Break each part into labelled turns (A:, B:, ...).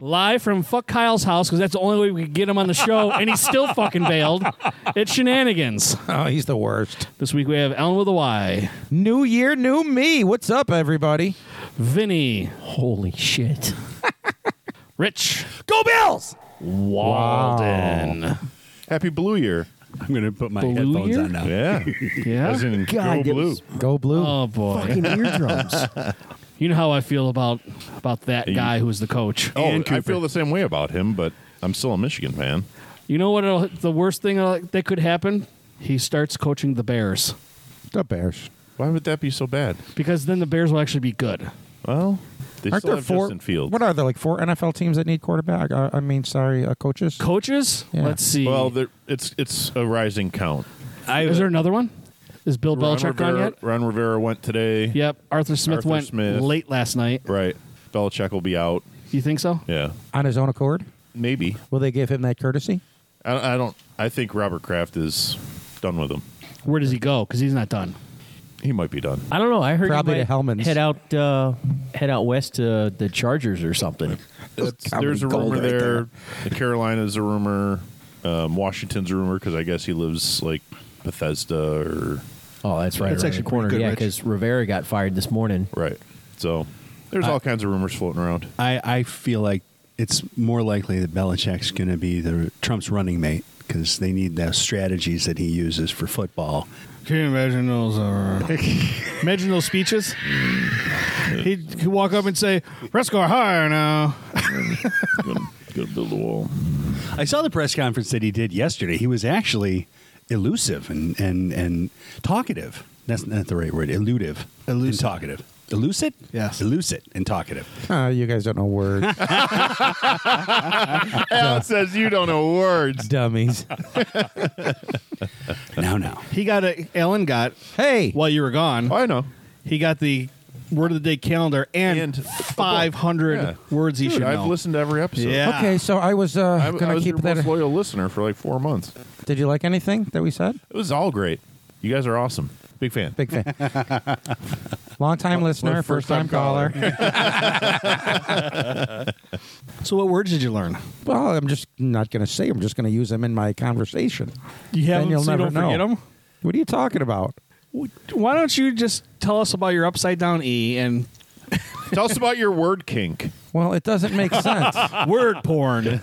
A: live from fuck Kyle's house because that's the only way we could get him on the show, and he's still fucking bailed. It's shenanigans.
B: Oh, he's the worst.
A: This week we have Ellen with a Y,
B: New year, new me. What's up, everybody?
A: Vinny,
C: Holy shit.
A: Rich,
B: Go Bills!
A: Walden.
D: Happy Blue Year.
E: I'm going to put my
A: Blue
E: headphones
A: year?
E: on now.
D: Yeah. As
A: Yeah.
D: in
C: God,
D: go
C: it
D: blue.
C: was
B: Go Blue.
A: Oh boy.
C: fucking eardrums.
A: You know how I feel about about that guy who was the coach.
D: Oh,
E: And
D: I
E: Cooper.
D: feel the same way about him, but I'm still a Michigan fan.
A: You know what? it'll- The worst thing uh, that could happen. He starts coaching the Bears
B: The Bears.
D: Why would that be so bad?
A: because then the Bears will actually be good.
D: Well, they
B: Aren't
D: still
B: there
D: have
B: four?
D: Justin Fields.
B: What are there like four NFL teams that need quarterback? Uh, I mean, sorry, uh, coaches.
A: Coaches?
B: Yeah.
A: Let's see.
D: well, there- it's it's a rising count.
E: I,
A: is there another one? Is Bill
D: Ron
A: Belichick gone
D: Rivera,
A: yet?
D: Ron Rivera went today.
A: Yep. Arthur Smith
D: Arthur
A: went
D: Smith.
A: late last night.
D: Right. Belichick will be out.
A: You think so?
D: Yeah.
B: on his own accord.
D: Maybe.
B: Will they give him that courtesy?
D: I, I don't. I think Robert Kraft is done with him.
A: Where does he go? Because he's not done.
D: He might be done.
C: I don't know. I heard you
B: Probably
C: might
B: to Hellman's.
C: Head out, uh, head out west to the Chargers or something.
D: It's-
B: comedy
D: there's a
B: gold
D: rumor
B: right
D: there. Carolina's a rumor. Um, Washington's a rumor because I guess he lives like Bethesda or
C: Oh, that's right.
F: That's
C: around
F: actually
C: the corner.
F: pretty good,
C: yeah,
F: Rich.
C: because Rivera got fired this morning.
D: right. So there's all kinds of rumors floating around.
E: I, I feel like it's more likely that Belichick's going to be the Trump's running mate because they need the strategies that he uses for football.
F: Can you imagine those? imagine those speeches. He'd, he'd walk up and say, "Let's go higher now."
D: Gonna build a wall.
E: I saw the press conference that he did yesterday. He was actually elusive and and, and talkative. That's not the right word. Elutive. And
F: Elusive.
E: talkative. Elucid?
F: Yes.
E: Elucid and talkative.
B: Uh, you guys don't know words,
D: Alan says you don't know words.
B: dummies.
E: now, now.
F: He got a Ellen got
B: Hey,
F: while you were gone.
D: Oh, I know.
F: He got the word of the day calendar and,
D: And-
F: 500
D: Yeah.
F: words he
D: Dude,
F: should
D: I've
F: know.
D: listened to every episode.
F: Yeah.
B: Okay, so I was uh,
D: I, I
B: gonna
D: was
B: keep
D: your
B: that.
D: most loyal listener for like four months.
B: Did you like anything that we said?
D: It was all great. You guys are awesome. Big fan.
B: Big fan. Long time listener,
D: my
B: first time caller.
F: So what words did you learn?
B: well, I'm just not going to say. I'm just going to use them in my conversation.
F: You
B: Then
F: have them
B: you'll
F: so you
B: never
F: don't forget
B: know.
F: them.
B: What are you talking about?
F: Why don't you just tell us about your upside down E and
D: Tell us about your word kink.
B: Well, it doesn't make sense.
F: word porn?
B: It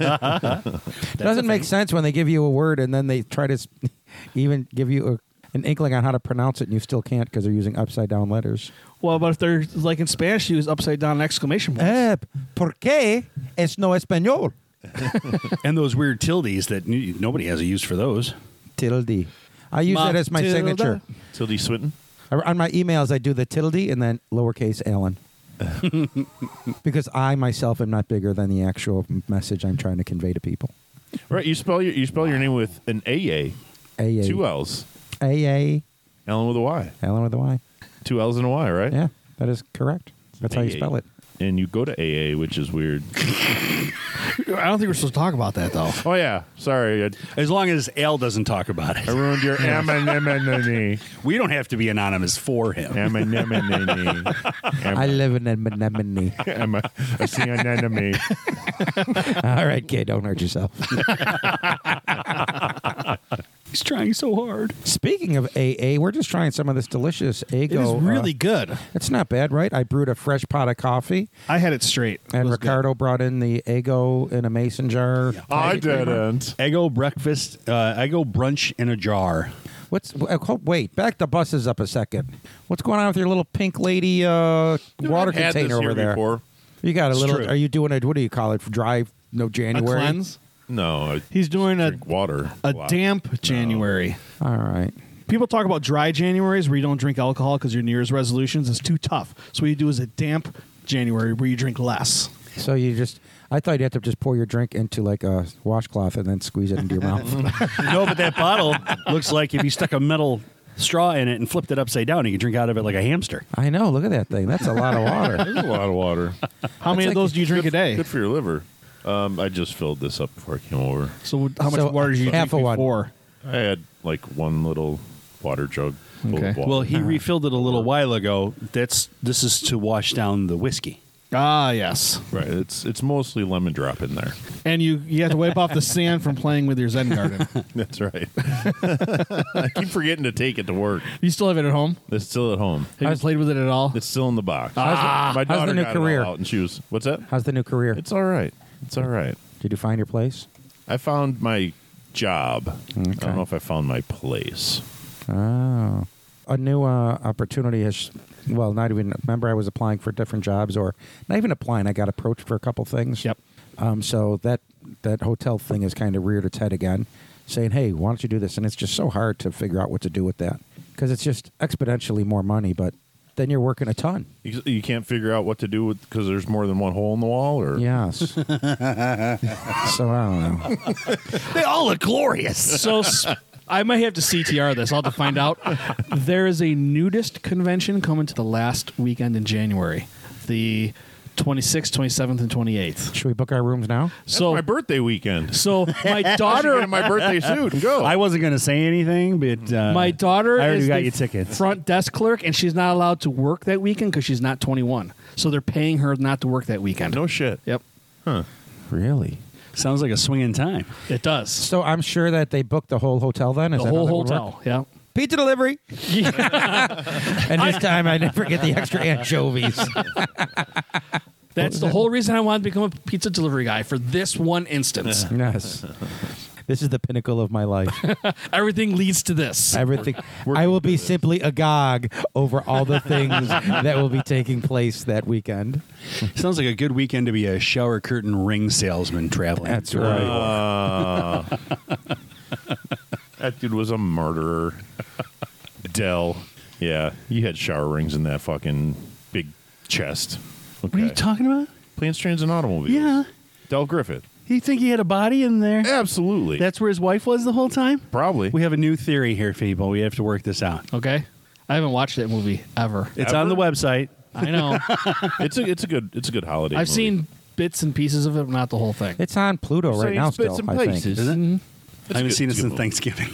B: doesn't make sense when they give you a word and then they try to s- even give you a, an inkling on how to pronounce it and you still can't because they're using upside down letters.
F: well, but if they're like in Spanish, you use upside down exclamation points.
B: Eh, ¿Por qué es no español?
E: and those weird tildes that n- nobody has a use for those.
B: Tilde. I use that as my
F: Matilda.
B: signature.
D: Tildy Swinton.
B: I- On my emails, I do the tilde and then lowercase Allen. because I myself am not bigger than the actual message I'm trying to convey to people.
D: Right. You spell your you spell your name with an AA,
B: AA.
D: two L's,
B: AA.
D: Ellen with a Y,
B: Allen with a Y.
D: two L's and a Y, right?
B: Yeah, that is correct. That's how you
D: AA.
B: spell it.
D: And you go to AA, which is weird.
B: Eh.
F: I don't think we're supposed to talk about that though.
D: oh yeah, sorry, I,
E: As long as Al doesn't talk about
D: I
E: it,
D: ruined your anemone.
E: we don't have to be anonymous for him.
D: Anemone.
B: I live in Anemone.
D: Am- I see an enemy.
B: All right, kid, don't hurt yourself.
E: He's trying so hard.
B: Speaking of AA, we're just trying some of this delicious
F: It
B: Ago.
F: is really
B: uh,
F: good.
B: it's not bad, right? I brewed a fresh pot of coffee,
F: I had it straight.
B: and
F: It was good.
B: Ricardo brought in the Ago in a mason jar.
D: I uh, didn't.
E: Ego breakfast, uh, Ego brunch in a jar.
B: What's uh, hold- wait? Back the buses up a second. What's going on with your little pink lady uh, water
D: I've had this
B: container
D: here
B: over there?
D: Before.
B: You got a little.
E: true.
B: Are you doing a what do you call it? Drive no
F: A
B: January.
F: cleanse.
D: No, I
F: He's doing a
D: drink water.
F: a
D: lot.
F: damp January.
B: All right.
F: People talk about dry Januaries where you don't drink alcohol because your New Year's resolutions is too tough. So what you do is a damp January where you drink less.
B: So you just. I thought you had to just pour your drink into like a washcloth and then squeeze it into your mouth.
E: no, but that bottle looks like if you stuck a metal straw in it and flipped it upside down, you could drink out of it like a hamster.
B: I know. Look at that thing. That's a lot of water.
D: That's a lot of water.
F: How many of those do you drink a day?
D: Good for your liver. Um, I just filled this up before I came over.
F: So how much
B: So,
F: water did you
B: half
F: drink
B: a one.
F: before?
D: I had like one little water jug full
F: Okay.
D: of water.
E: Well, he refilled it a little while ago. That's this is to wash down the whiskey.
F: Ah, yes.
D: Right. It's it's mostly lemon drop in there.
F: And you you have to wipe off the sand from playing with your Zen garden.
D: That's right. I keep forgetting to take it to work.
F: You still have it at home?
D: It's still at home.
F: Have you played with it at all?
D: It's still in the box. my
B: how's
D: daughter
B: the new
D: got it all
B: career?
D: out and she was what's that?
B: How's the new career?
D: It's all right. It's all right.
B: Did you find your place?
D: I found my job. I don't know if I found my place.
B: Oh, a new uh, opportunity has. Well, not even. Remember, I was applying for different jobs, or not even applying. I got approached for a couple things.
F: Yep.
B: Um, so that that hotel thing has kind of reared its head again, saying, "Hey, why don't you do this?" And it's just so hard to figure out what to do with that because it's just exponentially more money, but then you're working a ton.
D: You, you can't figure out what to do with because there's more than one hole in the wall, or
B: Yes. so I don't know.
E: They all look glorious.
A: So sp- I might have to CTR this. I'll have to find out.
F: There is a nudist convention coming to the last weekend in January, the 26th, 27th, and 28th.
B: Should we book our rooms now?
D: That's
A: So
D: my birthday weekend.
A: so my
D: Daughter
A: daughter
D: in my birthday suit and go.
E: I wasn't going to say anything, but uh,
A: my daughter
E: I already
A: is
E: got
A: the
E: you tickets.
A: front desk clerk and she's not allowed to work that weekend because she's not 21. So they're paying her not to work that weekend.
D: no shit.
A: Yep.
B: Really?
E: Sounds like a swinging time.
A: It does.
B: So I'm sure that they booked the whole hotel then. Is
A: The
B: that how
A: whole
B: that would work?
A: hotel. Yeah.
B: Pizza delivery. and this time I didn't forget the extra anchovies.
A: That's the whole reason I wanted to become a pizza delivery guy for this one instance.
B: yes. This is the pinnacle of my life.
A: Everything leads to this.
B: Everything. I will be simply agog over all the things that will be taking place that weekend.
E: Sounds like a good weekend to be a shower curtain ring salesman traveling.
B: That's
E: through.
B: right.
D: Uh, that dude was a murderer. Dell. Yeah, you had shower rings in that fucking big chest.
E: What are you talking about?
D: Planes, trains, and automobiles.
E: Yeah.
D: Dell Griffith.
E: You think he had a body in there?
D: Absolutely.
E: That's where his wife was the whole time?
D: probably.
E: We have a new theory here, people. We have to work this out.
A: Okay. I haven't watched that movie ever.
E: It's on the
D: Ever?
E: website.
A: I know.
D: it's a it's a good it's a good holiday.
A: I've
D: movie.
A: seen bits and pieces of it, but not the whole thing.
B: It's on Pluto right
D: Saying
B: now
D: bits
B: still,
D: and
B: I think.
D: places.
E: Is it?
D: It's
E: I haven't
D: good-
E: seen it
D: it's a good
E: since
D: movie.
E: Thanksgiving.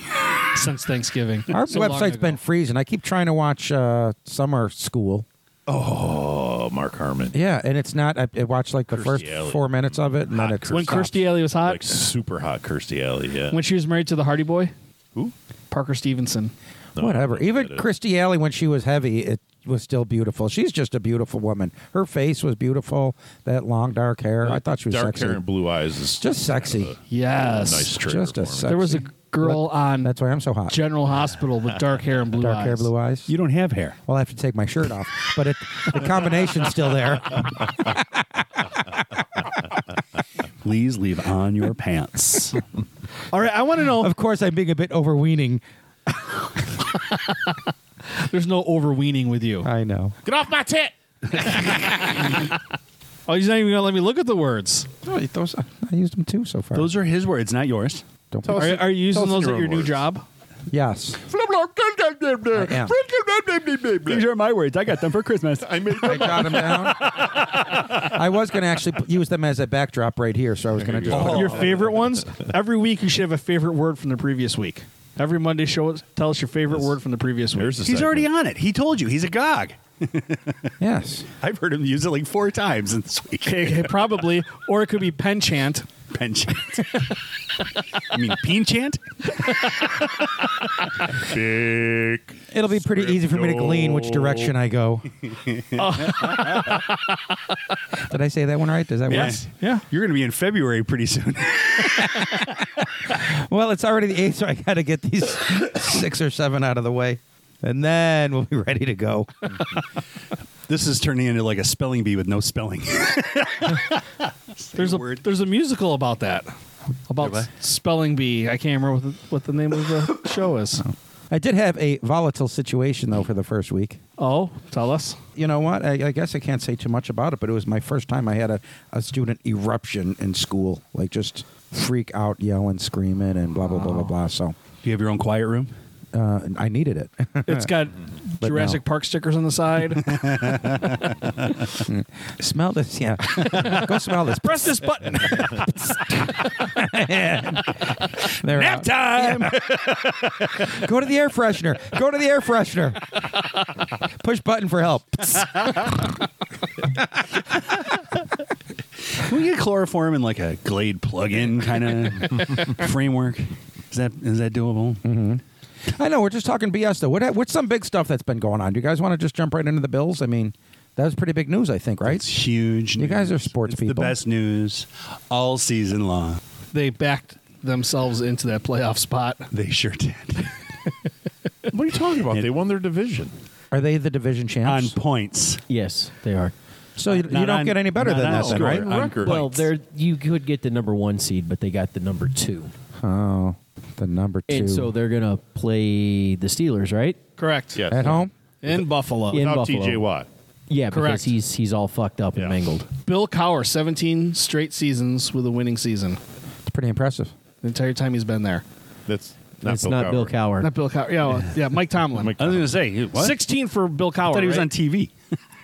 A: since Thanksgiving.
B: Our
A: So long
B: website's been
A: ago.
B: freezing. I keep trying to watch uh, Summer School.
D: Oh, Mark Harmon.
B: Yeah, and it's not. I, I watched like the
D: Kirstie
B: first
D: Alley.
B: four minutes of it, and
D: Hot
B: then it's uh,
A: when
D: Kirsten-
A: Kirstie Alley was hot,
D: Like super hot Kirstie Alley. Yeah.
A: when she was married to the Hardy Boy,
D: Who?
A: Parker Stevenson.
D: No,
B: Whatever.
D: don't
B: Even
D: get it.
B: Christy Alley, when she was heavy, it was still beautiful. She's just a beautiful woman. Her face was beautiful. That long dark hair. I thought she was
D: dark
B: sexy.
D: hair and blue eyes is
B: Just
D: kind of
B: sexy.
D: a
A: Yes.
D: nice trigger
B: Just a
D: for me.
B: sec-
A: there was a
B: Sexy.
A: girl on
B: That's why I'm so hot.
A: General Hospital with dark hair and blue
B: dark
A: eyes.
B: hair, blue eyes.
E: You don't have hair.
B: well, I have to take my shirt off, but it, the combination's still there.
E: Please leave on your pants.
F: All right, I want to know.
B: Of course, I'm being a bit overweening.
A: There's no overweening with you.
B: I know.
A: Get off my tit! oh, he's not even going to let me look at the words.
B: No, those I used them too so far.
E: Those are his words, not yours.
B: don't.
D: Tell us-
A: Are, are you using
D: tell us in
A: those at
D: own
A: your new
D: words.
A: job?
B: yes. I am.
E: These are my words. I got them for Christmas.
D: I made
B: I jot them down. I was going to actually p- use them as a backdrop right here, so I was going to
D: you
B: just.
D: go.
B: put it
F: Oh,
A: Your favorite ones? Every week you should have a favorite word from the previous week. Every Monday, show us, tell us your favorite word from the previous week.
D: There's the
E: He's
D: segment.
E: already on it. He told you. He's a gog.
B: Yes.
E: I've heard him use it like four times in this week.
A: Okay, probably. Or it could be penchant.
E: Penchant. I mean, peen chant?
D: Dick.
B: It'll be pretty easy for me to glean which direction I go. Did I say that one right? Does that
E: Yes.
A: Yeah.
E: You're going to be in February pretty soon.
B: work? Well, it's already the eighth, so I got to get these six or seven out of the way, and then we'll be ready to go.
E: this is turning into like a spelling bee with no spelling.
A: There's a
E: word.
A: there's a musical about that. About
E: Really?
A: spelling bee. I can't remember what the, what the name of the show
B: Oh.
A: is.
B: I did have a volatile situation though for the first week.
A: Oh, tell us.
B: You know what? I, I guess I can't say too much about it, but it was my first time I had a, a student eruption in school, like just freak out, yelling, screaming, and blah blah blah blah blah. So
E: Do you have your own quiet room?
B: uh, I needed it.
A: It's got
B: But
A: Jurassic
B: no.
A: Park stickers on the side.
B: Smell this, yeah. Go smell this.
A: Press this button.
B: They're out.
E: time.
B: Go to the air freshener. Go to the air freshener. Push button for help.
G: Can we get chloroform in like a Glade plug-in kind of framework? Is that is that doable?
B: Mm-hmm. I know we're just talking BS though. What what's some big stuff that's been going on? Do you guys want to just jump right into the Bills? I mean, that was pretty big news, I think, right?
G: It's huge.
B: You guys
G: news.
B: are sports
G: it's
B: people.
G: The best news all season long.
A: They backed themselves into that playoff spot.
G: They sure did.
H: What are you talking about?
G: And-
H: they won their division.
B: Are they the division
G: on
B: champs?
G: points.
I: Yes, they are.
B: so you, you
G: Not
B: don't
G: on-
B: get any better
G: not
B: than
G: on
B: that, then,
G: score,
B: right?
G: on
H: Record.
G: points.
I: Well, there you could get the number one seed, but they got the number two,
B: Oh, the number two
I: and so they're gonna play the Steelers, right?
A: Correct.
H: Yes.
B: at home.
A: In Buffalo.
I: In
H: Without
I: Buffalo.
H: TJ Watt.
I: Yeah,
A: Correct.
I: because he's he's all fucked up
H: Yeah.
I: and mangled.
A: Bill Cower, 17 straight seasons with a winning season.
B: It's pretty impressive.
A: The entire time he's been there.
H: That's not
I: it's
H: Bill
I: not
H: Cowher.
I: Bill Cowher.
A: Not Bill Cower. Yeah, well, yeah Mike Tomlin.
H: Mike-
G: I was going to say what?
A: 16 for Bill Cower.
G: I thought he was
A: right?
G: on TV.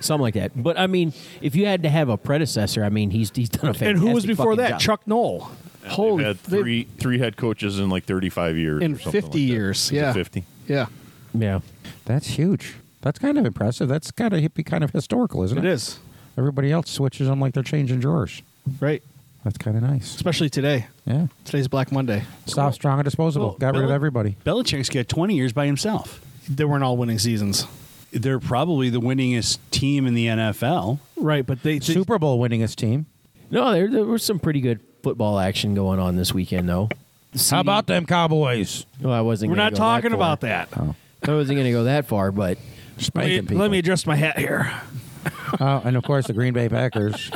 I: something like that. But I mean, if you had to have a predecessor, I mean, he's he's done a fantastic.
A: And who was before
I: fucking
A: that?
I: job.
A: Chuck Knoll. Holy
H: They've had
A: they-
H: three three head coaches in like 35 years.
A: in
H: or something
A: 50
H: like that.
A: years.
H: Is it
A: Yeah.
H: 50.
A: Yeah.
I: Yeah,
B: That's huge. That's kind of impressive. That's got to be kind of historical, isn't it?
A: It is.
B: Everybody else switches them like they're changing drawers.
A: Right.
B: That's kind of nice.
A: Especially today.
B: Yeah.
A: Today's Black Monday.
B: Stop strong and disposable.
G: Cool.
B: Got rid of
G: Billy-
B: everybody.
G: Belichick's got 20 years by himself.
A: They weren't all winning seasons.
G: They're probably the winningest team in the NFL.
A: Right, but they, they
B: Super Bowl winningest team.
I: no, there there was some pretty good football action going on this weekend, though.
B: How about them Cowboys?
I: Well, I wasn't.
A: We're
I: gonna
A: not
I: go
A: talking
I: that far.
A: about that.
B: Oh,
I: I wasn't going to go that far, but
B: spanking
A: Wait,
B: people.
A: let me adjust my hat here.
B: Oh, and of course the Green Bay Packers.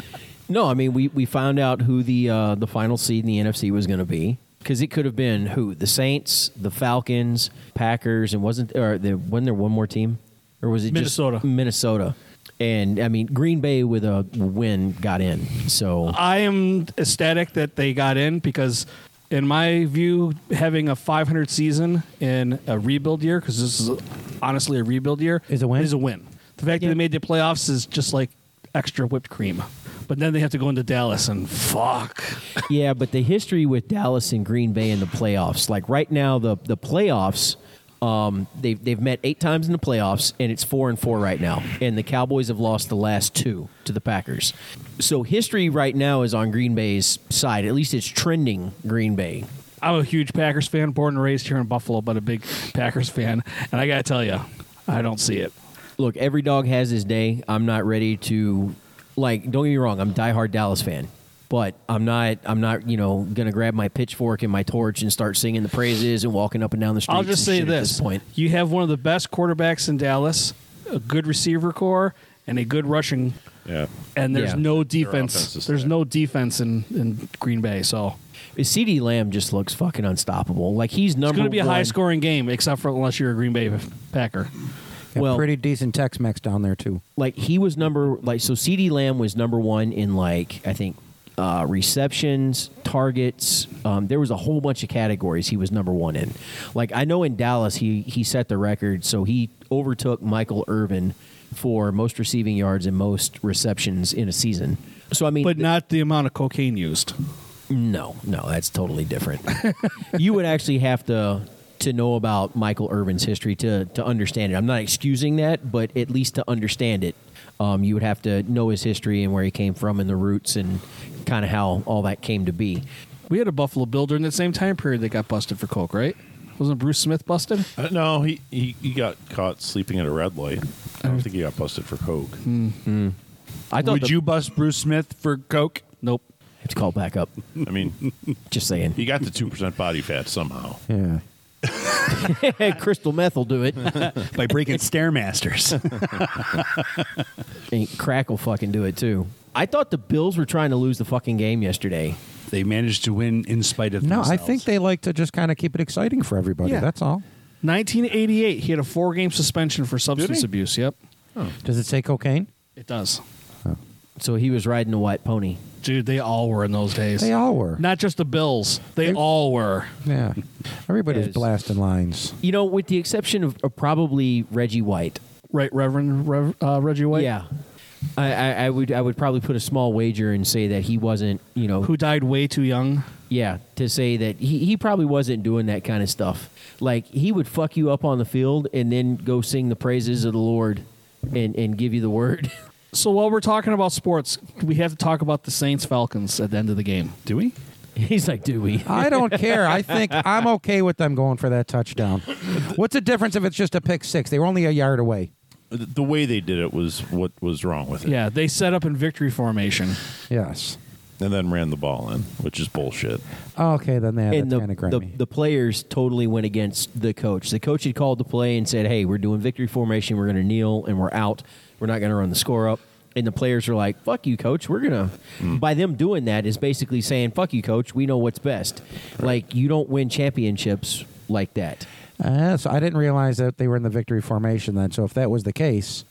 I: no, I mean, we, we found out who the uh, the final seed in the NFC was going to be because it could have been who the Saints, the Falcons, Packers, and wasn't or the, wasn't there one more team or was it
A: Minnesota.
I: just Minnesota? And I mean, Green Bay with a win got in. So
A: I am ecstatic that they got in because, in my view, having a 500 season in a rebuild year, because this is honestly a rebuild year,
B: Is a win?
A: Is a win. The fact that
I: Yeah.
A: they made the playoffs is just like extra whipped cream. But then they have to go into Dallas and fuck.
I: Yeah, but the history with Dallas and Green Bay in the playoffs, like right now, the the playoffs, um, they've they've met eight times in the playoffs, and it's four and four right now, and the Cowboys have lost the last two to the Packers. So history right now is on Green Bay's side. At least it's trending Green Bay.
A: I'm a huge Packers fan, born and raised here in Buffalo, but a big Packers fan. And I got to tell you, I don't see it.
I: Look, every dog has his day. I'm not ready to, like, don't get me wrong. I'm a diehard Dallas fan. But I'm not. I'm not. You know, gonna grab my pitchfork and my torch and start singing the praises and walking up and down the street.
A: I'll just say this.
I: this point.
A: You have one of the best quarterbacks in Dallas, a good receiver core, and a good rushing
H: Yeah.
A: and there's
I: Yeah.
A: no
H: offense
A: defense.
H: is
A: There's
H: stacked.
A: no defense in, in Green Bay, so
I: CD Lamb just looks fucking unstoppable. Like he's
A: it's
I: number
A: going to be a
I: one.
A: high scoring game, except for unless you're a Green Bay Packer.
B: Got
I: Well-
B: pretty decent Tex-Mex down there too.
I: Like he was number like so CD Lamb was number one in like I think uh, receptions, targets. Um, there was a whole bunch of categories he was number one in. Like I know in Dallas he he set the record, so he overtook Michael Irvin for most receiving yards and most receptions in a season. So I mean,
A: But not the amount of cocaine used.
I: No, no, that's totally different. you would actually have to to know about Michael Irvin's history to to understand it. I'm not excusing that, but at least to understand it, um, you would have to know his history and where he came from and the roots and kind of how all that came to be.
A: We had a Buffalo Bill during that same time period that got busted for coke, right? Wasn't Bruce Smith busted?
H: Uh, no, he, he, he got caught sleeping at a red light. I
A: Mm.
H: don't think he got busted for coke.
I: I thought the-
G: bust Bruce Smith for coke?
A: Nope.
I: it's called back up.
H: I mean,
I: Just saying,
H: he got the 2% body fat somehow.
B: Yeah.
I: crystal meth will do it.
G: By breaking stairmasters.
I: And crack will fucking do it too. I thought the Bills were trying to lose the fucking game yesterday.
G: they managed to win in spite of
B: No, I
G: themselves.
B: think they like to just kind of keep it exciting for everybody.
A: Yeah.
B: That's all.
A: 1988, he had a four game suspension for substance
H: he?
A: abuse. Yep.
B: Does it say cocaine?
A: It does.
I: So he was riding a white pony.
A: Dude, they all were in those days.
B: They all were.
A: Not just the Bills. They all were.
B: Yeah. Everybody's
I: Yes.
B: blasting lines.
I: You know, with the exception of, of probably Reggie White.
A: Right, Reverend Rev, uh, Reggie White?
I: Yeah. I, I, I would I would probably put a small wager and say that he wasn't you know
A: Who died way too young.
I: yeah to say that he, he probably wasn't doing that kind of stuff like he would fuck you up on the field and then go sing the praises of the Lord and and give you the word
A: So while we're talking about sports, we have to talk about the Saints Falcons at the end of the game.
E: Do we?
I: He's like, do we?
B: I don't care. I think I'm okay with them going for that touchdown. What's the difference if it's just a pick six? They were only a yard away.
D: The the way they did it was what was wrong with it.
A: Yeah, they set up in victory formation.
B: Yes.
D: And then ran the ball in, which is bullshit.
B: Okay, then they
I: and
B: that's
I: the,
B: kind of
I: the,
B: grimy.
I: the players totally went against the coach. The coach had called the play and said, "Hey, we're doing victory formation. We're going to kneel and we're out. We're not going to run the score up." And the players are like, "Fuck you, coach. We're gonna." By them doing that is basically saying, "Fuck you, coach. We know what's best." Like you don't win championships like that.
B: Uh, so I didn't realize that they were in the victory formation then. So if that was the case,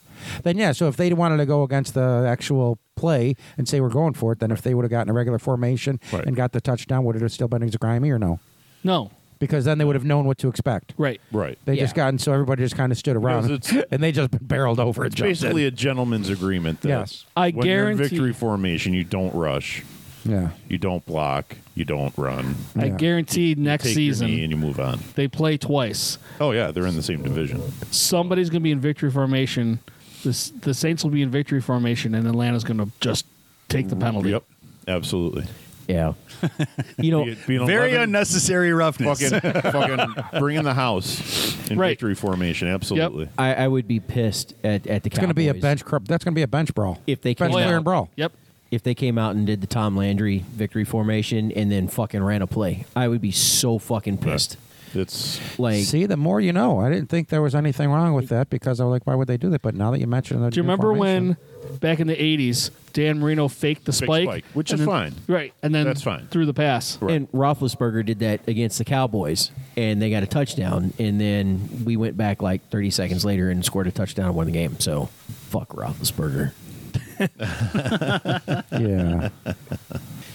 B: then yeah. So if they wanted to go against the actual play and say we're going for it, then if they would have gotten a regular formation
D: Right.
B: and got the touchdown, would it have still been as grimy or no?
A: No,
B: Because then they would have known what to expect.
A: right.
D: Right.
B: They just
A: Yeah.
B: gotten so everybody just kind of stood around
D: it's-
B: and they just barreled over. and
D: It's
B: jumped in.
D: basically a gentleman's agreement. That
B: Yes.
A: I
D: when you're in
A: guarantee-
D: victory formation. You don't rush.
B: yeah.
D: You don't block. You don't run.
A: I
B: Yeah.
A: guarantee next
D: Take your knee
A: season
D: and you move on.
A: they play twice.
D: Oh yeah, they're in the same division.
A: Somebody's going to be in victory formation. This, the Saints will be in victory formation, and Atlanta's going to just take the penalty.
D: Yep, absolutely.
I: Yeah, you know,
D: Be it- be an
E: Very
D: 11,
E: unnecessary roughness.
D: fucking fucking bring in the house in
A: Right.
D: victory formation. Absolutely.
I: I, I would be pissed at at the.
B: It's going to be a
I: Cowboys.
B: bench. cr- That's going to be a bench brawl.
I: If they
B: bench
I: came
B: clear
I: out-
B: and brawl.
A: Yep.
I: if they came out and did the Tom Landry victory formation and then fucking ran a play, I would be so fucking pissed.
D: It's
I: Like,
B: See, the more you know. I didn't think there was anything wrong with that because I was like, why would they do that? But now that you mentioned it,
A: Do you remember when back in the 80s, Dan Marino faked the
D: Fake
A: spike?
D: spike, which
A: and
D: is
A: then-
D: fine.
A: Right. And then
D: That's fine.
A: threw the pass.
D: Right.
I: and Roethlisberger did that against the Cowboys, and they got a touchdown, and then we went back like 30 seconds later and scored a touchdown and won the game. So, fuck Roethlisberger.
B: Yeah.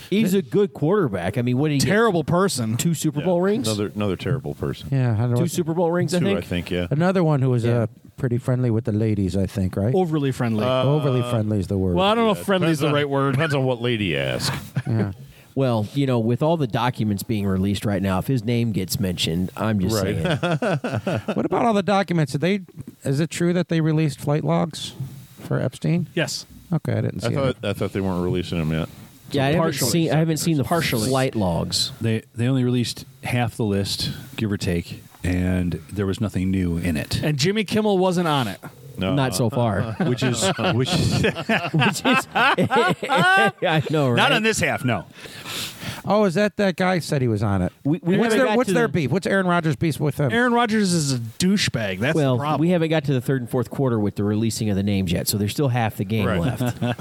I: He's a good quarterback. I mean, what did he
A: Terrible person.
I: get? Two Super
D: yeah,
I: Bowl rings,
D: Another another terrible person.
B: Yeah. I don't know
I: two
B: what-
I: Super Bowl rings.
D: Two,
I: I think.
D: I think. Yeah.
B: Another one who was
I: Yeah.
B: uh, pretty friendly with the ladies, I think, right?
A: Overly friendly.
B: Overly
I: uh,
B: friendly is the word.
A: well, I don't know if friendly is
D: Depends
A: the
D: on-
A: right word.
D: Depends on what lady you ask.
B: Yeah.
I: Well, you know, with all the documents being released right now, if his name gets mentioned, I'm just
D: Right.
I: saying.
B: what about all the documents? Did they? Is it true that they released flight logs for Epstein?
A: Yes.
B: Okay, I didn't see
D: I thought
B: it.
D: I thought they weren't releasing him yet.
I: Yeah, I haven't
A: Partially.
I: seen. I haven't seen the
A: Partially.
I: flight logs.
E: They they only released half the list, give or take, and there was nothing new in it.
A: And Jimmy Kimmel wasn't on it.
D: No, uh,
I: Not so far.
E: which is which is
I: Which is, I know, right?
E: not on this half, no.
B: Oh, is that that guy said he was on it?
I: We- we
B: what's
I: never
B: their,
I: got
B: what's
I: to
B: their
I: the-
B: beef? What's Aaron Rodgers' beef with him?
A: Aaron Rodgers is a douchebag. That's the
I: well,
A: problem.
I: we haven't got to the third and fourth quarter with the releasing of the names yet, so there's still half the game
D: Right.
I: left.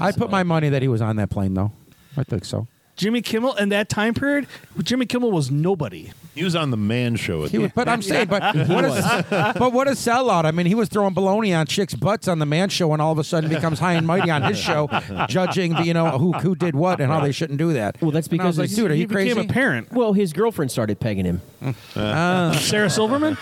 B: I put my money that he was on that plane, though. I think so.
A: Jimmy Kimmel in that time period, Jimmy Kimmel was nobody.
D: He was on the Man Show at
B: He was, but I'm saying, but what is, but what a sellout! I mean, he was throwing baloney on chicks' butts on the man show, and all of a sudden becomes high and mighty on his show, judging the, you know who who did what and how they shouldn't do that.
I: Well, that's
B: And I was
I: because
B: like,
I: it's-
B: dude, are
A: he
B: you crazy?
A: became a parent.
I: well, his girlfriend started pegging him. Uh.
A: Sarah Silverman?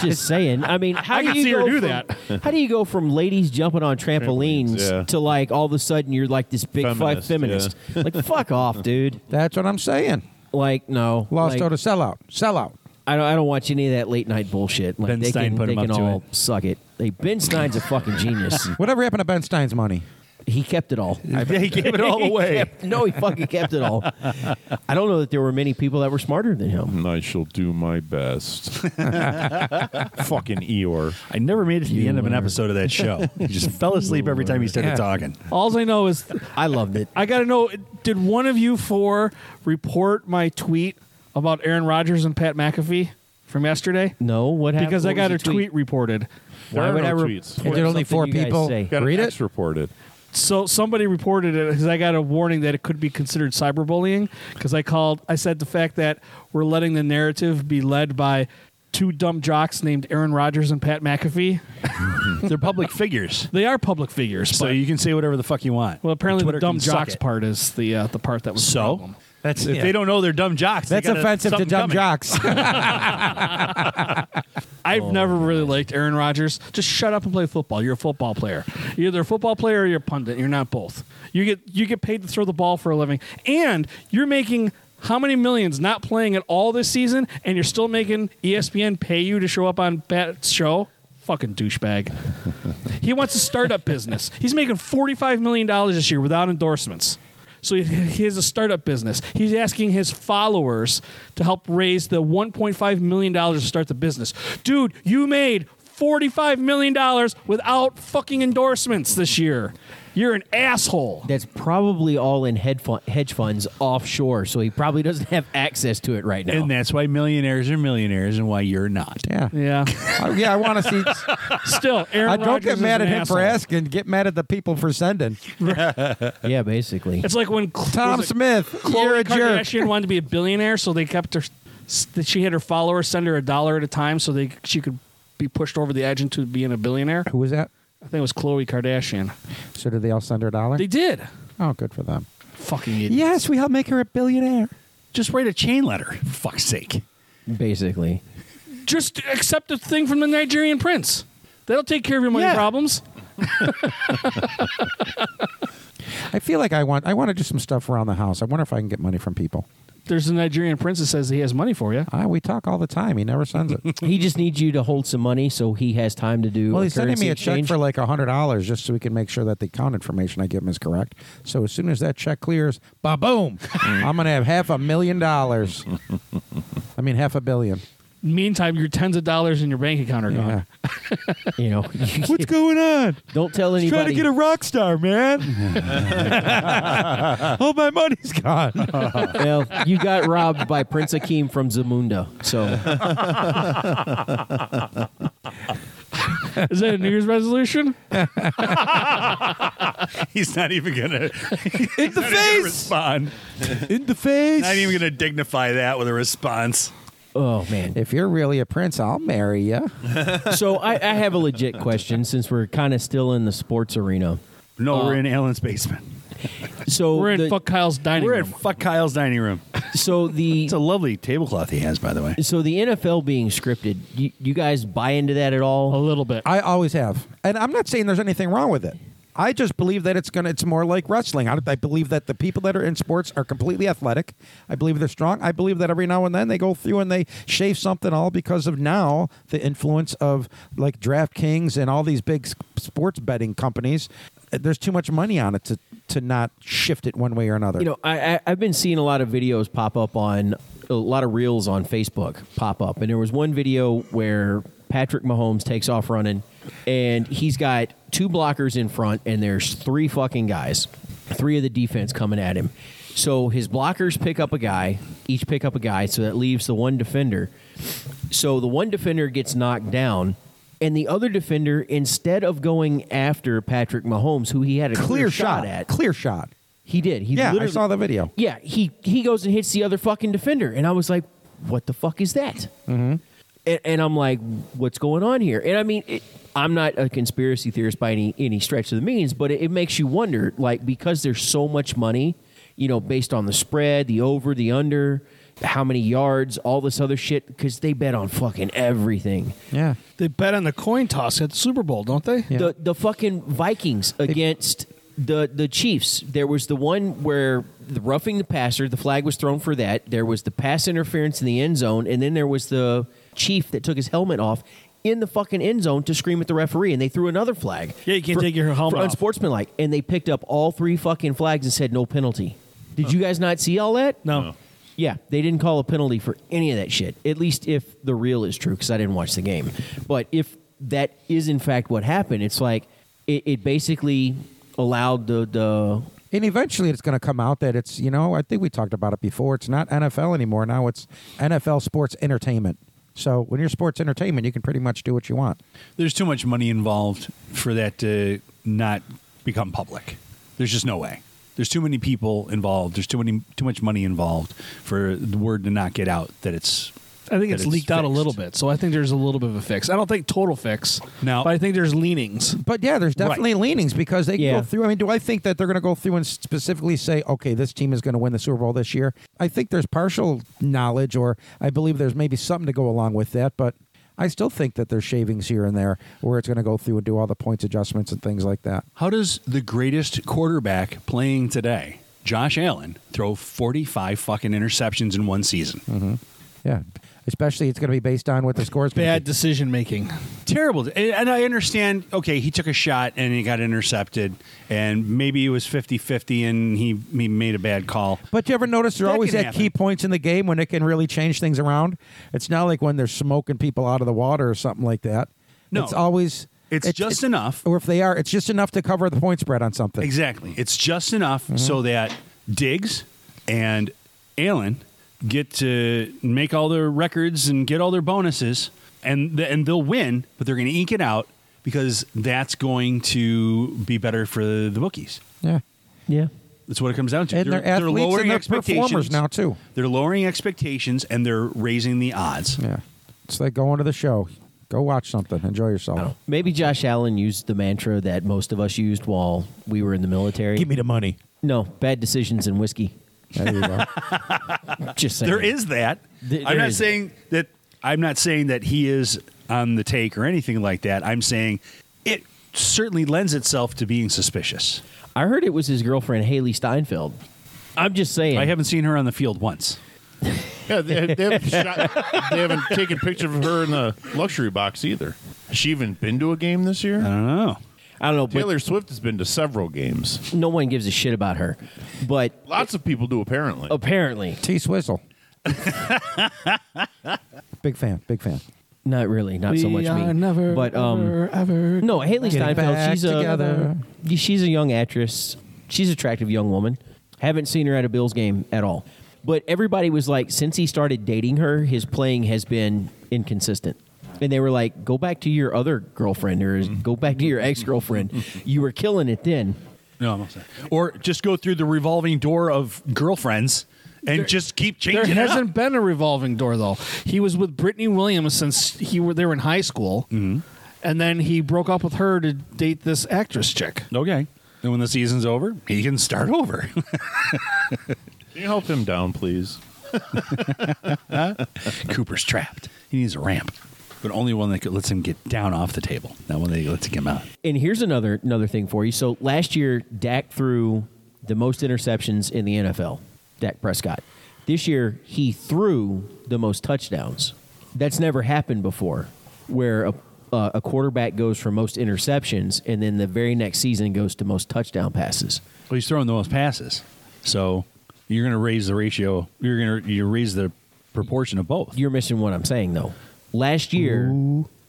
I: Just saying. I mean, how
A: I
I: do
A: could
I: you
A: see her
I: go
A: do
I: from,
A: that.
I: How do you go from ladies jumping on trampolines
D: Trampolines, yeah.
I: to like all of a sudden you're like this big five
D: Feminist,
I: feminist? Like, fuck off, dude.
B: That's what I'm saying.
I: Like, no.
B: Lost
I: like,
B: out a sellout, sellout.
I: I don't. I don't watch any of that late night bullshit. Like,
E: Ben
I: they
E: Stein
I: can,
E: put
I: they
E: him up
I: can
E: to
I: all
E: it.
I: suck it. Hey, ben Stein's a fucking genius.
B: Whatever happened to Ben Stein's money?
I: He kept it all.
E: Yeah, he gave it all
I: He
E: away.
I: kept- no, he fucking kept it all. I don't know that there were many people that were smarter than him.
D: And I shall do my best. Fucking Eeyore.
E: I never made it to the end of an episode of that show. He just fell asleep every time he started
B: Yeah.
E: talking.
A: All I know is
I: I loved it.
A: I got to know did one of you four report my tweet about Aaron Rodgers and Pat McAfee from yesterday?
I: No, what happened?
A: Because I
I: What
A: got a
I: was the
A: tweet? reported.
D: There
I: Why
D: are
I: would
D: no
I: I re-
D: tweets.
B: And did only
I: something
B: four
I: you guys
B: people
I: say.
D: Got
B: read it?
D: X reported.
A: So somebody reported it because I got a warning that it could be considered cyberbullying because I called, I said the fact that we're letting the narrative be led by two dumb jocks named Aaron Rodgers and Pat McAfee.
E: They're public figures.
A: They are public figures.
E: So
A: but,
E: you can say whatever the fuck you want.
A: well, apparently
E: Twitter
A: the dumb
E: can suck
A: jocks
E: it.
A: part is the uh, the part that was the
E: So
A: problem.
B: That's
E: if they don't know they're dumb jocks, they
B: That's
E: got a-
B: offensive to
E: something
B: dumb
E: coming.
B: jocks.
A: I've never really liked Aaron Rodgers. Just shut up and play football. You're a football player. You're either a football player or you're a pundit. You're not both. You get you get paid to throw the ball for a living, and you're making how many millions not playing at all this season, and you're E still making ESPN pay you to show up on Pat's show. Fucking douchebag. He wants a startup business. He's making $45 million this year without endorsements. So he- he has a startup business. He's asking his followers to help raise the $1.5 million to start the business. Dude, you made $45 million without fucking endorsements this year. You're an asshole.
I: That's probably all in head fu- hedge funds offshore, so he probably doesn't have access to it right now.
E: And that's why millionaires are millionaires and why you're not.
B: Yeah.
A: Yeah.
B: I, yeah, I want to see.
A: Still, Aaron
B: I don't
A: Rodgers
B: get
A: is
B: mad
A: an
B: at him for
A: asshole.
B: asking. Get mad at the people for sending.
I: yeah, basically.
A: It's like when
B: Tom
A: was it
B: Smith, you're
A: Khloe
B: a jerk.
A: Kardashian wanted to be a billionaire, so they kept her. s- That she had her followers send her a dollar at a time, so they she could be pushed over the edge into being a billionaire.
B: Who was that?
A: I think it was Khloe Kardashian.
B: So did they all send her a dollar?
A: They did.
B: Oh, good for them.
A: Fucking idiot.
B: Yes, we helped make her a billionaire.
E: Just write a chain letter, for fuck's sake.
I: basically.
A: Just accept a thing from the Nigerian prince. That'll take care of your money
E: Yeah.
A: problems.
B: I feel like I want. I want to do some stuff around the house. I wonder if I can get money from people.
A: There's a Nigerian prince that says he has money for you.
B: Ah, we talk all the time. He never sends it.
I: He just needs you to hold some money so he has time to do.
B: well,
I: a
B: he's sending
I: currency
B: me a
I: exchange.
B: check for like hundred dollars just so we can make sure that the account information I give him is correct. So as soon as that check clears, ba boom, I'm gonna have half a million dollars. I mean, half a billion.
A: Meantime, your tens of dollars in your bank account are gone.
B: Yeah.
I: you know.
B: What's going on?
I: don't tell anybody.
B: rock star, man. oh, my money's gone.
I: well, you got robbed by Prince Akeem from Zamunda. So
A: Is that a New Year's resolution?
E: He's not even gonna
B: In the face.
E: respond.
B: In the face.
E: Not even gonna dignify that with a response.
I: oh man.
B: If you're really a prince, I'll marry you.
I: So I, I have a legit question since we're kind of still in the sports arena.
E: No, we're in Alan's basement.
I: So
A: We're in
I: the,
A: fuck Kyle's dining
E: We're
A: room.
E: at fuck Kyle's dining room.
I: so the
E: It's a lovely tablecloth he has, by the way.
I: so the NFL being scripted. You, you guys buy into that at
A: a
I: all?
A: little bit.
B: I always have, and I'm not saying there's anything wrong with it. I just believe that it's gonna. It's more like wrestling. I, I believe that the people that are in sports are completely athletic. I believe they're strong. I believe that every now and then they go through and they shave something all because of now the influence of like DraftKings and all these big s- sports betting companies. Uh, There's too much money on it to to not shift it one way or another.
I: You know, I, I I've been seeing a lot of videos pop up on a lot of reels on Facebook pop up, and there was one video where Patrick Mahomes takes off running, and he's got two blockers in front, and there's three fucking guys, three of the defense coming at him. So his blockers pick up a guy, each pick up a guy, so that leaves the one defender. So the one defender gets knocked down. And the other defender, instead of going after Patrick Mahomes, who he had a clear,
B: clear
I: shot at,
B: Clear shot.
I: he did. He
B: Yeah, I
I: literally-
B: saw the video.
I: yeah, he he goes and hits the other fucking defender, and I was like, "What the fuck is that?" Mm-hmm. And, and I'm like, "What's going on here?" And I mean, it, I'm not a conspiracy theorist by any any stretch of the means, but it, it makes you wonder, like, because there's so much money, you know, based on the spread, the over, the under, how many yards, all this other shit, because they bet on fucking everything.
B: Yeah.
A: They bet on the coin toss at the Super Bowl, don't they?
B: Yeah.
I: The the fucking Vikings against the the Chiefs. There was the one where the roughing the passer, the flag was thrown for that. There was the pass interference in the end zone, and then there was the chief that took his helmet off in the fucking end zone to scream at the referee, and they threw another flag.
A: Yeah, you can't
I: for-
A: take your helmet
I: for
A: off.
I: unsportsmanlike, and they picked up all three fucking flags and said no penalty. Did you guys not see all that?
A: No.
I: Yeah, they didn't call a penalty for any of that shit. At least if the real is true, because I didn't watch the game. But if that is in fact what happened, it's like it, it basically allowed the the
B: And eventually it's going to come out that it's, you know, I think we talked about it before. It's not NFL anymore. Now it's NFL sports entertainment. So when you're sports entertainment, you can pretty much do what you want.
E: There's too much money involved for that to not become public. There's just no way. There's too many people involved. There's too many too much money involved for the word to not get out that it's
A: I think
E: that
A: it's,
E: it's
A: leaked out a
E: fixed.
A: little bit, so I think there's a little bit of a fix. I don't think total fix.
E: No.
A: but I think there's leanings.
B: But yeah, there's definitely leanings because they can
I: Yeah.
B: go through. I mean, do I think that they're going to go through and specifically say, okay, this team is going to win the Super Bowl this year? I think there's partial knowledge, or I believe there's maybe something to go along with that. But I still think that there's shavings here and there where it's going to go through and do all the points adjustments and things like that.
E: How does the greatest quarterback playing today, Josh Allen, throw 45 fucking interceptions in one season?
B: Yeah. especially it's going to be based on what the score is. gonna
F: Bad
B: be.
F: decision making.
E: terrible. And- And I understand, okay, he took a shot and he got intercepted, and maybe it was 50 50 and he, he made a bad call.
B: But you ever notice they're
E: That
B: always
E: can
B: at key
E: happen.
B: points in the game when it can really change things around? It's not like when they're smoking people out of the water or something like that.
E: No.
B: It's always.
E: It's just enough.
B: Or if they are, it's just enough to cover the point spread on something.
E: Exactly. It's just enough so that Diggs and Allen get to make all their records and get all their bonuses, and th- and they'll win, but they're going to eke it out because that's going to be better for the bookies.
B: Yeah.
I: Yeah.
E: That's what it comes down to.
B: And they're, athletes and they're performers now, too.
E: They're lowering expectations and they're raising the odds.
B: Yeah. It's like going to the show. Go watch something. Enjoy yourself.
I: Maybe Josh Allen used the mantra that most of us used while we were in the military.
B: Give me the money.
I: no, bad decisions and whiskey.
B: There you go.
I: Just saying.
E: There is that.
I: Th-
E: I'm
I: there
E: not
I: is
E: saying that. I'm not saying that he is on the take or anything like that. I'm saying it certainly lends itself to being suspicious.
I: I heard it was his girlfriend Haley Steinfeld. I'm just saying.
E: I haven't seen her on the field once.
H: Yeah, they, they, haven't shot, they haven't taken pictures of her in the luxury box either. Has she even been to a game this year?
E: I don't know.
I: I don't know, but
H: Taylor Swift has been to several games.
I: no one gives a shit about her. But
H: Lots of people do, apparently.
I: apparently,
B: T Swizzle. big fan. Big fan.
I: not really, not so much me.
A: never,
I: but um, no,
B: Getting
I: Haley Steinfeld.
B: back
I: She's a
B: together.
I: she's a young actress. She's an attractive young woman. Haven't seen her at a Bills game at all. But everybody was like, since he started dating her, his playing has been inconsistent. And they were like, go back to your other girlfriend or go back to your ex girlfriend. you were killing it then.
E: No, I'm not saying. Or just go through the revolving door of girlfriends and just keep
A: There
E: changing. it
A: hasn't
E: up.
A: been a revolving door though. He was with Brittany Williams since he were they were in high school, and then he broke up with her to date this actress chick.
E: Okay. And when the season's over, he can start over.
H: Can you help him down, please?
E: Cooper's trapped. He needs a ramp, but only one that lets him get down off the table, not one that lets him get out.
I: And here's another another thing for you. So last year, Dak threw the most interceptions in the NFL. Dak Prescott. This year, he threw the most touchdowns. That's never happened before, where a, uh, a quarterback goes for most interceptions and then the very next season goes to most touchdown passes.
E: Well, he's throwing the most passes, so you're going to raise the ratio. You're going to you raise the proportion of both.
I: You're missing what I'm saying though. Last year,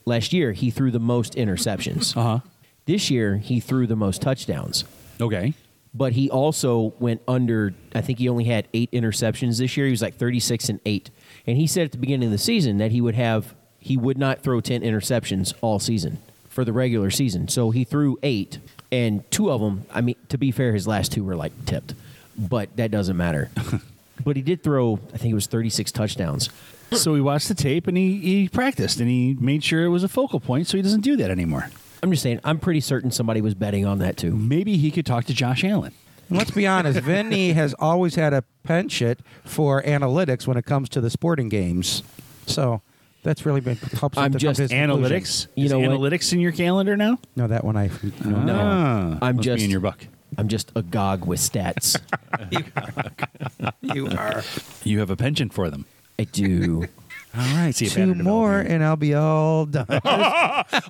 I: last year he threw the most interceptions.
E: Uh huh.
I: This year, he threw the most touchdowns.
E: Okay.
I: but he also went under i think he only had eight interceptions this year he was like 36 and 8 and he said at the beginning of the season that he would have he would not throw 10 interceptions all season for the regular season so he threw eight and two of them i mean to be fair his last two were like tipped but that doesn't matter but he did throw i think it was 36 touchdowns
E: So he watched the tape and he he practiced and he made sure it was a focal point, so he doesn't do that anymore.
I: i'm just saying i'm pretty certain somebody was betting on that too
E: Maybe he could talk to Josh Allen.
B: And let's be honest, Vinny has always had a penchant for analytics when it comes to the sporting games. So that's really been helps. him
I: I'm
B: to come
I: just
B: to his conclusion.
E: Analytics.
I: You
E: Is
I: know what?
E: analytics in your calendar now.
B: No, that one I. No.
I: no
E: Ah,
I: i'm
E: must
I: just
E: be in your book.
I: i'm just agog with stats
B: You are.
E: You have a penchant for them.
I: i do
B: All right,
E: See a
B: two
E: pattern
B: more,
E: developing.
B: and I'll be all done.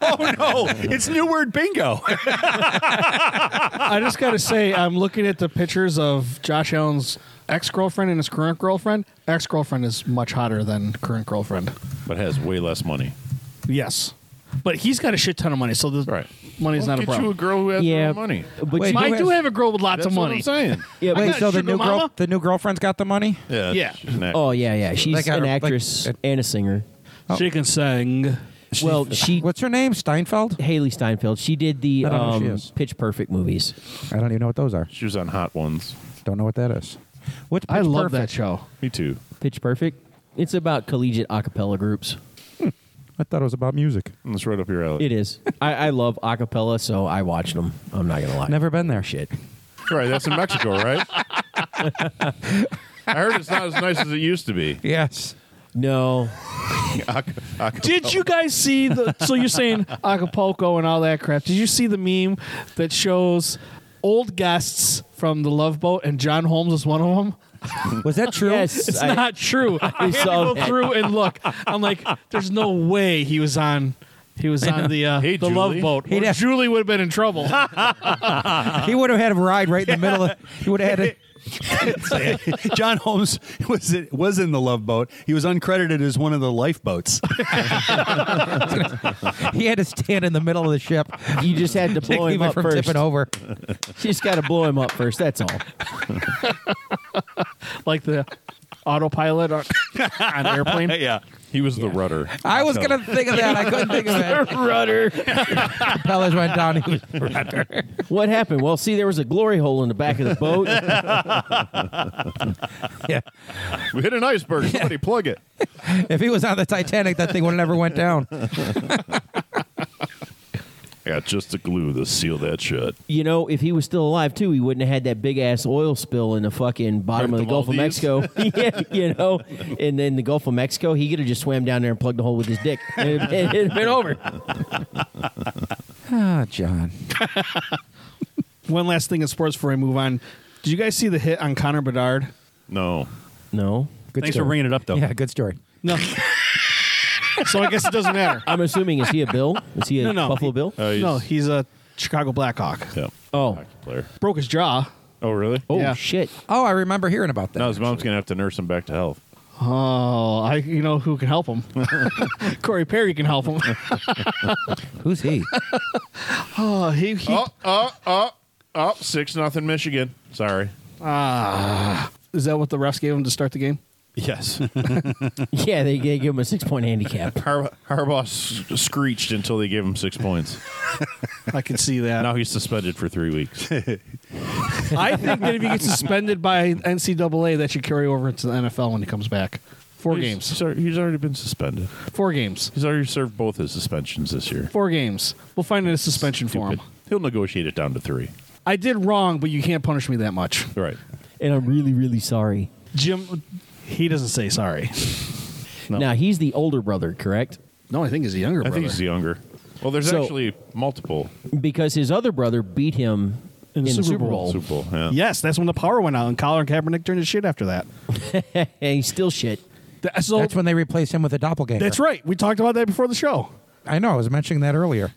E: Oh no! it's new word bingo.
A: I just got to say, I'm looking at the pictures of Josh Allen's ex girlfriend and his current girlfriend. Ex girlfriend is much hotter than current girlfriend.
H: But has way less money.
A: Yes, but he's got a shit ton of money, so the
H: Right.
A: money's
H: Well,
A: not a
H: get you a
A: problem.
H: girl who has
I: yeah
H: no money.
I: but
B: Wait,
I: you-
A: I
B: who
A: do
B: has-
A: have a girl with lots
H: That's
A: of money.
H: what I'm saying.
I: yeah, but-
B: Wait, so the
A: Sugar
B: new girl,
A: Mama?
B: the new girlfriend's got the money.
H: Yeah.
A: Yeah.
H: she's an actress.
I: Oh yeah, yeah. She's
B: Like our-
I: an
B: like- uh,
I: actress and a singer.
H: Oh.
A: She can sing.
I: Well, she
B: What's her name? Steinfeld.
I: Haley Steinfeld. She did the
B: I don't know who she
I: um,
B: is.
I: Pitch Perfect movies.
B: I don't even know what those are.
H: She was on Hot Ones.
B: Don't know what that is. What's
A: I
B: Pitch
A: love that
B: Perfect?
A: show.
H: Me too.
I: Pitch Perfect. It's about collegiate a cappella groups.
B: I thought it was about music.
H: That's right up your alley.
I: It is. I, I love a cappella, so I watched them. I'm not gonna lie.
B: Never been there.
I: Shit.
H: Right, that's in Mexico, right? I heard it's not as nice as it used to be.
B: Yes.
I: No.
A: Did you guys see the? So you're saying Acapulco and all that crap? Did you see the meme that shows old guests from the Love Boat and John Holmes is one of them?
B: Was that true?
I: Yes,
A: It's
I: I-
A: not true. I had to
I: saw
A: go
I: that.
A: through and look. I'm like, there's no way he was on. He was on the uh,
H: Hey,
A: the
H: Julie.
A: love boat.
B: He'd
A: Or
B: have-
A: Julie would have been in trouble.
B: He would have had him ride right in the middle. of He would have had it.
G: John Holmes was it was in the Love Boat. He was uncredited as one of the lifeboats.
B: He had to stand in the middle of the ship,
I: You just had to blow
B: save
I: him
B: it
I: up
B: from
I: first.
B: tipping over.
I: You just got to blow him up first. That's all.
A: like the autopilot on, on the airplane.
G: yeah.
H: He was the rudder.
B: I was gonna think of that. I couldn't think of it.
I: Rudder.
B: Propellers went down. He was
I: What happened? Well, see, there was a glory hole in the back of the boat.
B: yeah.
H: We hit an iceberg. Somebody plug it.
B: If he was on the Titanic, that thing would have never went down.
H: I got just the glue to seal that shut.
I: You know, if he was still alive too, he wouldn't have had that big ass oil spill in the fucking bottom
H: Right,
I: of the
H: the
I: Gulf of
H: Maldives.
I: Mexico. yeah, you know, and then the Gulf of Mexico, he could have just swam down there and plugged a hole with his dick, and it'd, it'd have been over.
B: Ah, John.
F: One last thing in sports before I move on. Did you guys see the hit on Connor Bedard?
H: No.
I: No,
B: Good
E: Thanks
B: story.
E: for bringing it up, though.
B: Yeah, good story.
F: No. so I guess it doesn't matter.
I: I'm assuming is he a Bill? Is he a
F: No, no.
I: Buffalo Bill?
H: Uh, he's-
F: no, he's a Chicago Blackhawk.
H: Yeah.
I: oh,
H: Hockey player.
F: Broke his jaw.
H: Oh, really?
I: oh
F: Yeah.
I: shit!
B: Oh, I remember hearing about that.
H: Now his mom's going to have to nurse him back to health.
F: Oh, I you know who can help him? Corey Perry can help him.
B: Who's he?
F: oh, he, he
H: Oh, six nothing Michigan. Sorry.
F: is that what the refs gave him to start the game?
H: Yes.
I: Yeah, they, they give him a six point handicap.
H: Har- Harbaugh s- screeched until they gave him six points.
F: I can see that.
H: Now he's suspended for three weeks.
F: I think that if he gets suspended by NCAA, that should carry over into the NFL when he comes back. Four games.
H: He's, al- he's already been suspended.
F: Four games.
H: He's already served both his suspensions this year.
F: Four games. We'll find a suspension for him.
H: Stupid. He'll negotiate it down to three.
F: I did wrong, but you can't punish me that much.
H: Right.
I: and I'm really, really sorry.
F: Jim, he doesn't say sorry.
I: Now he's the older brother, correct?
F: No, I think he's a younger
H: I
F: brother.
H: think he's younger. Well, there's
I: So-
H: actually multiple
I: Because his other brother beat him in the, Super, Bowl,
H: Super Bowl. Yeah.
F: yes, that's when the power went out, and Colin Kaepernick turned his shit after that.
I: and he's still shit.
F: That- so-
B: That's when they replaced him with a doppelganger.
F: that's right. We talked about that before the show.
B: I know. I was mentioning that earlier.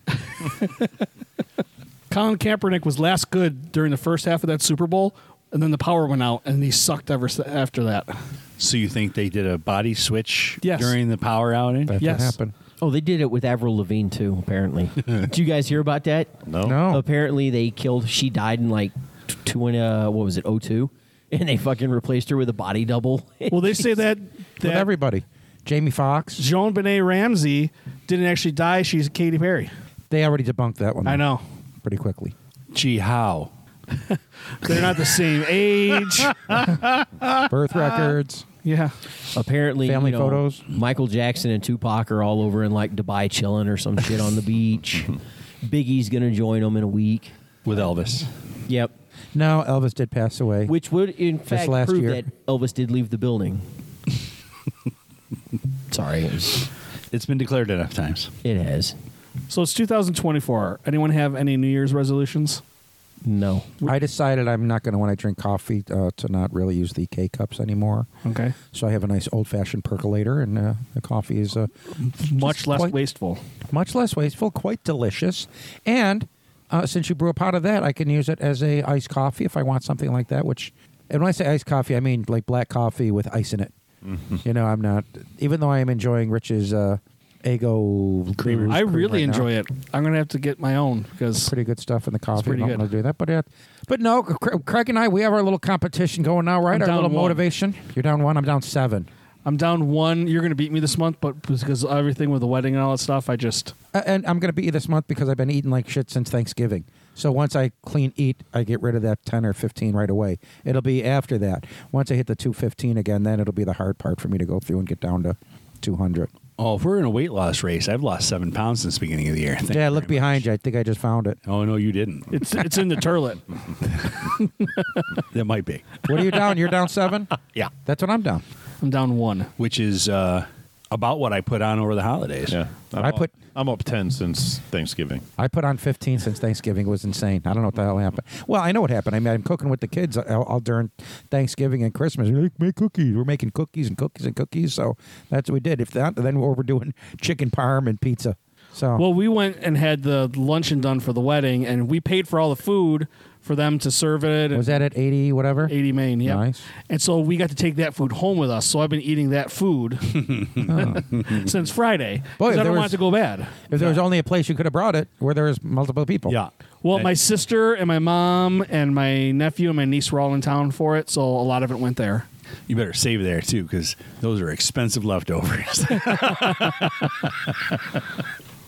F: Colin Kaepernick was last good during the first half of that Super Bowl, and then the power went out, and he sucked ever s- after that.
E: So you think they did a body switch
F: Yes.
E: during the power outage?
B: That's
F: Yes.
B: what happened.
I: Oh, they did it with Avril Lavigne too. Apparently, did you guys hear about that?
F: Oh.
H: No.
B: No.
I: Apparently, they killed. She died in like t- two and uh, what was it? Oh two, and they fucking replaced her with a body double.
F: Well, they say that
B: With
F: that
B: everybody. Jamie Foxx.
F: Joan Benet Ramsey didn't actually die. She's Katy Perry.
B: They already debunked that one.
F: I know.
B: Pretty quickly.
E: Gee, how?
F: They're not the same age. Ah,
B: Birth records.
F: Yeah.
I: Apparently,
B: Family
I: you know,
B: photos.
I: Michael Jackson and Tupac are all over in like Dubai chilling or some shit on the beach. Biggie's gonna join them in a week.
E: With Elvis.
I: Yep,
B: No, Elvis did pass away.
I: which would in fact
B: last
I: prove
B: year.
I: that Elvis did leave the building. Sorry, it, was-
E: It's been declared enough times.
I: it has
F: So it's 2024. Anyone have any New Year's resolutions?
I: no.
B: I decided I'm not going to, when I drink coffee, uh, to not really use the K cups anymore.
F: Okay.
B: So I have a nice old fashioned percolator, and uh, the coffee is uh,
F: Much less
B: quite-
F: wasteful.
B: much less wasteful, quite delicious. And uh, since you brew a pot of that, I can use it as a iced coffee if I want something like that. Which, and when I say iced coffee, I mean like black coffee with ice in it.
F: Mm-hmm.
B: You know, I'm not. Even though I am enjoying Rich's uh, Eggo creamer,
F: I really enjoy it. I'm gonna have to get my own because
B: Pretty good stuff in the coffee.
F: pretty
B: I
F: good.
B: don't want to do that, but yeah. But no, Cra- Craig and I, we have our little competition going now, right?
F: I'm
B: our
F: down
B: little
F: one.
B: motivation. You're down one. I'm down seven.
F: I'm down one. You're gonna beat me this month, but because of everything with the wedding and all that stuff, I just
B: Uh, and I'm going to beat you this month because I've been eating like shit since Thanksgiving. So once I clean eat, I get rid of that 10 or 15 right away. It'll be after that. Once I hit the 215 again, then it'll be the hard part for me to go through and get down to 200.
E: Oh, if we're in a weight loss race, I've lost seven pounds since the beginning of the year. Thank
B: yeah,
E: you
B: look
E: very
B: behind you. I think I just found it.
E: much. Oh, no, you didn't.
F: it's it's in the toilet.
E: that might be.
B: What are you down? You're down seven?
E: Yeah.
B: That's what I'm down.
F: I'm down one.
E: Which is uh, about what I put on over the holidays.
H: Yeah, I'm
B: I
H: up-
B: put-
H: I'm up ten since Thanksgiving.
B: I put on 15 since Thanksgiving. It was insane. I don't know what the hell happened. Well, I know what happened. I mean, I'm cooking with the kids all, all during Thanksgiving and Christmas. We're like, make cookies. We're making cookies and cookies and cookies. So that's what we did. If that, then we're doing chicken parm and pizza. So
A: Well, we went and had the luncheon done for the wedding, and we paid for all the food for them to serve it.
B: was that at 80 whatever?
A: 80 Main, yeah.
B: Nice.
A: And so we got to take that food home with us. So I've been eating that food since Friday.
B: Boy,
A: Because I
B: there
A: don't want
B: was-
A: it to go bad.
B: If there was only a place you could have brought it where there was multiple people.
E: Yeah.
A: Well,
E: Hey.
A: my sister and my mom and my nephew and my niece were all in town for it, so a lot of it went there.
E: You better save there too, because those are expensive leftovers.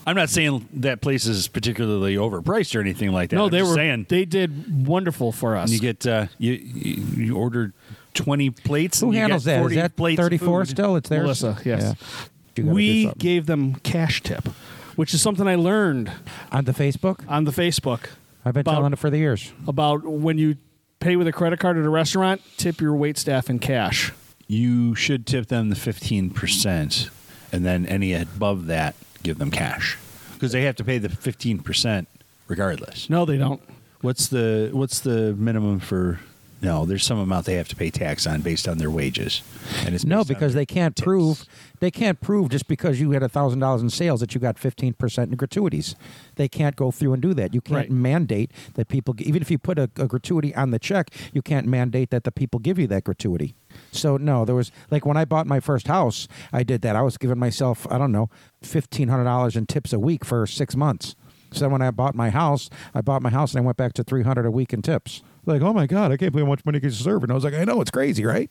E: I'm not saying that place is particularly overpriced or anything like that.
A: no,
E: I'm
A: they
E: just
A: were
E: saying
A: they did wonderful for us.
E: you get uh, you you you ordered twenty plates.
B: Who
E: and you
B: handles
E: got
B: that?
E: 40
B: Is that
E: plates of
B: 34
E: food.
B: still? It's there.
A: Melissa, yes.
B: You gotta do
A: we
B: something.
A: gave them cash tip, which is something I learned
B: on the Facebook.
A: on the Facebook
B: I've been
A: about-
B: telling it for the years.
A: about when you pay with a credit card at a restaurant, tip your wait staff in cash.
E: You should tip them the fifteen percent, and then any above that, give them cash because they have to pay the fifteen percent regardless.
A: No, they don't.
E: What's the what's the minimum for? No, there's some amount they have to pay tax on based on their wages, and it's
B: No,
E: based on
B: because
E: their
B: they can't
E: tips.
B: prove they can't prove just because you had thousand dollars in sales that you got fifteen percent in gratuities. They can't go through and do that. You can't
A: Right.
B: mandate that people, even if you put a, a gratuity on the check, you can't mandate that the people give you that gratuity. So no, there was like when I bought my first house, I did that. I was giving myself I don't know fifteen hundred dollars in tips a week for six months. So then when I bought my house, I bought my house and I went back to three hundred a week in tips. Like, oh my God, I can't believe how much money you deserve. And I was like, I know, it's crazy, right?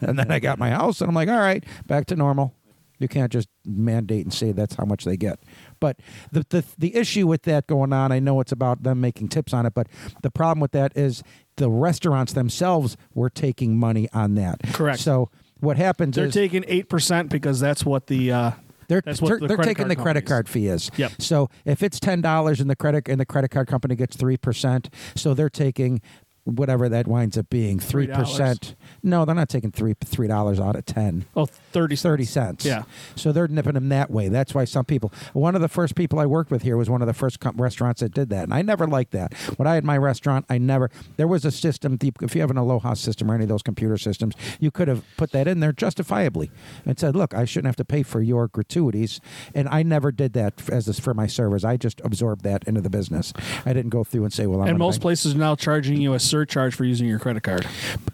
B: and then I got my house, and I'm like, all right, back to normal. You can't just mandate and say that's how much they get. But the, the the issue with that going on, I know it's about them making tips on it, but the problem with that is the restaurants themselves were taking money on that.
A: Correct.
B: So what happens
A: They're
B: is
A: taking eight percent because that's what the uh,
B: they're
A: that's what
B: they're,
A: the
B: they're
A: credit
B: taking
A: card
B: the credit
A: companies-
B: card fee is.
A: Yep.
B: So if it's ten dollars and the credit and the credit card company gets three percent, so they're taking whatever that winds up being three percent. No, they're not taking three three dollars out of ten.
A: Oh, 30
B: 30 cents.
A: Yeah.
B: So they're nipping them that way. That's why some people, one of the first people I worked with here was one of the first com- restaurants that did that. And I never liked that. When I had my restaurant, I never, there was a system, the- if you have an Aloha system or any of those computer systems, you could have put that in there justifiably and said, look, I shouldn't have to pay for your gratuities. And I never did that f- as this for my servers. I just absorbed that into the business. I didn't go through and say, well, I'm
A: And
B: gonna
A: most
B: make-
A: places are now charging you a surcharge for using your credit card.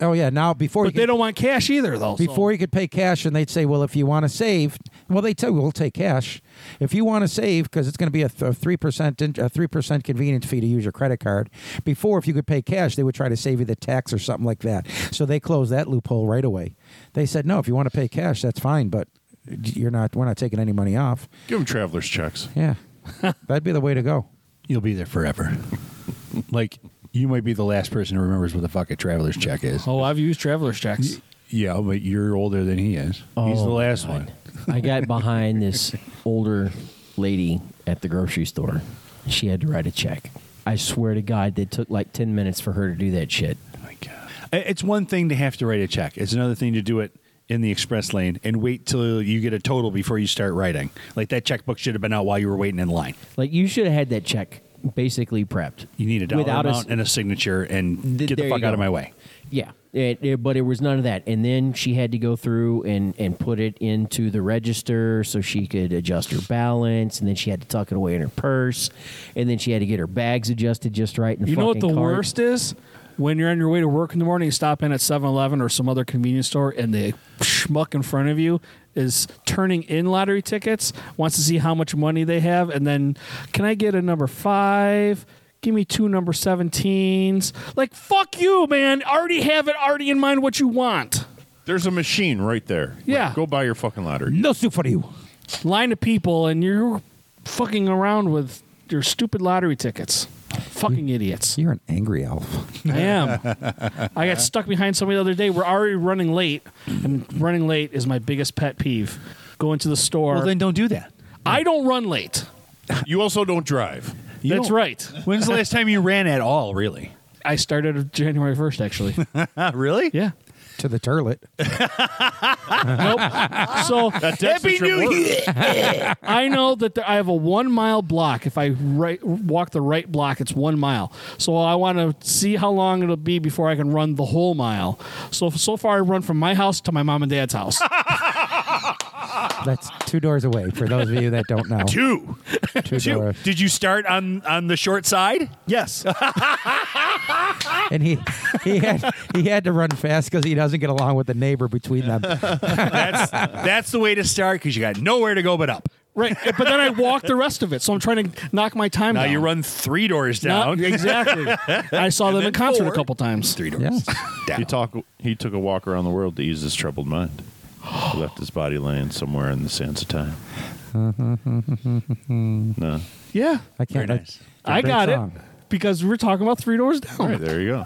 B: Oh, yeah. Now, before you
A: But
B: get-
A: they don't want cash either, though. so-
B: before you could pay cash and they'd say well if you want to save well they tell you we'll take cash if you want to save because it's going to be a th- a 3% in- a 3% convenience fee to use your credit card before if you could pay cash they would try to save you the tax or something like that so they closed that loophole right away they said no if you want to pay cash that's fine but you're not we're not taking any money off
H: Give them travelers checks.
B: yeah that'd be the way to go
E: You'll be there forever. like you might be the last person who remembers what the fuck a traveler's check is.
A: Oh, I've used traveler's checks.
E: Yeah, but you're older than he is. He's the
I: Oh,
E: last
I: God.
E: one.
I: I got behind this older lady at the grocery store. She had to write a check. I swear to God, it took like 10 minutes for her to do that shit.
E: My God. I- It's one thing to have to write a check. It's another thing to do it in the express lane and wait till you get a total before you start writing. Like that checkbook should have been out while you were waiting in line.
I: Like, you should have had that check basically prepped.
E: You need a dollar
I: Without a s-
E: amount and a signature and get
I: Th-
E: the
I: there
E: fuck
I: you
E: out of
I: go.
E: my way.
I: Yeah, it, it- but it was none of that. And then she had to go through and, and put it into the register so she could adjust her balance. And then she had to tuck it away in her purse. And then she had to get her bags adjusted just right. In the
A: You know what the
I: fucking cart.
A: worst is? When you're on your way to work in the morning, you stop in at 7 Eleven or some other convenience store, and the schmuck in front of you is turning in lottery tickets, wants to see how much money they have, and then, can I get a number five? Give me two number 17s. Like, fuck you, man. Already have it already in mind what you want.
H: There's a machine right there.
A: Yeah.
H: Like, go buy your fucking lottery.
B: no soup for you
A: Line of people, and you're fucking around with your stupid lottery tickets. Fucking idiots.
B: you're an angry elf
A: I am. I got stuck behind somebody the other day. We're already running late, and running late is my biggest pet peeve. Going to the store.
E: Well, then don't do that.
A: I don't run late.
H: You also don't drive.
E: You
A: That's
E: don't-
A: right.
E: When's the last time you ran at all, really?
A: I started January first, actually.
E: really?
A: Yeah.
B: to the turlet.
A: So
H: Happy New Year!
A: I know that there, I have a one mile block. If I right, walk the right block, it's one mile. So I want to see how long it'll be before I can run the whole mile. So so far, I've run from my house to my mom and dad's house.
B: That's two doors away for those of you that don't know.
H: Two.
B: Two
H: Two.
B: doors.
H: Did you start on on the short side?
A: yes,
B: And he he had he had to run fast because he doesn't get along with the neighbor between them.
H: That's that's the way to start because you got nowhere to go but up.
A: right. But then I walk the rest of it. So I'm trying to knock my time
H: Now
A: down.
H: you run three doors
A: Not-
H: down.
A: exactly. I saw them in concert
H: four.
A: a couple times.
H: three doors
B: Yeah.
H: down.
D: He talk. He took a walk around the world to ease his troubled mind. He left his body laying somewhere in the sands of time. no,
A: Yeah,
B: I can't.
E: Very nice.
A: I
B: great
A: got
B: song.
A: it because we were talking about three doors down.
D: all right, there you go.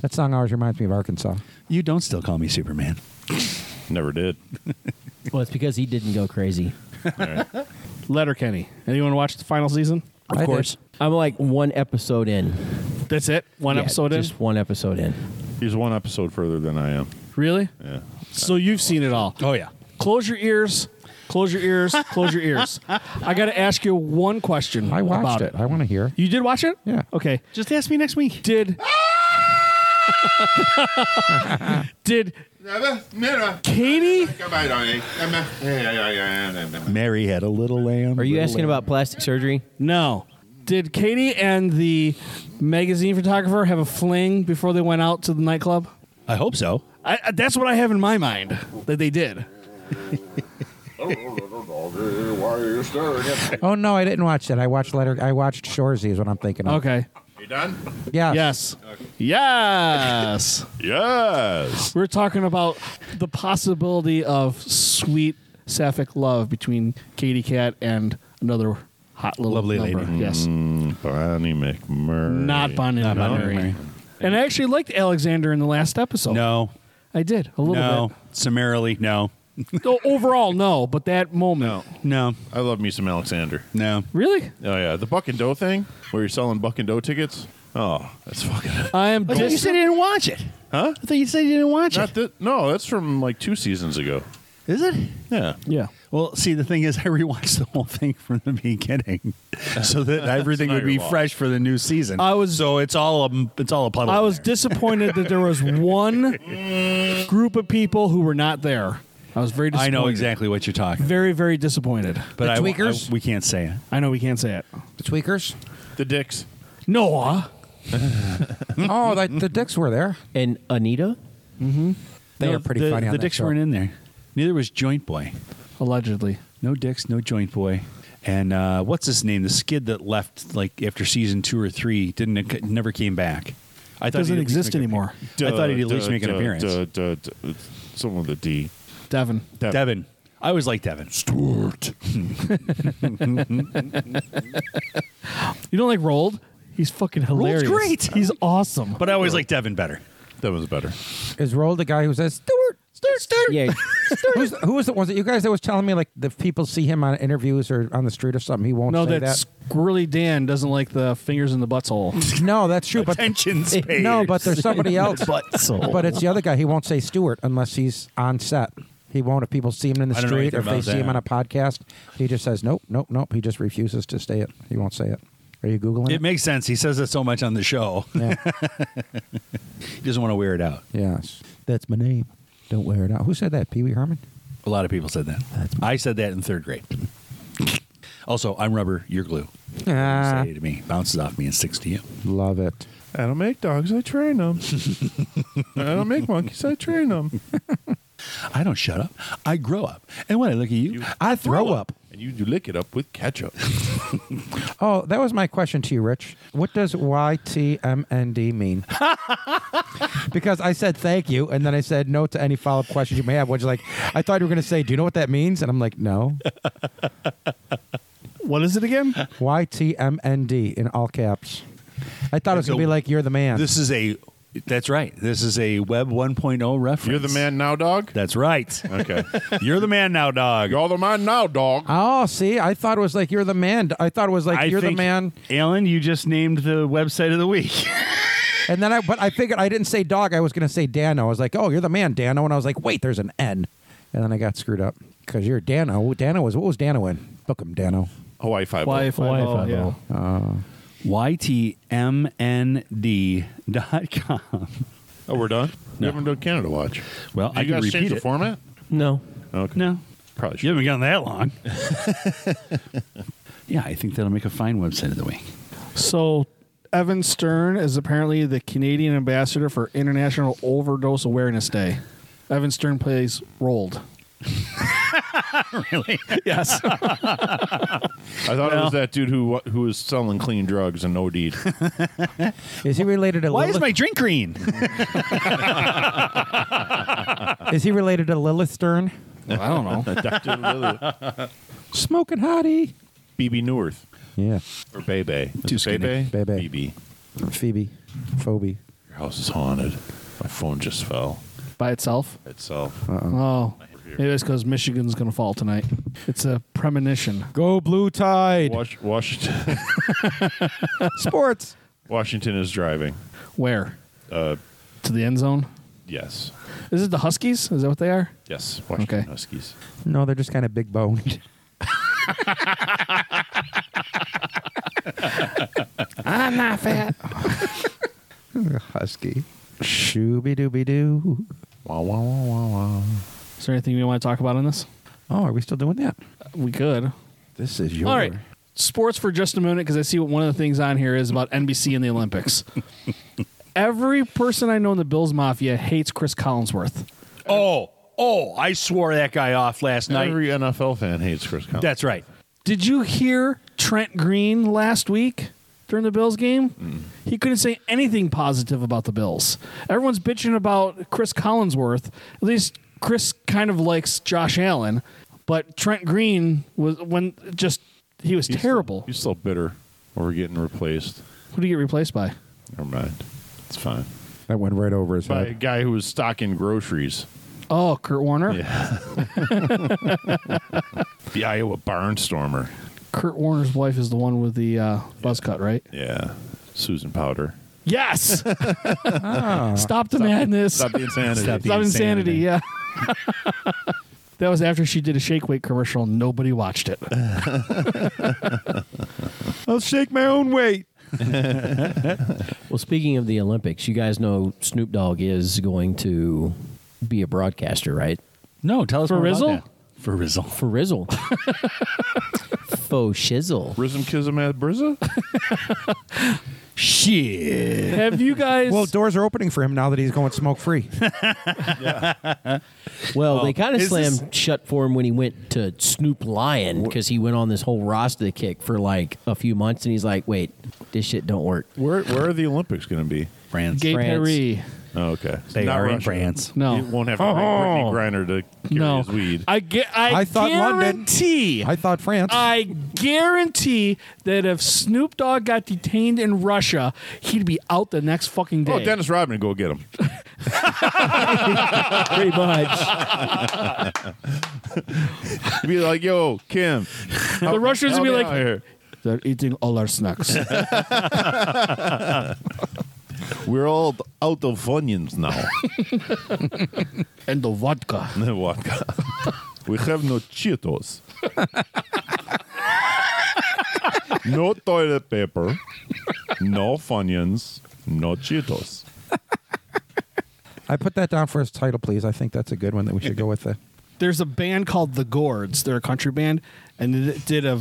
B: That song always reminds me of Arkansas.
E: You don't still call me Superman.
D: Never did.
I: Well, it's because he didn't go crazy.
A: Letter Kenny. Anyone watch the final season?
B: Of course.
I: I'm like one episode in.
A: That's it. One
I: Yeah,
A: episode in.
I: Just one episode in.
D: He's one episode further than I am.
A: Really?
D: Yeah.
A: So you've seen it all.
E: Oh yeah.
A: Close your ears. Close your ears. close your ears. I got to ask you one question.
B: I
A: about
B: watched it. I want to hear.
A: You did watch it?
B: Yeah.
A: Okay.
E: Just ask me next week.
A: Did. did Katie?
E: Mary had a little lamb.
I: Are you asking about plastic surgery?
A: No. Did Katie and the magazine photographer have a fling before they went out to the nightclub?
E: I hope so.
A: I, I- that's what I have in my mind that they did.
B: Oh no, I didn't watch that. I watched letter. I watched Shorzy is what I'm thinking of.
A: Okay.
B: Yeah.
A: Yes. Yes.
D: Yes.
A: We're talking about the possibility of sweet sapphic love between Katie Cat and another hot little
E: Lovely
A: number.
E: lady. Mm.
A: Yes,
D: Bonnie McMurray.
A: not Bonnie and Murray. And I actually liked Alexander in the last episode.
E: No.
A: I did a little
E: No. Summarily. No.
A: bit. No, overall, no, but that moment,
D: No,
E: No.
D: I love me some Alexander.
E: No.
A: really,
D: Oh yeah, the Buck and Doe thing where you're selling Buck and Doe tickets. Oh, that's fucking.
A: I am. dis-
E: you didn't watch it. Huh? I thought you said you didn't watch
D: Not that. No, that's from like two seasons ago.
E: Is it?
D: Yeah.
A: yeah,
E: Well, see, the thing is, I rewatched the whole thing from the beginning, so that everything
D: not
E: would
D: your
E: be
D: fault.
E: fresh for the new season.
A: I was-
E: so it's all a, it's all a puddle.
A: I
E: in
A: was
E: there.
A: disappointed that there was one group of people who were not there. I was very.
E: I
A: disappointed.
E: know exactly what you're talking.
A: Very, very disappointed.
E: But
B: The
E: I,
B: tweakers?
E: I- we can't say it.
A: I know we can't say it.
B: The tweakers.
D: The dicks.
A: Noah.
B: oh, the, the dicks were there.
I: And Anita?
B: They
E: No,
B: were pretty
E: the,
B: funny.
E: The
B: on that
E: dicks
B: show.
E: weren't in there. Neither was Joint Boy.
A: Allegedly.
E: No dicks, no Joint Boy. And uh, what's his name? The skid that left like after season two or three didn't never came back. I thought
A: Doesn't
E: he'd at least
A: exist
E: make a-
A: anymore.
E: I thought he'd at least make an appearance.
D: Duh, duh, duh. Someone with a D.
A: Devin.
D: Devin.
E: Devin. I always like Devin. Stuart.
A: You don't like Rolled? He's fucking hilarious.
E: great.
A: He's awesome.
E: But I always like Devin better.
D: That was better.
B: Is Roll the guy who says Stewart? Stewart, Stewart.
I: Yeah.
B: Who's, who was it? Was it you guys that was telling me like if people see him on interviews or on the street or something, he won't
A: no,
B: say
A: that, squirrely Dan doesn't like the fingers in the butthole.
B: that? No, that's true. But
E: Attention span.
B: no, but there's somebody else.
I: But so.
B: But
E: Oh.
B: it's the other guy. He won't say Stewart unless he's on set. He won't if people see him in the
E: I don't know
B: street or if
E: anything
B: they
E: about
B: see him on
E: that.
B: a podcast. He just says nope, nope, nope. He just refuses to say it. He won't say it. Are you googling it?
E: It makes sense. He says it so much on the show.
B: yeah.
E: He doesn't want to wear it out.
B: Yes. That's my name. Don't wear it out. Who said that? Pee Wee Herman.
E: A lot of people said that. I said that in third grade. also, I'm rubber, you're glue.
B: Ah,
E: Say it to me. Bounces off me and sticks to you.
B: love it.
D: I don't make dogs. I train them. I don't make monkeys. I train them.
E: I don't shut up. I grow up. And when I look at you,
D: You
E: I throw up.
D: And you, you lick it up with ketchup.
B: Oh, that was my question to you, Rich. What does YTMND mean? because I said thank you, and then I said no to any follow up questions you may have. Which is like, I thought you were going to say, "Do you know what that means?" And I'm like, "No."
A: what is it again?
B: YTMND in all caps. I thought it was
E: So
B: going to be like, "You're the man."
E: This is a, that's right. This is a Web 1.0 reference.
D: You're the man now, dog.
E: That's right.
D: Okay.
E: you're the man now, dog.
D: You're the man now, dog.
B: oh, see, I thought it was like, "You're the man." I thought it was like,
E: I
B: "You're the
E: think-
B: man."
E: Alan, you just named the website of the week.
B: And then I, but I figured I didn't say dog. I was going to say Dano. I was like, oh, you're the man, Dano. And I was like, wait, there's an N. And then I got screwed up because you're Dano. Dano was, what was Dano in? Book him, Dano.
D: Hawaii Five.
A: Wi-Fi. Yeah.
E: YTMND dot com.
D: Oh, we're done. We haven't done Canada Watch.
E: Well,
D: Did
E: I
D: you
E: can
D: guys change
E: repeat
D: the
E: it.
D: format.
I: No.
D: Okay.
E: No,
D: Probably.
E: you haven't gone that long. yeah, I think that'll make a fine website of the week.
A: So Evan Stern is apparently the Canadian ambassador for International Overdose Awareness Day. Evan Stern plays Rolled. really? Yes.
D: I thought it was that dude who who was selling clean drugs and OD'd.
B: Is he related to
E: Why
B: Lilith?
E: is my drink green?
B: is he related to Lilith Stern?
A: I don't know.
D: Dr. Lilith.
B: Smoking hottie.
D: BB Newirth
B: Yeah.
D: or Bebe. Is
E: Too
D: it
E: skinny.
D: Bebe?
B: Bebe.
D: BB.
B: Phoebe. Phoebe.
D: Your house is haunted. My phone just fell
A: By itself.
D: itself.
A: Oh. Maybe it's because Michigan's going to fall tonight. It's a premonition.
B: Go Blue Tide.
D: Wash, Washington,
B: Sports.
D: Washington is driving.
A: Where? Uh, to the end zone.
D: Yes.
A: Is it the Huskies? Is that what they are?
D: Yes. Washington
A: Okay.
D: Huskies.
B: No, they're just kind of big boned. I'm not fat. Husky. Shooby dooby doo.
D: Wow, wow, wow, wow, wow.
A: Is there anything we want to talk about on this?
B: Oh, are we still doing that?
A: We could.
B: This is your.
A: All right. Sports for just a minute because I see what one of the things on here is about NBC and the Olympics. Every person I know in the Bills Mafia hates Chris Collinsworth.
E: Oh, oh, I swore that guy off last night.
D: Every NFL fan hates Chris Conley.
E: That's right.
A: Did you hear Trent Green last week during the Bills game?
D: Mm.
A: He couldn't say anything positive about the Bills. Everyone's bitching about Chris Collinsworth. At least Chris kind of likes Josh Allen, but Trent Green was when just he was
D: He's still-
A: terrible.
D: he's still bitter over getting replaced.
A: Who do you get replaced by?
D: Never mind. It's fine.
B: That went right over his
D: By a
B: head.
D: guy who was stocking groceries.
A: Oh, Kurt Warner.
D: Yeah. the Iowa Barnstormer.
A: Kurt Warner's wife is the one with the uh, buzz cut, right?
D: Yeah. Susan Powder.
A: Yes. Stop the madness.
D: Stop the insanity.
E: Stop the-
A: Stop insanity.
E: insanity.
A: Yeah. that was after she did a shake weight commercial. and Nobody watched it.
D: Oh,
B: I'll shake my own weight.
I: Well, speaking of the Olympics, you guys know Snoop Dogg is going to be a broadcaster, right?
E: No, tell us
A: For
E: more
A: Rizzle?
E: About that. For Rizzle.
I: For Rizzle. Faux shizzle.
D: Brism Kism at Brizza?
E: Shit.
A: Have you guys?
B: Well, doors are opening for him now that he's going smoke free.
I: Well,
A: Oh,
I: they kind of
E: is this-
I: slammed shut for him when he went to Snoop Lion because he went on this whole Rasta kick for like a few months, and he's like, "Wait, this shit don't work."
D: Where where are the Olympics going to be?
E: France.
A: Gay
I: France.
A: Perry.
D: Oh, okay.
E: They
D: Not
E: are in
D: Russia.
E: France.
A: No.
D: You won't have to bring Brittany Griner to carry
A: No.
D: his weed.
A: I get. I,
B: I thought London.
A: guarantee.
B: I thought France.
A: I guarantee that if Snoop Dogg got detained in Russia, he'd be out the next fucking day.
D: oh, Dennis Rodman, go get him.
I: Pretty much.
D: He'd be like, yo, Kim.
A: the Russians would be
D: help me
A: like,
D: out here.
A: they're eating all our snacks.
D: We're all out of onions now.
A: and the vodka.
D: Vodka. we have no Cheetos. no toilet paper. No Funyuns. No Cheetos.
B: I put that down for his title, please. I think that's a good one that we should go with. The,
A: There's a band called The Gourds. They're a country band, and it did a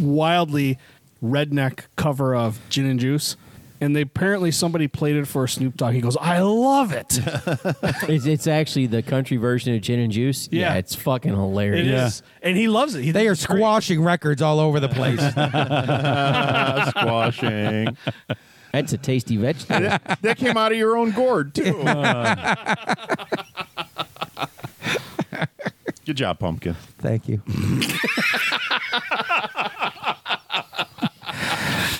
A: wildly redneck cover of Gin and Juice. And they apparently somebody played it for Snoop Dogg. He goes, "I love it.
I: it's, it's actually the country version of gin and juice.
A: Yeah.
I: it's fucking
A: It
I: hilarious.
A: is, and he loves it. He
B: they are
A: thinks it's great.
B: squashing records all over the place.
D: Ah, squashing.
I: That's a tasty vegetable.
D: that, that came out of your own gourd, too. Good job, Pumpkin.
B: Thank you.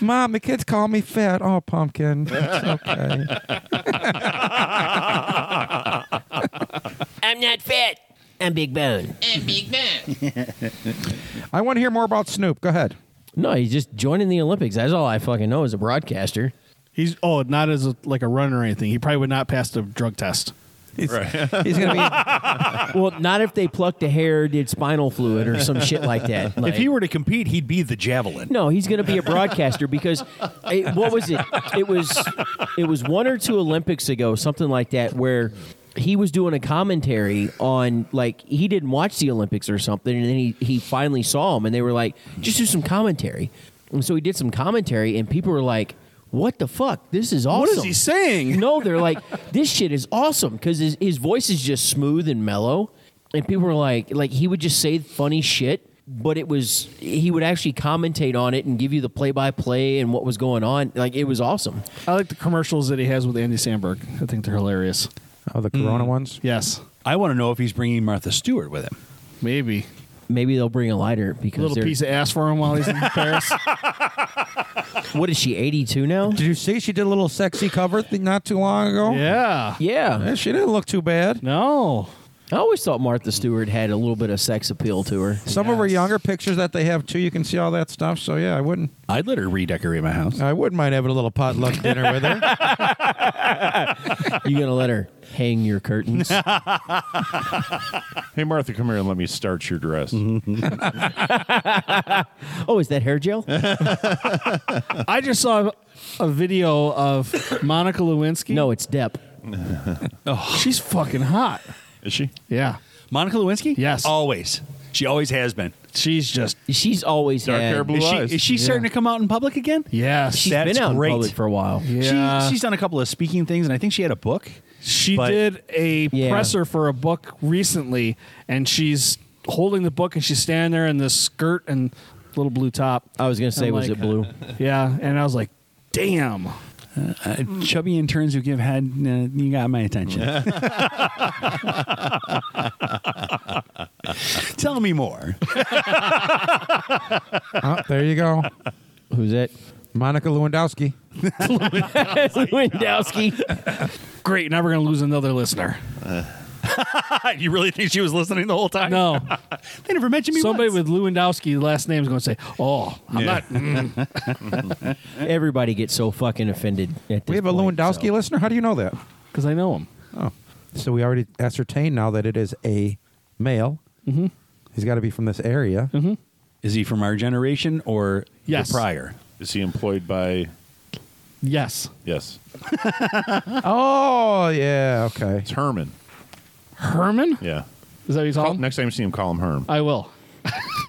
B: Mom, the kids call me fat. Oh, pumpkin. It's okay.
J: I'm not fat.
I: and big bone.
J: I'm big man.
B: I want to hear more about Snoop. Go ahead.
I: No, he's just joining the Olympics. That's all I fucking know as a broadcaster.
F: He's oh, not as a, like a runner or anything. He probably would not pass the drug test.
B: He's, he's going to
I: well, not if they plucked a hair, did spinal fluid, or some shit like that. Like-
E: if he were to compete, he'd be the javelin.
I: No, he's going to be a broadcaster because it, what was it? It was it was one or two Olympics ago, something like that, where he was doing a commentary on like he didn't watch the Olympics or something, and then he he finally saw him, and they were like, just do some commentary, and so he did some commentary, and people were like. What the fuck? This is awesome.
A: What is he saying?
I: No, they're like, this shit is awesome because his, his voice is just smooth and mellow. And people were like, like he would just say funny shit, but it was he would actually commentate on it and give you the play by play and what was going on. Like it was awesome.
F: I like the commercials that he has with Andy Sandberg. I think they're hilarious.
B: Oh, the Corona ones?
F: Yes,
E: I want to know if he's bringing Martha Stewart with him.
F: maybe
I: Maybe they'll bring a lighter because
F: little
I: they're-
F: piece of ass for him while he's in Paris.
I: what is she eighty two now?
B: Did you see she did a little sexy cover thing not too long ago?
F: yeah.
I: Yeah,
B: Yeah, She didn't look too bad.
F: No.
I: I always thought Martha Stewart had a little bit of sex appeal to her.
B: Some of her younger pictures that they have too, you can see all that stuff. So yeah, I wouldn't,
E: I'd let her redecorate my house.
B: I wouldn't mind having a little potluck dinner with her.
I: You gonna let her hang your curtains?
D: Hey, Martha, come here and let me starch your dress.
A: Mm-hmm.
I: oh, is that hair gel?
F: I just saw a video of Monica Lewinsky.
I: No, it's Depp.
F: she's fucking hot.
D: Is she?
F: Yeah.
E: Monica Lewinsky?
F: Yes.
E: Always. She always has been.
F: She's just
I: She's always
D: Dark
I: had,
D: hair, blue
E: Is she,
D: eyes.
E: is she starting to come out in public again?
F: yes.
I: She's
E: That's
I: been out
E: great.
I: in public for a while.
F: Yeah.
E: She, she's done a couple of speaking things, and I think she had a book.
F: She
E: But-
F: did a
I: Yeah.
F: presser for a book recently, and she's holding the book and she's standing there in this skirt and little blue top.
I: I was gonna say,
F: I'm
I: was
F: like-
I: it blue?
F: Yeah, and I was like, damn.
E: Uh, chubby interns who give head, uh, you got my attention. Tell me more.
B: oh, there you go,
I: Who's it?
B: Monica Lewandowski.
I: Lewandowski.
F: Great, now we're gonna lose another listener.
E: you really think she was listening the whole time?
F: No,
E: They never mentioned me
F: somebody
E: once.
F: with Lewandowski last name is gonna say, "Oh, I'm
E: Yeah.
F: not." mm.
I: Everybody gets so fucking offended. At this
B: We have a
I: point,
B: Lewandowski
I: so.
B: listener. How do you know that?
F: Because I know him.
B: So we already ascertained now that it is a male. Mm-hmm. He's got to be from this area. Mm-hmm.
E: Is he from our generation or
F: Yes.
E: the prior?
D: Is he employed by?
F: Yes,
D: Yes,
B: Oh yeah, okay.
D: it's Herman.
F: Herman.
D: Yeah.
F: Is that what you call
D: Call,
F: him?
D: next time you see him, call him Herm.
F: I will.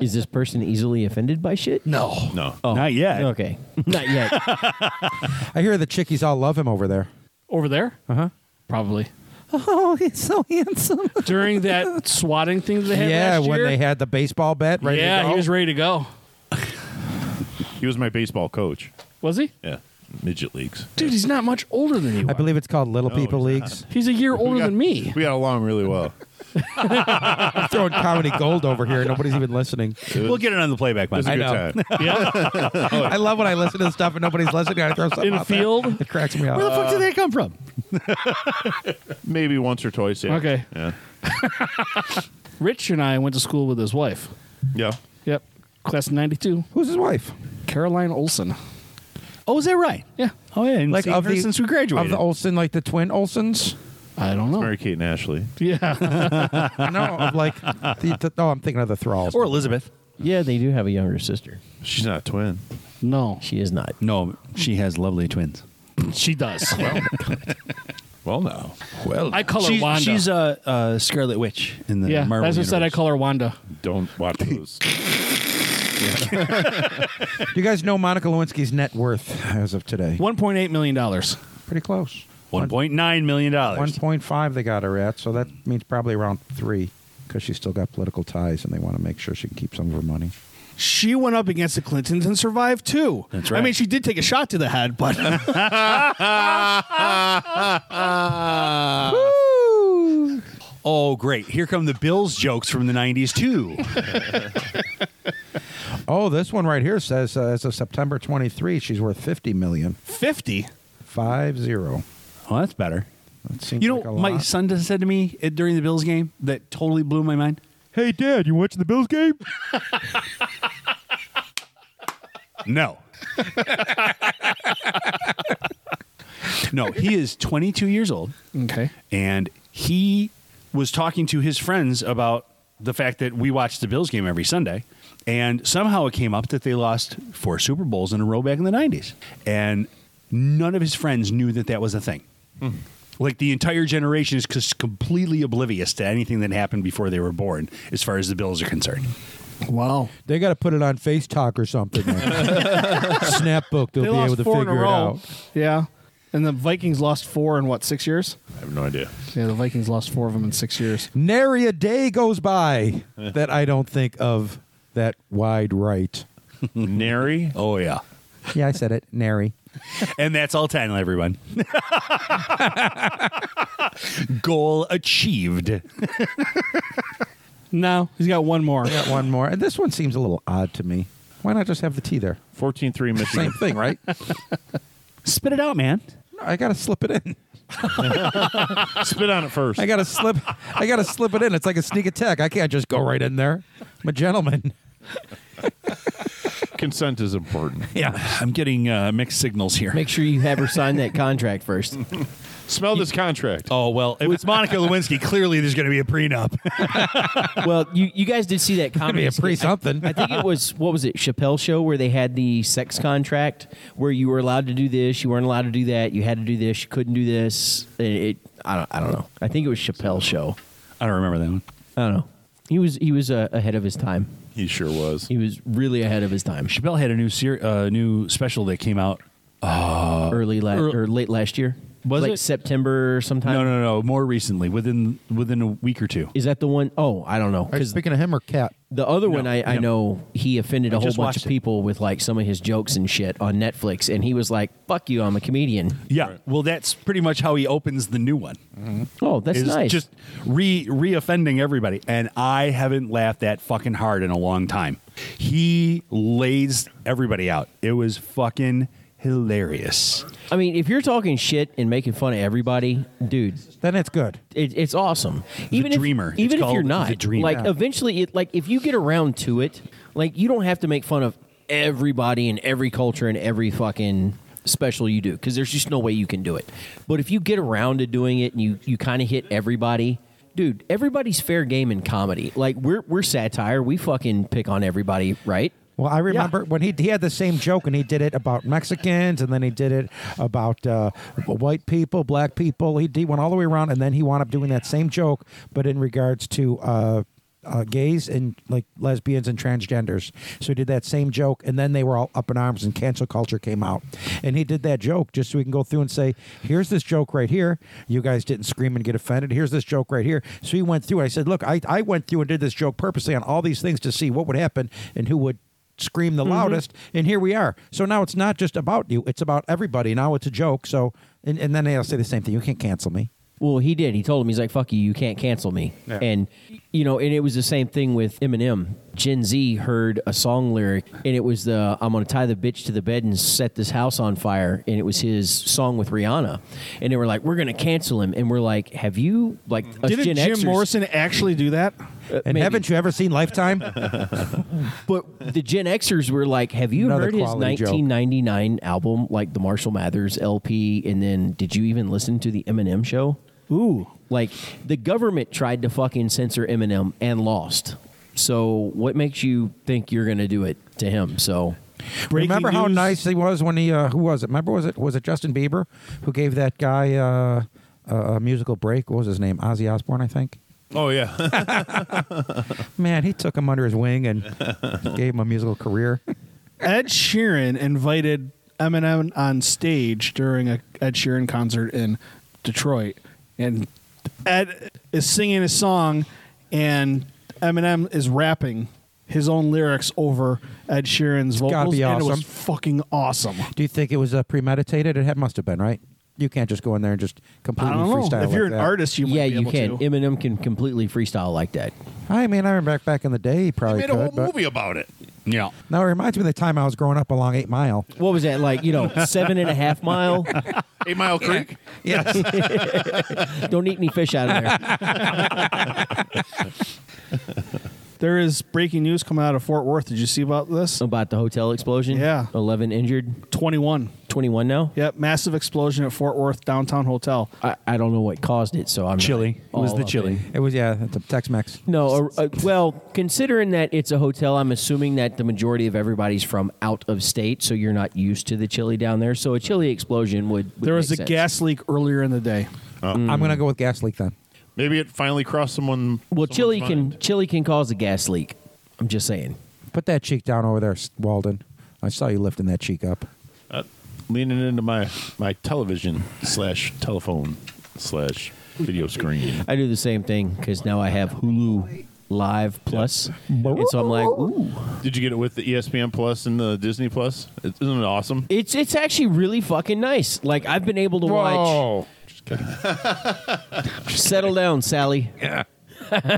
I: Is this person easily offended by shit?
F: No.
D: no.
E: Not yet.
I: Okay. Not yet.
B: I hear the chickies all love him over there.
F: Over there,
B: Uh huh.
F: probably.
B: Oh, he's so handsome.
F: During that swatting thing that they had
B: yeah,
F: last
B: when
F: year.
B: they had the baseball bat ready
F: yeah,
B: to go.
F: he was ready to go.
D: He was my baseball coach.
F: Was he?
D: Yeah. Midget leagues.
F: Dude, he's not much older than you.
B: I
F: are.
B: believe it's called Little
D: No,
B: People
D: he's
B: Leagues.
F: He's a year older
D: got-
F: than me.
D: We got along really well.
B: I'm throwing comedy gold over here. Nobody's even listening.
E: We'll get it on the
D: It
E: playback.
D: was a
B: I
D: good
B: know.
D: time.
F: Yeah.
B: I love when I listen to stuff and nobody's listening. I throw something
F: In a
B: out there.
F: field?
B: It cracks me up.
E: Where the fuck did they come from?
D: Maybe once or twice. Yeah.
F: Okay.
D: Yeah.
F: Rich and I went to school with his wife.
D: Yeah.
F: Yep. Class of 92.
B: Who's his wife?
F: Caroline Olson.
E: Oh, is that right?
F: Yeah.
E: Oh, yeah. And
B: Like
E: seen
B: of
E: her
B: the-
E: since we graduated.
B: Of the Olsen, like the twin Olsons?
F: I don't
A: Oh.
F: know.
D: Mary Kate and Ashley.
F: Yeah.
B: no, of like the, the, oh, I'm thinking of the Thralls.
E: or Elizabeth.
I: yeah, they do have a younger sister.
D: She's not a twin.
F: no.
I: She is not.
E: No, she has lovely twins.
F: She does.
D: Well, no.
E: Well,
F: I call her
E: she's,
F: Wanda.
E: She's a, a Scarlet Witch in the
F: yeah.
E: Marvel
F: As I said, I
E: universe.
F: call her Wanda.
D: Don't watch those.
B: Do you guys know Monica Lewinsky's net worth as of today?
F: $1.8 million.
B: Pretty close.
E: One point nine million
B: One
E: dollars.
B: point five they got her at, so that means probably around three, because she's still got political ties and they want to make sure she can keep some of her money.
A: She went up against the Clintons and survived too.
E: That's
A: I
E: right.
A: mean, she did take a shot to the head, but
E: Oh, great! Here come the Bills jokes from the '90s too.
B: Oh, this one right here says uh, as of September 23, she's worth 50 million.
A: 50.
B: Five zero.
E: oh, that's better.
B: That seems
E: You know,
B: like a
E: my
B: lot.
E: son just said to me uh, during the Bills game that totally blew my mind.
B: Hey, Dad, you watching the Bills game?
E: No, No, he is 22 years old,
A: Okay.
E: and he was talking to his friends about the fact that we watched the Bills game every Sunday, and somehow it came up that they lost four Super Bowls in a row back in the 90s, and none of his friends knew that that was a thing. Like the entire generation is just completely oblivious to anything that happened before they were born, as far as the Bills are concerned.
A: Wow.
B: They got to put it on Face Talk or something. Snapbook, they'll
A: They
B: be
A: lost
B: able to
A: four in a
B: figure it
A: row.
B: out.
A: Yeah. And the Vikings lost four in what, six years?
D: I have no idea.
A: Yeah, the Vikings lost four of them in six years.
B: Nary a day goes by that I don't think of that wide right.
D: Nary.
E: Oh yeah,
B: Yeah, I said it. Nary.
E: and that's all ten, everyone. Goal achieved.
A: No, he's got one more.
B: Got one more, and this one seems a little odd to me. Why not just have the T there?
D: 14-3 Michigan.
B: Same thing, right?
E: Spit it out, man.
B: No, I gotta slip it in.
D: Spit on it first.
B: I gotta slip. I gotta slip it in. It's like a sneak attack. I can't just go right in there. I'm a gentleman.
D: Consent is important.
E: Yeah, I'm getting uh, mixed signals here.
I: Make sure you have her sign that contract first.
D: Smell this contract.
E: oh well, if it's Monica Lewinsky, clearly there's going to be a prenup.
I: well, you, you guys did see that
B: Could
I: comedy.
B: be a
I: skit.
B: pre something.
I: I think it was what was it Chappelle show where they had the sex contract where you were allowed to do this, you weren't allowed to do that, you had to do this, you couldn't do this. It, it I don't I don't know. I think it was Chappelle show.
E: I don't remember that one.
I: I don't know. He was he was uh, ahead of his time.
D: He sure was.
I: He was really ahead of his time.
E: Chappelle had a new ser- uh, new special that came out.
I: early la-
E: ear-
I: or late last year.
E: Was
I: like
E: it?
I: September sometime?
E: No, no, no. More recently, within within a week or two.
I: Is that the one oh I don't know.
B: Are you
I: Because
B: speaking of him or cat?
I: the other one I, I
E: no.
I: know he offended a
E: I
I: whole
E: just
I: bunch
E: watched
I: of
E: it.
I: people with like some of his jokes and shit on Netflix and he was like, Fuck you, I'm a comedian.
E: Yeah. Well, that's pretty much how he opens the new one.
I: Oh, that's
E: is
I: nice.
E: just re reoffending everybody. And I haven't laughed that fucking hard in a long time. He lays everybody out. It was fucking hilarious.
I: I mean, if you're talking shit and making fun of everybody, dude,
B: Then it's good.
I: it, it's awesome. Even
E: Dreamer.
I: if
E: It's
I: even if
E: called
I: you're
E: The
I: not,
E: Dreamer.
I: like
B: Yeah.
I: eventually, it like if you get around to it, like you don't have to make fun of everybody and every culture and every fucking special you do because there's just no way you can do it. But if you get around to doing it and you you kind of hit everybody. Dude, everybody's fair game in comedy. Like we're we're satire. We fucking pick on everybody, right?
B: Well, I remember when he he had the same joke, and he did it about Mexicans, and then he did it about uh, white people, black people. He, he went all the way around, and then he wound up doing that same joke, but in regards to uh, uh, gays and like lesbians and transgenders. So he did that same joke, and then they were all up in arms, and cancel culture came out. And he did that joke just so we can go through and say, "Here's this joke right here. You guys didn't scream and get offended. Here's this joke right here." So he went through. I said, "Look, I I went through and did this joke purposely on all these things to see what would happen and who would." scream the loudest and here we are so now it's not just about you it's about everybody now it's a joke so and, and then they'll say the same thing you can't cancel me
I: Well, he did. He told him he's like, "Fuck you, you can't cancel me." And you know, and it was the same thing with Eminem. Gen Z heard a song lyric, and it was the "I'm gonna tie the bitch to the bed and set this house on fire," and it was his song with Rihanna, and they were like, "We're gonna cancel him," and we're like, "Have you like us
A: Didn't
I: Gen
A: Jim
I: Xers-
A: Morrison actually do that?
I: uh,
B: and
I: maybe.
B: haven't you ever seen lifetime
I: But the Gen Xers were like, "Have you
B: Another
I: heard his
B: quality joke.
I: 1999 album, like the Marshall Mathers LP?" And then, did you even listen to the Eminem show? Ooh, like the government tried to fucking censor Eminem and lost. So, what makes you think you're gonna do it to him? So,
B: remember how nice he was when he uh, who was it remember was it was it justin bieber who gave that guy uh, a a musical break what was his name ozzy osbourne i think
D: Oh yeah.
B: man he took him under his wing and gave him a musical career
A: Ed Sheeran invited Eminem on stage during a Ed Sheeran concert in Detroit, and Ed is singing a song, and Eminem is rapping his own lyrics over Ed Sheeran's
B: gotta
A: vocals,
B: be
A: and it was
B: awesome.
A: fucking awesome.
B: do you think it was uh, premeditated it had, must have been right you can't just go in there and just
A: I
B: completely
A: don't know. If
B: freestyle
A: you're an
B: like that.
A: artist, you might
I: yeah,
A: be
I: you
A: able
I: can.
A: to.
I: Eminem can completely freestyle like that.
B: I mean, I remember back, back in the day, he probably
D: Made a
B: could.
D: whole
B: but
D: movie about it.
E: Yeah.
B: now it reminds me of the time I was growing up along Eight Mile.
I: What was that like? You know, seven and a half mile.
D: Eight Mile Creek.
B: Yes,
I: Don't eat any fish out of there.
A: There is breaking news coming out of Fort Worth. Did you see about this?
I: About the hotel explosion.
A: Yeah.
I: eleven injured.
A: 21.
I: 21 now?
F: Yep, massive explosion at Fort Worth downtown hotel.
I: I, I don't know what caused it, so I'm
E: Chili. It
I: not
E: was
I: all
E: the
I: up
E: chili.
I: in-
B: It was yeah, it's a Tex-Mex.
I: No, uh, uh, well, considering that it's a hotel, I'm assuming that the majority of everybody's from out of state, so you're not used to the chili down there. So a chili explosion would. would
F: There was
I: make
F: a
I: sense.
F: gas leak earlier in the day. Mm.
B: I'm gonna go with gas leak then.
D: Maybe it finally crossed someone.
I: Well, chili
D: someone's
I: can
D: mind.
I: chili can cause a gas leak. I'm just saying.
B: Put that cheek down over there, Walden. I saw you lifting that cheek up.
D: leaning into my my television slash telephone slash video screen.
I: I do the same thing because now I have Hulu Live Plus, and so I'm like, ooh,
D: Did you get it with the E ESPN Plus and the Disney Plus? Isn't it awesome?
I: it's it's actually really fucking nice. Like I've been able to watch. Settle down, Sally. Yeah.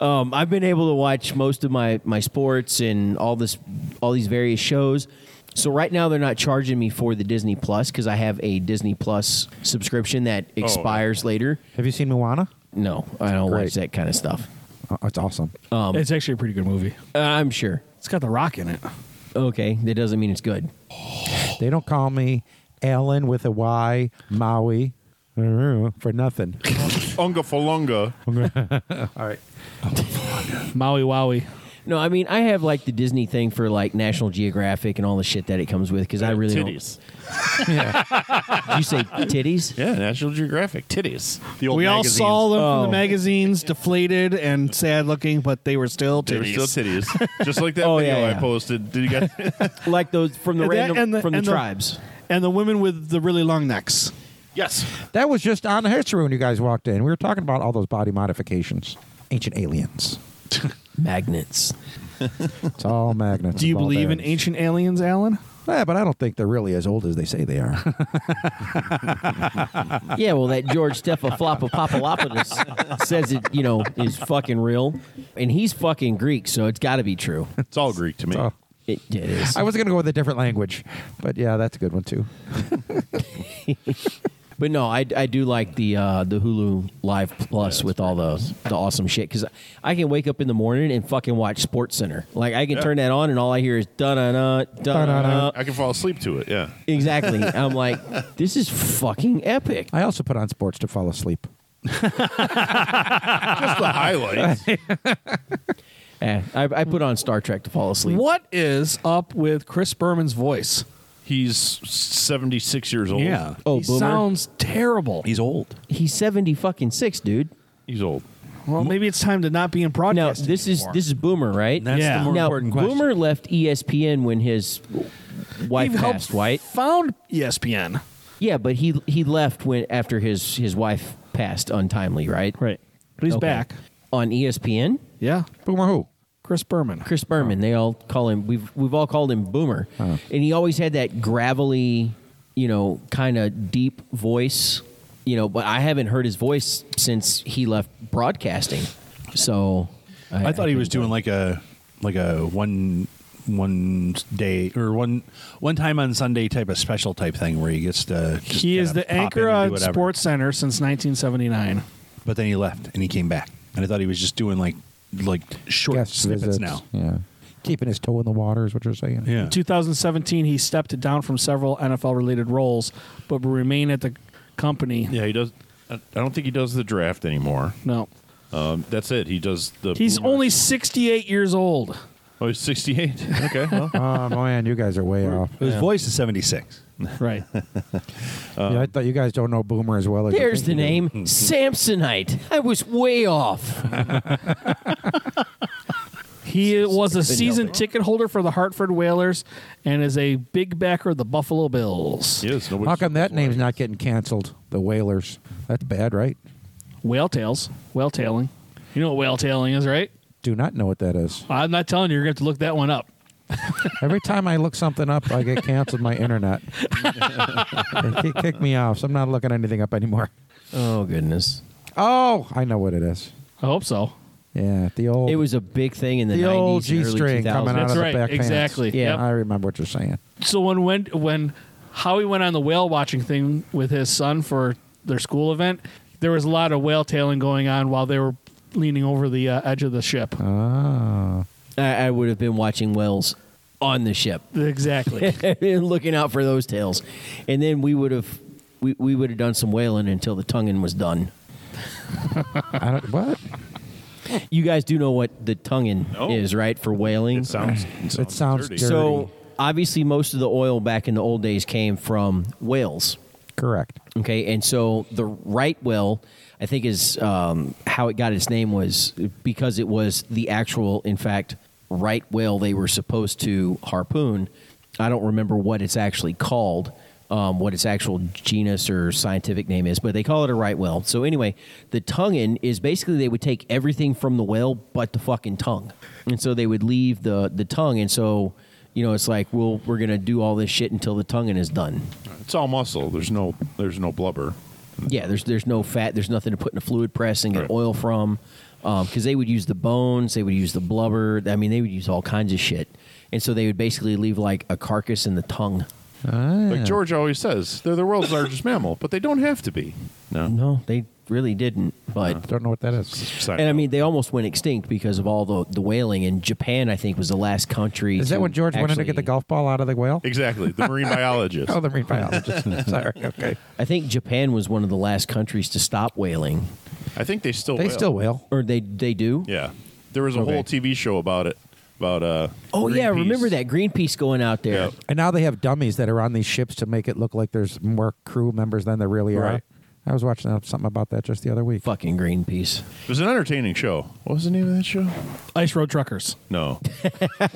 I: um, I've been able to watch most of my my sports and all this all these various shows. So right now they're not charging me for the Disney Plus because I have a Disney Plus subscription that expires later.
B: Have you seen Moana?
I: No, I don't
B: Great.
I: watch that kind of stuff. Uh,
B: Oh, it's awesome.
A: it's actually a pretty good movie.
I: I'm sure.
A: It's got The Rock in it.
I: Okay, that doesn't mean it's good.
B: They don't call me Alan with a Y Maui for nothing.
D: Unga Falunga.
A: Maui Wowie.
I: No, I mean I have like the Disney thing for like National Geographic and all the shit that it comes with because I really
D: titties.
I: don't. Did you say titties?
D: Yeah, National Geographic titties. The old
F: We all
D: magazines.
F: saw them
I: Oh.
F: from the magazines, deflated and sad looking, but they were still
D: They were
F: titties.
D: still titties, just like that
I: Oh,
D: video
I: yeah,
D: I
I: yeah.
D: posted. Did you guys?
I: Like those from the
F: That
I: random
F: and the-
I: from the
F: and the-
I: tribes.
F: and the women with the really long necks.
D: yes.
B: That was just on the history when you guys walked in. We were talking about all those body modifications. Ancient aliens.
I: magnets.
B: It's all magnets.
F: Do you
B: and ball
F: believe in
B: bearings.
F: ancient aliens, Alan?
B: Yeah, but I don't think they're really as old as they say they are.
I: yeah, well, that George Stephalopoulopoulos says it, you know, is fucking real, and he's fucking Greek, so it's got to be true.
D: It's all Greek to me.
B: all-
I: It, it is.
B: I was going to go with a different language, but yeah, that's a good one too.
I: But no, I, I do like the uh, the Hulu Live Plus with all the the awesome shit because I can wake up in the morning and fucking watch Sports Center. Like I can turn that on and all I hear is da da da da da.
D: I can fall asleep to it. Yeah.
I: Exactly. I'm like, this is fucking epic.
B: I also put on sports to fall asleep.
D: Just the highlights.
I: Eh, I, I put on Star Trek to fall asleep.
A: What is up with Chris Berman's voice?
D: He's 76 years old.
E: Yeah.
I: Oh,
A: he
I: boomer.
A: sounds terrible.
E: He's old.
I: He's seventy fucking six, dude.
D: He's old.
F: Well, maybe it's time to not be in
I: Now
F: broadcasting.
I: this is
F: anymore.
I: this is Boomer, right?
E: That's
A: Yeah.
E: the more
I: now,
E: important question.
I: Boomer left E ESPN when his wife
A: He helped
I: passed, right?
A: Found
F: E
A: ESPN.
I: Yeah, but he he left when after his his wife passed untimely, right?
A: Right. But he's
I: Okay.
A: back.
I: on E ESPN.
A: Yeah.
B: Boomer who?
A: Chris Berman.
I: Chris Berman, they all call him. We've we've all called him Boomer,
A: Uh-huh.
I: and he always had that gravelly, you know, kind of deep voice, you know. But I haven't heard his voice since he left broadcasting. So
E: I thought he was
I: couldn't
E: doing like a like a one one day or one one time on Sunday type of special type thing where he gets to. just
A: He is
E: kinda
A: the
E: pop in
A: anchor
E: and do
A: on
E: whatever.
A: Sports Center since 1979.
E: But then he left and he came back, and I thought he was just doing like like short
B: Guest
E: snippets
B: visits.
E: now.
B: Yeah. Keeping his toe in the water is what you're saying.
E: Yeah.
A: In 2017, he stepped it down from several NFL-related roles, but will remain at the company.
D: Yeah, he does. I I don't think he does the draft anymore.
A: No,
D: Um, that's it. He does the.
A: he's
D: Boomer-
A: only 68 years old.
D: Oh, he's 68. Okay. Well,
B: Oh man, you guys are way off.
E: His voice is seventy six.
A: Right.
B: yeah, I thought you guys don't know Boomer as well as
I: do-
B: you
I: There's
B: think
I: uh, the
B: you do.
I: name, Samsonite. I was way off.
A: He was a season ticket holder for the Hartford Whalers and is a big backer of the Buffalo Bills.
D: he is. Nobody-
B: How come that name's not getting canceled? The Whalers. That's bad, right?
A: Whale tails, whale tailing. You know what whale tailing is, right?
B: Do not know what that is.
A: I'm not telling you. You're going to have to look that one up.
B: Every time I look something up, I get canceled my internet. they kick, kick me off, so I'm not looking anything up anymore.
I: Oh goodness,
B: Oh, I know what it is.
A: I hope so.
B: Yeah, the old
I: it was a big thing in the,
B: Oh. the
I: 90s,
B: old
I: and
B: G
I: early
B: string
I: 2000s.
B: coming out
A: That's
B: of
A: right,
B: the back pants.
A: exactly.
B: Yeah,
A: Yep.
B: I remember what you're saying.
A: So when when when Howie went on the whale watching thing with his son for their school event, there was a lot of whale tailing going on while they were leaning over the uh, edge of the ship.
B: Ah,
I: I, I would have been watching Wells. on the ship
A: Exactly.
I: and looking out for those tails. And then we would have we, we would have done some whaling until the tonguing was done.
B: I don't, what?
I: You guys do know what the tonguing
D: No.
I: is, right? For whaling.
D: It sounds. It sounds,
B: sounds
D: dirty.
B: dirty.
I: So obviously most of the oil back in the old days came from whales.
B: Correct.
I: Okay, and so the right whale, I think, is um, how it got its name was because it was the actual, in fact, right whale they were supposed to harpoon. I don't remember what it's actually called, um, what its actual genus or scientific name is, but they call it a right whale. So anyway, the tonguing is basically they would take everything from the whale but the fucking tongue, and so they would leave the the tongue, and so. You know, it's like, well, we're gonna do all this shit until the tonguing is done.
D: It's all muscle. There's no. There's no blubber.
I: Yeah, there's there's no fat. There's nothing to put in a fluid press and get
D: Right.
I: oil from, because they would use the bones. They would use the blubber. I mean, they would use all kinds of shit, and so they would basically leave like a carcass and the tongue.
D: Like George always says, they're the world's largest mammal, but they don't have to be. No.
I: No, they really didn't.
D: Uh-huh.
I: But
B: Don't know what that is.
D: Side
I: and I
D: note.
I: mean, they almost went extinct because of all the the whaling. And Japan, I think, was the last country.
B: Is that
I: to
B: when George wanted to get the
I: actually-
B: golf ball out of the whale?
D: exactly the marine biologist.
B: Oh, the marine biologist. Sorry. Okay.
I: I think Japan was one of the last countries to stop whaling,
D: I think they still.
B: They
D: will.
B: still whale.
I: or they they do.
D: Yeah, there was a
I: Okay.
D: whole TV show about it. About uh.
I: Oh yeah,
D: Greenpeace.
I: remember that Greenpeace going out there.
D: Yeah.
B: And now they have dummies that are on these ships to make it look like there's more crew members than there really are.
D: Right.
B: I was watching something about that just the other week.
I: Fucking Greenpeace.
D: It was an entertaining show. What was the name of that show?
A: Ice Road Truckers.
D: No. I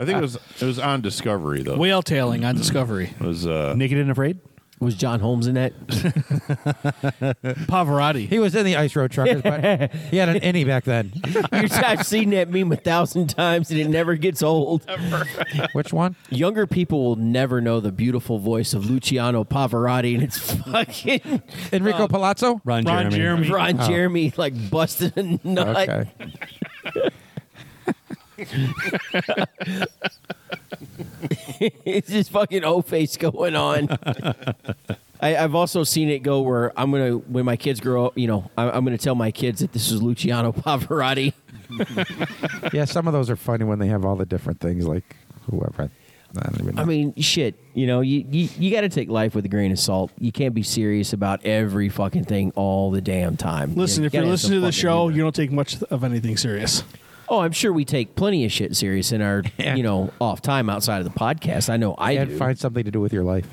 D: think it was it was on Discovery though.
A: Whale tailing on Discovery.
D: It was uh
E: Naked and afraid.
I: Was John Holmes in that?
A: Pavarotti.
B: He was in the Ice Road Truckers, but he had an innie back then.
I: You're- I've seen that meme a thousand times and it never gets old.
B: Which one?
I: Younger people will never know the beautiful voice of Luciano Pavarotti, and it's fucking
B: Enrico
I: Um,
B: Palazzo?
G: Ron,
A: Ron Jeremy.
I: Ron Jeremy like busting a nut.
B: Okay.
I: it's just fucking O face going on. I, I've also seen it go where I'm gonna when my kids grow up, you know, I, I'm gonna tell my kids that this is Luciano Pavarotti.
B: yeah, some of those are funny when they have all the different things, like whoever. I don't even know.
I: I mean, shit. You know, you you, you got to take life with a grain of salt. You can't be serious about every fucking thing all the damn time.
A: Listen,
I: You
A: if you're
I: gotta have
A: listening to
I: some
A: the
I: fucking
A: show,
I: humor.
A: you don't take much of anything serious.
I: oh, I'm sure we take plenty of shit serious in our you know off time outside of the podcast. I know I
B: and
I: do.
B: find something to do with your life.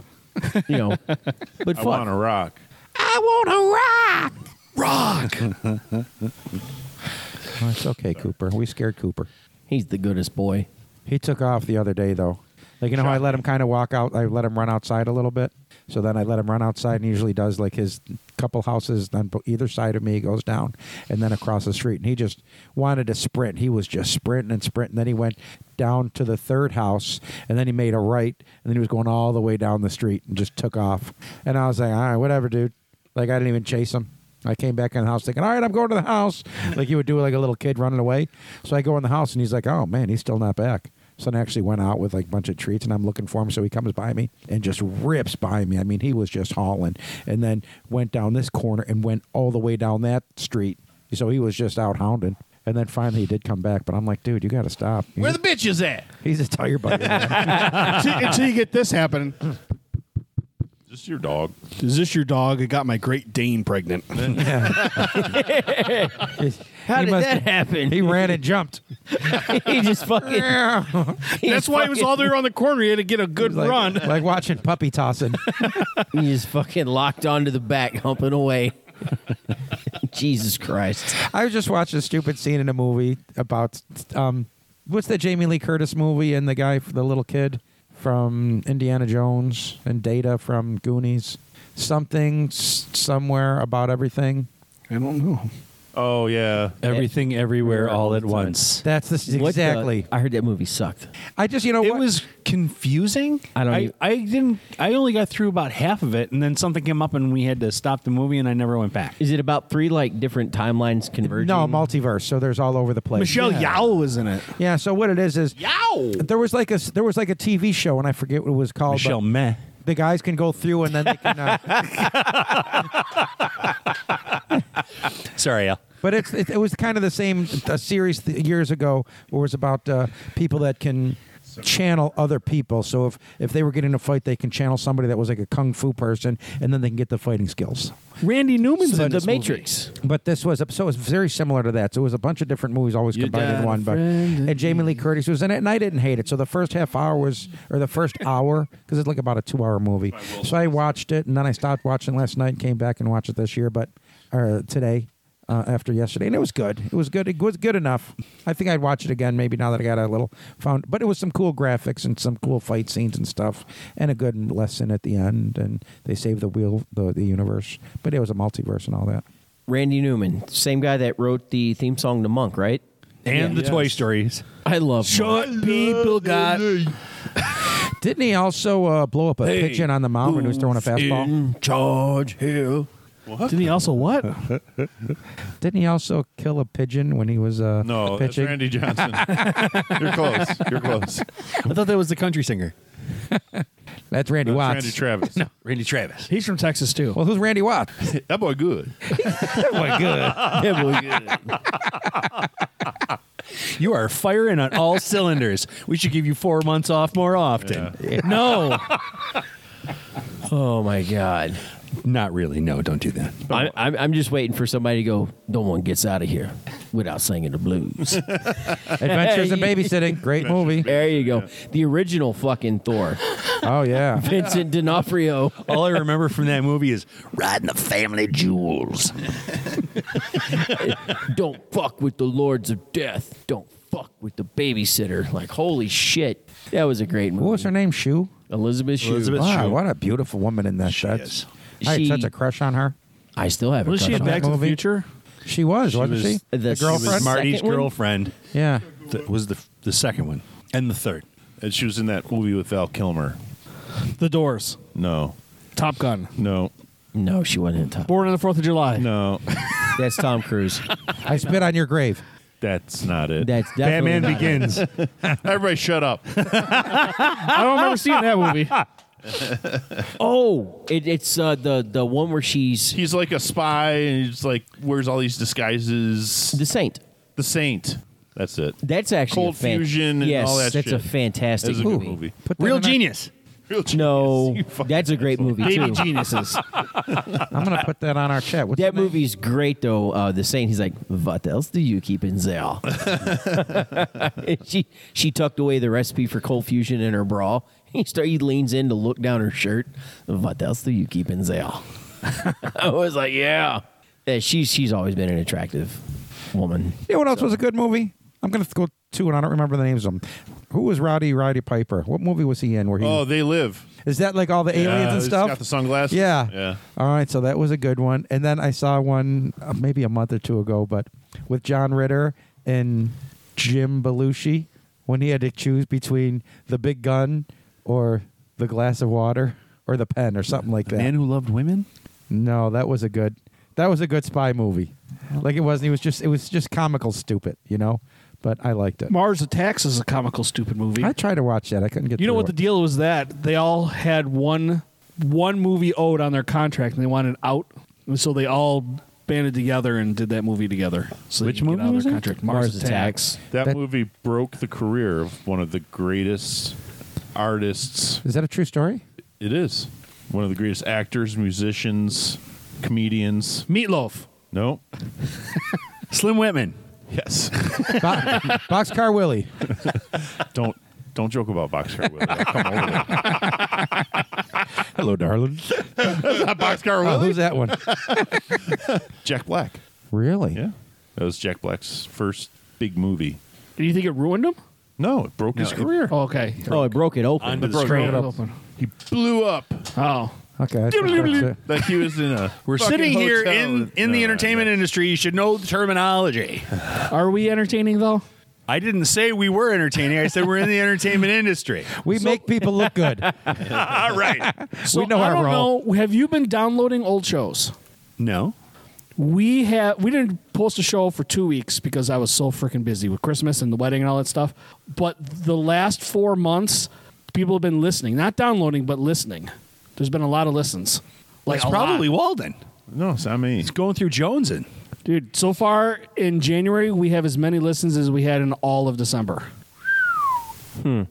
I: You know, but
D: I want
I: fuck.
D: to rock.
B: Well, it's okay, Cooper. We scared Cooper.
I: He's the goodest boy.
B: He took off the other day, though. Like, you know, how I let him kind of walk out. I let him run outside a little bit. So then I let him run outside, and he usually does like his couple houses on bo- either side of me. He goes down and then across the street. And he just wanted to sprint. He was just sprinting and sprinting. Then he went down to the third house, and then he made a right, and then he was going all the way down the street and just took off. And I was like, all right, whatever, dude. Like, I didn't even chase him. I came back in the house thinking, all right, I'm going to the house. Like you would do like a little kid running away. So I go in the house and he's like, oh man, he's still not back. So then I actually went out with like a bunch of treats and I'm looking for him. So he comes by me and just rips by me. I mean, he was just hauling and then went down this corner and went all the way down that street. So he was just out hounding. And then finally he did come back. But I'm like, dude, you got to stop. Where the bitch is at? He's a tire buddy. man.
A: until, until you get this happening.
D: This is your dog.
A: Is this your dog? It got my Great Dane pregnant.
I: How
B: He
I: did
B: must-
I: that happen?
B: He
I: He,
B: ran and jumped.
I: just fucking. he
A: That's
I: just
A: why he was
I: fucking-
A: all there on the corner. He had to get a good
B: Like,
A: run.
B: like watching puppy tossing.
I: He just fucking locked onto the back, humping away. Jesus Christ.
B: I was just watching a stupid scene in a movie about um, what's that Jamie Lee Curtis movie and the guy, the little kid from Indiana Jones and Data from Goonies, something s- somewhere about everything.
A: I don't know.
D: Oh yeah.
E: Everything, everywhere, all at
I: Time.
E: once.
B: That's this
I: What the-
B: exactly.
I: I heard that movie sucked.
B: I just you know
E: it
B: what?
E: was confusing.
I: I don't
E: I,
G: e-
I: even-
E: I didn't. I only got through about half of it, and then something came up, and we had to stop the movie, and I never went back.
I: Is it about three like different timelines converging?
B: no multiverse. So there's all over the place.
A: Michelle Yao was in it.
B: Yeah. So what it is is
E: Yow!
B: there was like a s- there was like a TV show and I forget what it was called. but-
E: Michelle Meh.
B: the guys can go through and then they can. Uh,
E: Sorry, Al.
B: But it's it, it was kind of the same a series th- years ago where it was about uh, people that can channel other people. So if if they were getting in a fight, they can channel somebody that was like a kung fu person, and then they can get the fighting skills.
A: Randy Newman's
I: So
A: in
I: the
A: this movie.
I: Matrix.
B: But this was so it was very similar to that. So it was a bunch of different movies always combined in one. But and Jamie Lee Curtis was in it, and I didn't hate it. So the first half hour was, or the first hour, because it's like about a two-hour movie. So I watched it, and then I stopped watching last night, and came back and watched it this year, but or today. Uh, after yesterday, and it was good. It was good. It was good enough. I think I'd watch it again. Maybe now that I got a little found, but it was some cool graphics and some cool fight scenes and stuff, and a good lesson at the end. And they saved the wheel, the the universe. But it was a multiverse and all that.
I: Randy Newman, same guy that wrote the theme song to Monk, right?
E: and the Toy Stories.
I: I love
A: Short people got
B: Didn't he also uh, blow up a pigeon on the mound when he was throwing a fastball?
D: charge here.
A: Didn't he also what?
E: Uh,
B: Didn't he also kill a pigeon when he was uh,
D: No, that's
B: pitching?
D: Randy Johnson. You're close. You're close.
G: I thought that was the country singer.
B: That's Randy
D: That's
B: Watts.
D: Randy Travis.
G: Randy Travis.
A: He's from Texas too.
B: well, who's Randy Watts?
D: That boy good.
G: You are firing on all cylinders. We should give you four months off more often. Eh,
A: no,
I: Oh my god.
G: Not really. No, don't do that.
I: I, I'm, I'm just waiting for somebody to go. No one gets out of here without singing the blues.
B: Adventures in Babysitting. Great movie.
I: there you go. The original fucking Thor,
B: Oh, yeah.
I: Vincent D'Onofrio.
G: All I remember from that movie is
I: riding the family jewels. Don't fuck with the lords of death. Don't fuck with the babysitter. Like holy shit, that was a great movie.
B: What was her name? Shu?
I: Elizabeth Shue.
G: Elizabeth
B: Wow,
G: Shue.
B: what a beautiful woman in that.
G: is.
B: That's, I had
I: She-
B: such a crush on her.
I: I still have a
A: was she
I: crush
A: in
I: on her.
A: Back to the
B: movie?
A: Future?
B: She was, wasn't
G: was-
B: she?
I: the
B: the
I: s-
G: It was
B: girlfriend?
G: Marty's
I: Second one?
G: girlfriend.
B: yeah.
G: That was the the second one and the third.
D: And she was in that movie with Val Kilmer.
A: The Doors,
D: No,
A: Top Gun,
D: no,
I: No, she wasn't in top.
A: Born on the Fourth of July.
D: no.
I: That's Tom Cruise.
B: I spit on your grave.
D: That's not it.
I: That's definitely
E: Batman
I: not it.
E: Begins.
D: Everybody shut up.
A: I don't remember seeing that movie.
I: Oh, it, it's uh, the the one where she's
D: He's like a spy and he's like wears all these disguises.
I: the saint.
D: the Saint. That's it.
I: That's actually
D: Cold
I: a fan-
D: Fusion and
I: Yes,
D: all that
I: that's
D: shit.
I: a fantastic
D: That's a good movie.
B: Put that
E: Real
B: in our-
E: genius.
D: Real genius,
I: No,
D: you fucking
I: that's a great
D: asshole.
I: movie
A: Baby
I: too.
A: geniuses.
B: I'm going to put that on our chat. What's
I: That
B: the name?
I: movie's great though. Uh, the saint, he's like, "What else do you keep in there?" she she tucked away the recipe for cold fusion in her bra. He start, he leans in to look down her shirt. What else do you keep in there? I was like, "Yeah." yeah she's she's always been an attractive woman.
B: You know what else was a good movie? I'm going to go two, and I don't remember the names of them. Who was Rowdy Roddy Piper? What movie was he in? Where he
D: Oh, they live.
B: is that like all the aliens
D: Yeah,
B: and
D: he's
B: stuff?
D: Got the sunglasses.
B: Yeah.
D: Yeah.
B: All right, so that was a good one. And then I saw one uh, maybe a month or two ago, but with John Ritter and Jim Belushi when he had to choose between the big gun or the glass of water or the pen or something like that.
E: Man who loved women.
B: No, that was a good. That was a good spy movie. Like it wasn't. It was just. It was just comical, stupid. You know, but I liked it.
A: Mars Attacks is a comical, stupid movie.
B: I tried to watch that. I couldn't get.
A: You know
B: through
A: what the
B: it.
A: deal was that they all had one one movie owed on their contract and they wanted out, and so they all banded together and did that movie together. So they
E: Which
A: could get
E: movie
A: out of
E: was
A: their
E: that?
A: contract. Mars, Attacks.
D: That,
B: That-
D: movie broke the career of one of the greatest artists.
B: Is that a true story?
D: It is one of the greatest actors, musicians, comedians.
A: Meatloaf.
D: No.
E: Slim Whitman.
D: Yes.
B: Bo- Boxcar Willie.
D: don't don't joke about Boxcar Willie. I'll come over there.
B: Hello, darling.
D: Boxcar
B: Oh,
D: Willie.
B: who's that one?
D: Jack Black.
B: Really?
D: Yeah. That was Jack Black's first big movie.
A: Do you think it ruined him?
D: No, it broke his career.
A: Oh, okay.
I: Oh, it broke it open.
D: It broke
B: Straight
D: him.
B: up.
A: Open.
D: He blew up.
A: Oh,
B: Okay. I think that's it.
D: Like he was in a.
E: We're
D: fucking
E: sitting here
D: hotel uh,
E: in,
D: with-
E: in the
D: No,
E: entertainment industry. You should know the terminology.
A: are we entertaining though?
E: I didn't say we were entertaining. I said we're in the entertainment industry.
B: We make people look good.
E: All Ah, right.
A: So
B: know
A: I
B: our
A: don't
B: role.
A: know. Have you been downloading old shows?
E: No.
A: We have we didn't post a show for two weeks because I was so freaking busy with Christmas and the wedding and all that stuff. But the last four months, people have been listening, not downloading, but listening. There's been a lot of listens.
E: Like
A: a
E: probably
A: lot.
E: Walden.
D: No, it's not me.
E: It's going through Jones and
A: Dude, so far in January, we have as many listens as we had in all of December.
D: I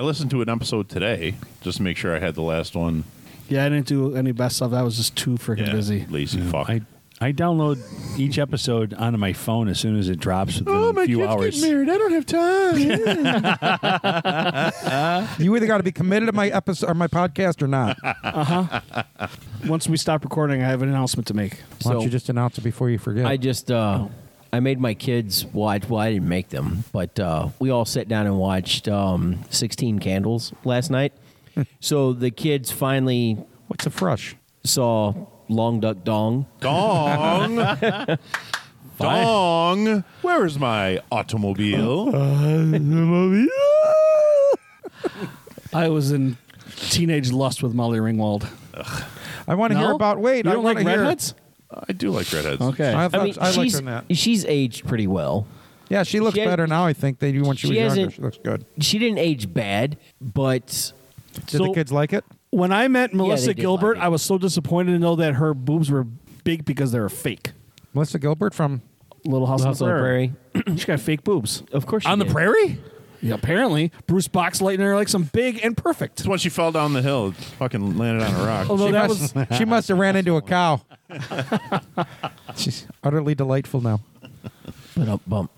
D: listened to an episode today just to make sure I had the last one.
A: Yeah, I didn't do any best stuff. That was just too freaking busy.
D: Lazy fuck.
E: I I download each episode onto my phone as soon as it drops within a few hours.
D: I don't have time.
B: You either got to be committed to my episode or my podcast or not. Why
A: Once we stop recording, I have an announcement to make.
B: don't
I: So-
B: you just announce it before you forget?
I: I just uh, I made my kids watch. Well, I didn't make them, but uh, we all sat down and watched um, Sixteen Candles last night. so the kids finally
B: What's a frush?
I: saw Long Duck Dong.
D: Dong. Dong. Where is my automobile?
A: I was in teenage lust with Molly Ringwald.
B: I want to hear
A: No?
B: about. Wait,
A: you
B: I
A: don't
B: want
A: like
B: to hear.
A: redheads?
D: I do like redheads.
A: Okay.
B: I,
I: I
B: thought, I,
I: mean,
B: liked her
I: she's
B: in that.
I: she's aged pretty well.
B: Yeah, she looks
I: she has-
B: better now. I think than when she,
I: she
B: was younger.
I: hasn't-
B: She looks good.
I: She didn't age bad, but
B: Did
A: So-
B: the kids like it?
A: when I met Melissa
I: did like
A: Gilbert,
I: it.
A: I was so disappointed to know that her boobs were big because they were fake.
B: Melissa Gilbert from
A: Little House,
I: House on the
A: she got fake boobs.
I: of course she
A: On the
I: did.
A: prairie? Yeah, apparently. Bruce Box lighting her like some big and perfect.
D: It's when she fell down the hill, fucking landed on a rock.
A: Although that was
B: must- she must have ran into a cow. She's utterly delightful now.
I: Ba-dum, bump.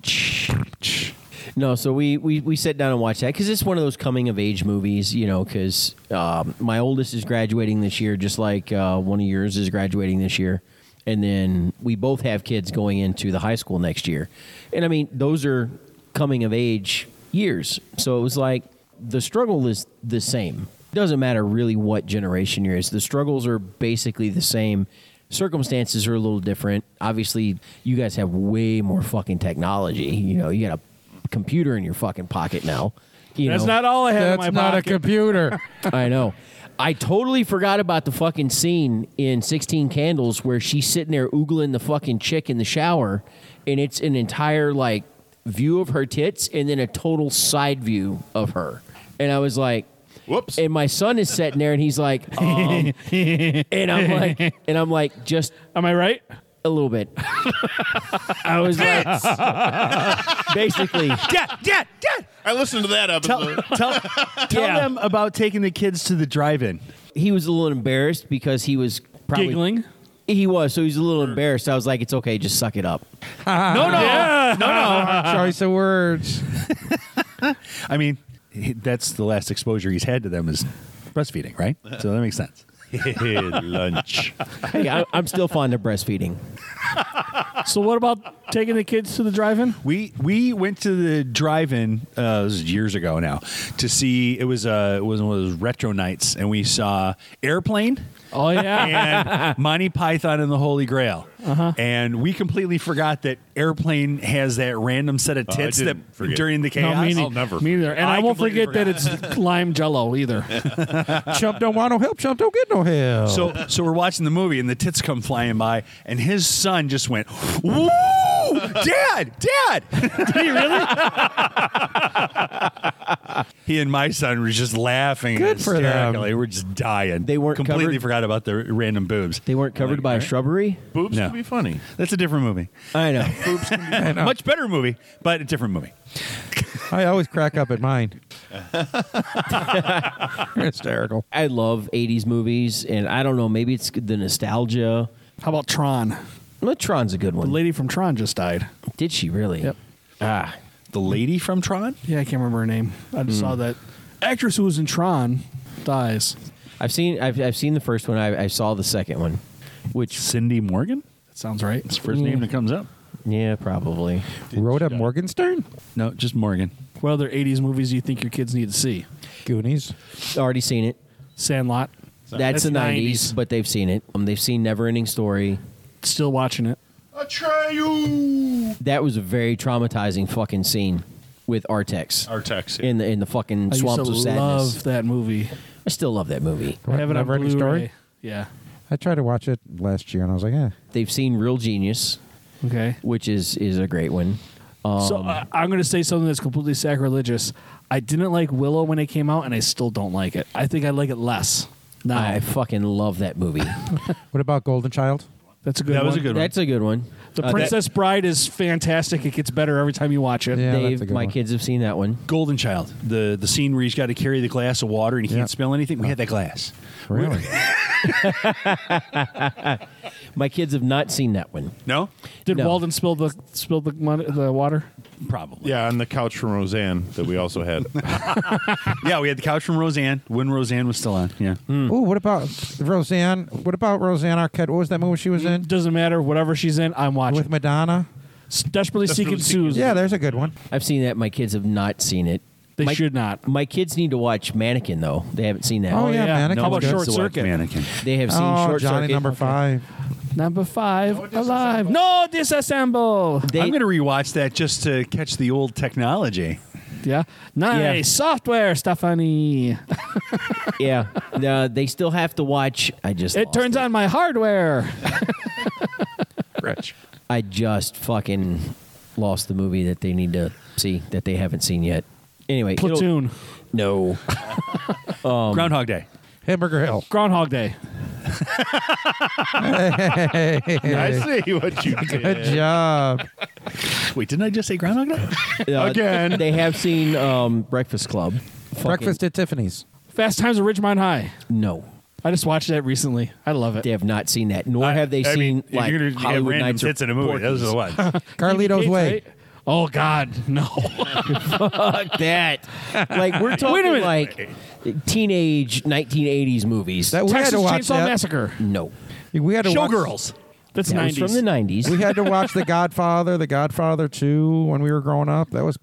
I: No, so we, we, we sat down and watched that because it's one of those coming of age movies, you know. Because um, my oldest is graduating this year, just like uh, one of yours is graduating this year, and then we both have kids going into the high school next year, and I mean those are coming of age years. So it was like the struggle is the same. Doesn't matter really what generation you're is. The struggles are basically the same circumstances are a little different. Obviously, you guys have way more fucking technology. You know, you got a computer in your fucking pocket now. You
A: that's
I: know,
A: not all I had in my pocket.
B: computer.
I: I know. I totally forgot about the fucking scene in 16 Candles where she's sitting there oogling the fucking chick in the shower and it's an entire like view of her tits and then a total side view of her. And I was like,
D: Whoops.
I: and my son is sitting there and he's like, um, and I'm like, and I'm like, just
A: Am I right?
I: a little bit. I was like, basically,
D: I listened to that episode.
E: tell tell them about taking the kids to the drive-in.
I: he was a little embarrassed because he was probably
A: Giggling.
I: He was, so he was a little embarrassed. I was like, it's okay, just suck it up.
A: No, no.
B: Choice of words.
E: I mean, he- that's the last exposure he's had to them is breastfeeding, right? So that makes sense.
D: Lunch.
I: Hey, I, I'm still fond of breastfeeding.
A: So what about taking the kids to the drive-in?
E: We we went to the drive-in uh, this is years ago now to see it was uh, it was one of those retro nights, and we saw Airplane.
A: Oh yeah.
E: and Monty Python and the Holy Grail.
D: Uh-huh.
E: And we completely forgot that Airplane has that random set of
D: Oh, I
E: tits that
D: didn't forget.
E: during the chaos.
A: me
D: I'll never
A: Me neither. And I,
E: I
A: won't
E: completely
A: forget that it's lime jello either.
B: Chump don't want no help. Chump don't get no help.
E: So so we're watching the movie and the tits come flying by and his son just went, "Woo! Dad, dad!" Did he really? he and my son were just laughing
B: Good for them.
E: hysterically. We were just dying.
I: They weren't
E: completely
I: covered-
E: forgot about the random boobs.
I: They weren't covered by a shrubbery.
D: Boobs
E: No.
D: can be funny.
E: That's a different movie.
I: I know.
E: Much better movie, but a different movie.
B: I always crack up at mine. Hysterical.
I: I love '80s movies, and I don't know. Maybe it's the nostalgia.
A: How about Tron?
I: Well, Tron's a good
A: The
I: one.
A: lady from Tron just died.
I: Did she really?
A: Yep.
I: Ah,
E: The lady from Tron?
A: Yeah, I can't remember her name. I
I: Hmm.
A: just saw that actress who was in Tron dies.
I: I've seen. I've, I've seen the first one. I, I saw the second one, which Mm.
E: Cindy Morgan?
A: That sounds right.
E: That's the first name that comes up.
I: yeah, probably.
B: Rhoda Morgenstern?
E: No, just Morgan.
A: What other '80s movies do you think your kids need to see?
B: Goonies.
I: Already seen it.
A: Sandlot.
I: That's,
A: That's
I: the 90s,
A: 90s.
I: but they've seen it. Um, they've seen Neverending Story.
A: Still watching it.
D: Atreyu.
I: That was a very traumatizing fucking scene with Artex
D: Artex.
I: in the in the
A: I
I: fucking
A: used
I: swamps
A: to
I: of sadness.
A: love that movie.
I: I still love that movie.
A: I have it on
B: Never Ending Story?
A: Blu-ray. Yeah.
B: I tried to watch it last year and I was like, eh.
I: They've seen Real Genius,
A: Okay.
I: which is is a great one.
A: so
F: Um,
A: uh, I'm going to say something that's completely sacrilegious. I didn't like Willow when it came out, and I still don't like
F: Uh,
A: it. I think I like it less. now.
I: I fucking love that movie.
B: What about Golden Child?
F: That's a good.
K: That was
F: one.
K: a good one.
I: That's a good one.
F: The
I: Uh, that-
F: Princess Bride is fantastic. It gets better every time you watch it.
B: Yeah, that's
I: Dave,
B: a good
I: my
B: one.
I: kids have seen that one.
E: Golden Child, the the scene where he's got to carry the glass of water and he
B: Yeah.
E: can't smell anything. We had that glass.
B: Really?
I: My kids have not seen that one.
E: No,
F: Did
I: No.
F: Walden spill the spill the mon- the water?
E: probably.
D: Yeah, on the couch from Roseanne that we also had.
E: yeah. We had the couch from Roseanne when Roseanne was still on. Yeah,
B: Ooh, what about Roseanne? What about Roseanne Arquette? What was that movie she was in
F: Doesn't matter. Whatever she's in, I'm watching.
B: with Madonna?
F: S- Desperately, Seeking
D: Seeking
F: Susan.
B: Yeah, there's a good one.
I: I've seen that. My kids have not seen it.
F: they
I: my,
F: should not.
I: My kids need to watch Mannequin though. They haven't seen that.
B: Oh,
F: yeah,
B: yeah, Mannequin.
F: How
B: No,
F: about
B: that's
F: Short
E: So, uh,
F: Circuit?
E: mannequin.
I: They have seen
B: oh,
I: Short
B: Johnny
I: Circuit.
B: number five.
F: Number five, alive. No disassemble.
I: They-
E: I'm going to rewatch that just to catch the old technology.
F: Yeah, nice
I: Yeah.
F: software, Stephanie.
I: yeah, uh, they still have to watch. I just
F: It
I: lost
F: turns on my hardware.
E: Rich.
I: I just fucking lost the movie that they need to see that they haven't seen yet. Anyway, it'll-
F: Platoon,
I: No,
E: Groundhog Day.
B: Hamburger Hill.
F: Groundhog Day.
D: I see what you
B: Good
D: did.
B: job.
E: Wait, didn't I just say Groundhog Day?
I: Uh,
D: Again.
I: They have seen um, Breakfast Club. Fucking-
B: Breakfast at Tiffany's.
F: Fast Times at Ridgemont High.
I: No,
F: I just watched that recently. I love it.
I: they have not seen that. Nor have they
E: I
I: seen
E: mean, if
I: like
E: you're gonna have
I: Hollywood
E: random
I: Nights or
E: hits in a movie. Those are the ones.
B: Carlito's
F: Gates,
B: Way.
F: right? Oh God, no.
I: Fuck that. Like we're
F: Wait a
I: talking
F: minute.
I: like teenage 1980s movies.
B: That we had
F: Texas
B: to watch
F: Chainsaw
B: that.
F: Massacre.
I: no.
B: We had to watch-
E: Showgirls.
F: That's
I: That was
F: nineties.
I: from the 90s.
B: we had to watch The Godfather, The Godfather Two when we were growing up. That was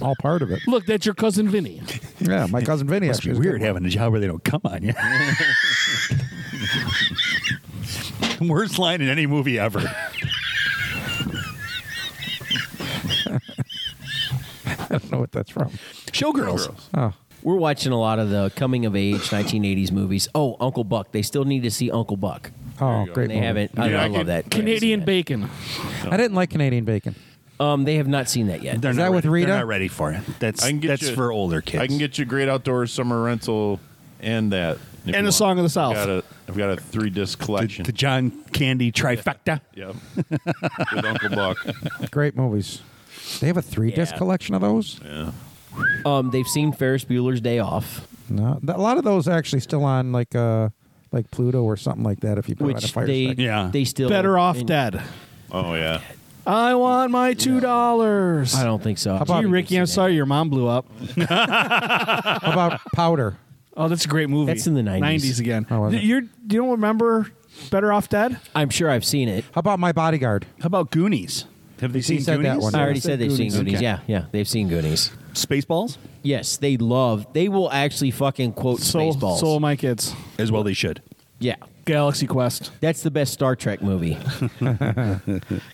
B: all part of it.
F: Look, that's your cousin Vinny.
B: Yeah, my cousin Vinny
E: Must
B: actually.
E: be
B: was
E: weird
B: good.
E: having a job where they don't come on you. Worst line in any movie ever.
B: I don't know what that's from.
E: Showgirls.
B: Oh,
I: We're watching a lot of the coming of age 1980s movies. Oh, Uncle Buck. They still need to see Uncle Buck.
B: oh, great.
I: they
B: movie.
I: haven't. I,
D: Yeah,
I: I
D: I
I: love
D: could-
I: that. They haven't
F: Canadian
I: seen
F: bacon.
B: I didn't like Canadian Bacon.
I: that. Um, they have not seen that yet.
E: They're
B: Is
E: not
B: that with
E: ready-
B: Rita?
E: They're not ready for it. That's
D: I can get
E: that's
D: you-
E: for older kids.
D: I can get you great outdoor summer rental and that. if you
F: the
D: want.
F: Song of the South.
D: I've got a, I've got a three disc
E: the,
D: collection.
E: the John Candy trifecta.
D: yep. With Uncle Buck.
B: Great movies. They have a three disc
I: Yeah.
B: collection of those.
I: Um, they've seen Ferris Bueller's Day Off,
B: No, th- a lot of those are actually still on like uh like Pluto or something like that. If you put it on a
I: which
B: fire
I: they
B: stick.
E: Yeah.
I: they still
F: Better off
I: and-
F: dead.
D: Oh, yeah.
F: I want my two dollars.
I: I don't think so.
B: about-
F: Gee, Ricky, I'm sorry your mom blew up.
B: How about powder?
F: Oh, that's a great movie.
I: That's in the 90s.
F: Nineties again.
B: Oh, was it?
F: You're, you don't remember Better Off Dead?
I: I'm sure I've seen it.
B: How about my bodyguard?
E: How about Goonies? Have they seen
B: said that
E: Goonies?
B: one.
I: I already
B: I
I: said
B: said
I: they've seen
B: Goonies.
I: Goonies.
B: Okay.
I: Yeah, yeah, they've seen Goonies.
E: Spaceballs,
I: Yes, they love. They will actually fucking quote
F: Soul,
I: Spaceballs.
F: Soul of My Kids.
E: as well they should.
I: yeah,
F: Galaxy Quest.
I: that's the best Star Trek movie.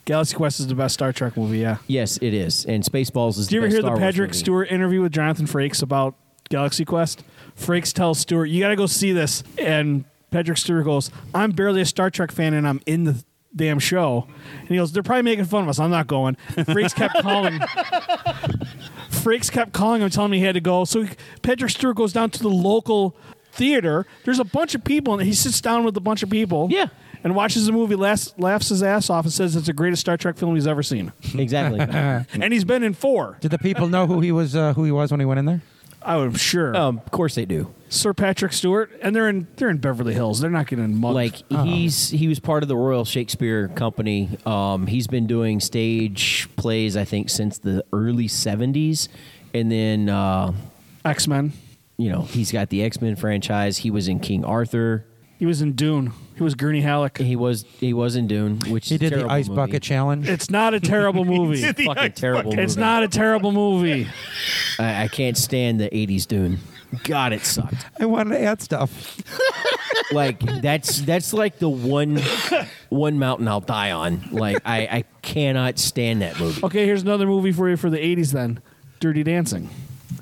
F: Galaxy Quest is the best Star Trek movie. Yeah.
I: yes, it is. And Spaceballs is.
F: Did you ever
I: the best
F: hear
I: Star
F: the
I: Wars
F: Patrick
I: movie.
F: Stewart interview with Jonathan Frakes about Galaxy Quest? Frakes tells Stewart, "You got to go see this," and Patrick Stewart goes, "I'm barely a Star Trek fan, and I'm in the." Damn show, and he goes. They're probably making fun of us. I'm not going. Frakes kept calling. Frakes kept calling him, telling me he had to go. So he- Patrick Stewart goes down to the local theater. There's a bunch of people, and he sits down with a bunch of people.
I: Yeah.
F: and watches the movie. Laughs, laughs his ass off, and says it's the greatest Star Trek film he's ever seen.
I: Mm. Exactly.
F: And he's been in four.
B: Did the people know who he was? Uh, who he was when he went in there?
F: Oh, I'm sure.
I: um, of course they do.
F: Sir Patrick Stewart, and they're in they're in Beverly Hills. They're not getting mugged.
I: Like he's he was part of the Royal Shakespeare Company. Um, he's been doing stage plays, I think, since the early '70s, and then uh,
F: X Men.
I: you know he's got the X Men franchise. He was in King Arthur.
F: He was in Dune. He was Gurney Halleck.
I: He was he was in Dune, which
B: He
I: is a
B: did the
I: terrible
B: ice
I: movie.
B: bucket challenge.
F: It's not a terrible movie.
I: Fucking terrible.
F: It's
I: movie.
F: not a terrible movie.
I: I, I can't stand the '80s Dune. God, it sucked.
B: I wanted to add stuff.
I: like that's that's like the one one mountain I'll die on. Like I, I cannot stand that movie.
F: Okay, here's another movie for you for the '80s. Then, Dirty Dancing.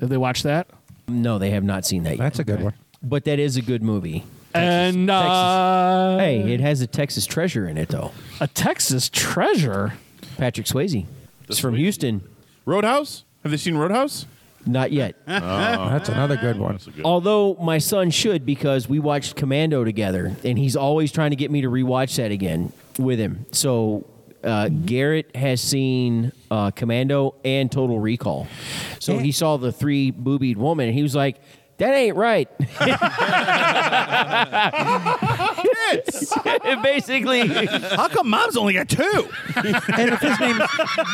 F: Have they watched that?
I: No, they have not seen that yet.
B: That's a good one.
I: But that is a good movie.
F: and uh,
I: Hey, it has a Texas treasure in it though.
F: a Texas treasure.
I: Patrick Swayze. It's from Houston.
D: Roadhouse? Have they seen Roadhouse?
I: Not yet.
B: That's another good one.
I: Although my son should because we watched Commando together and he's always trying to get me to rewatch that again. with him. So uh, Garrett has seen uh, Commando and Total Recall. So he saw the three boobied woman, and he was like, "That ain't right." And basically,
E: How come mom's only got two?
B: And if his name,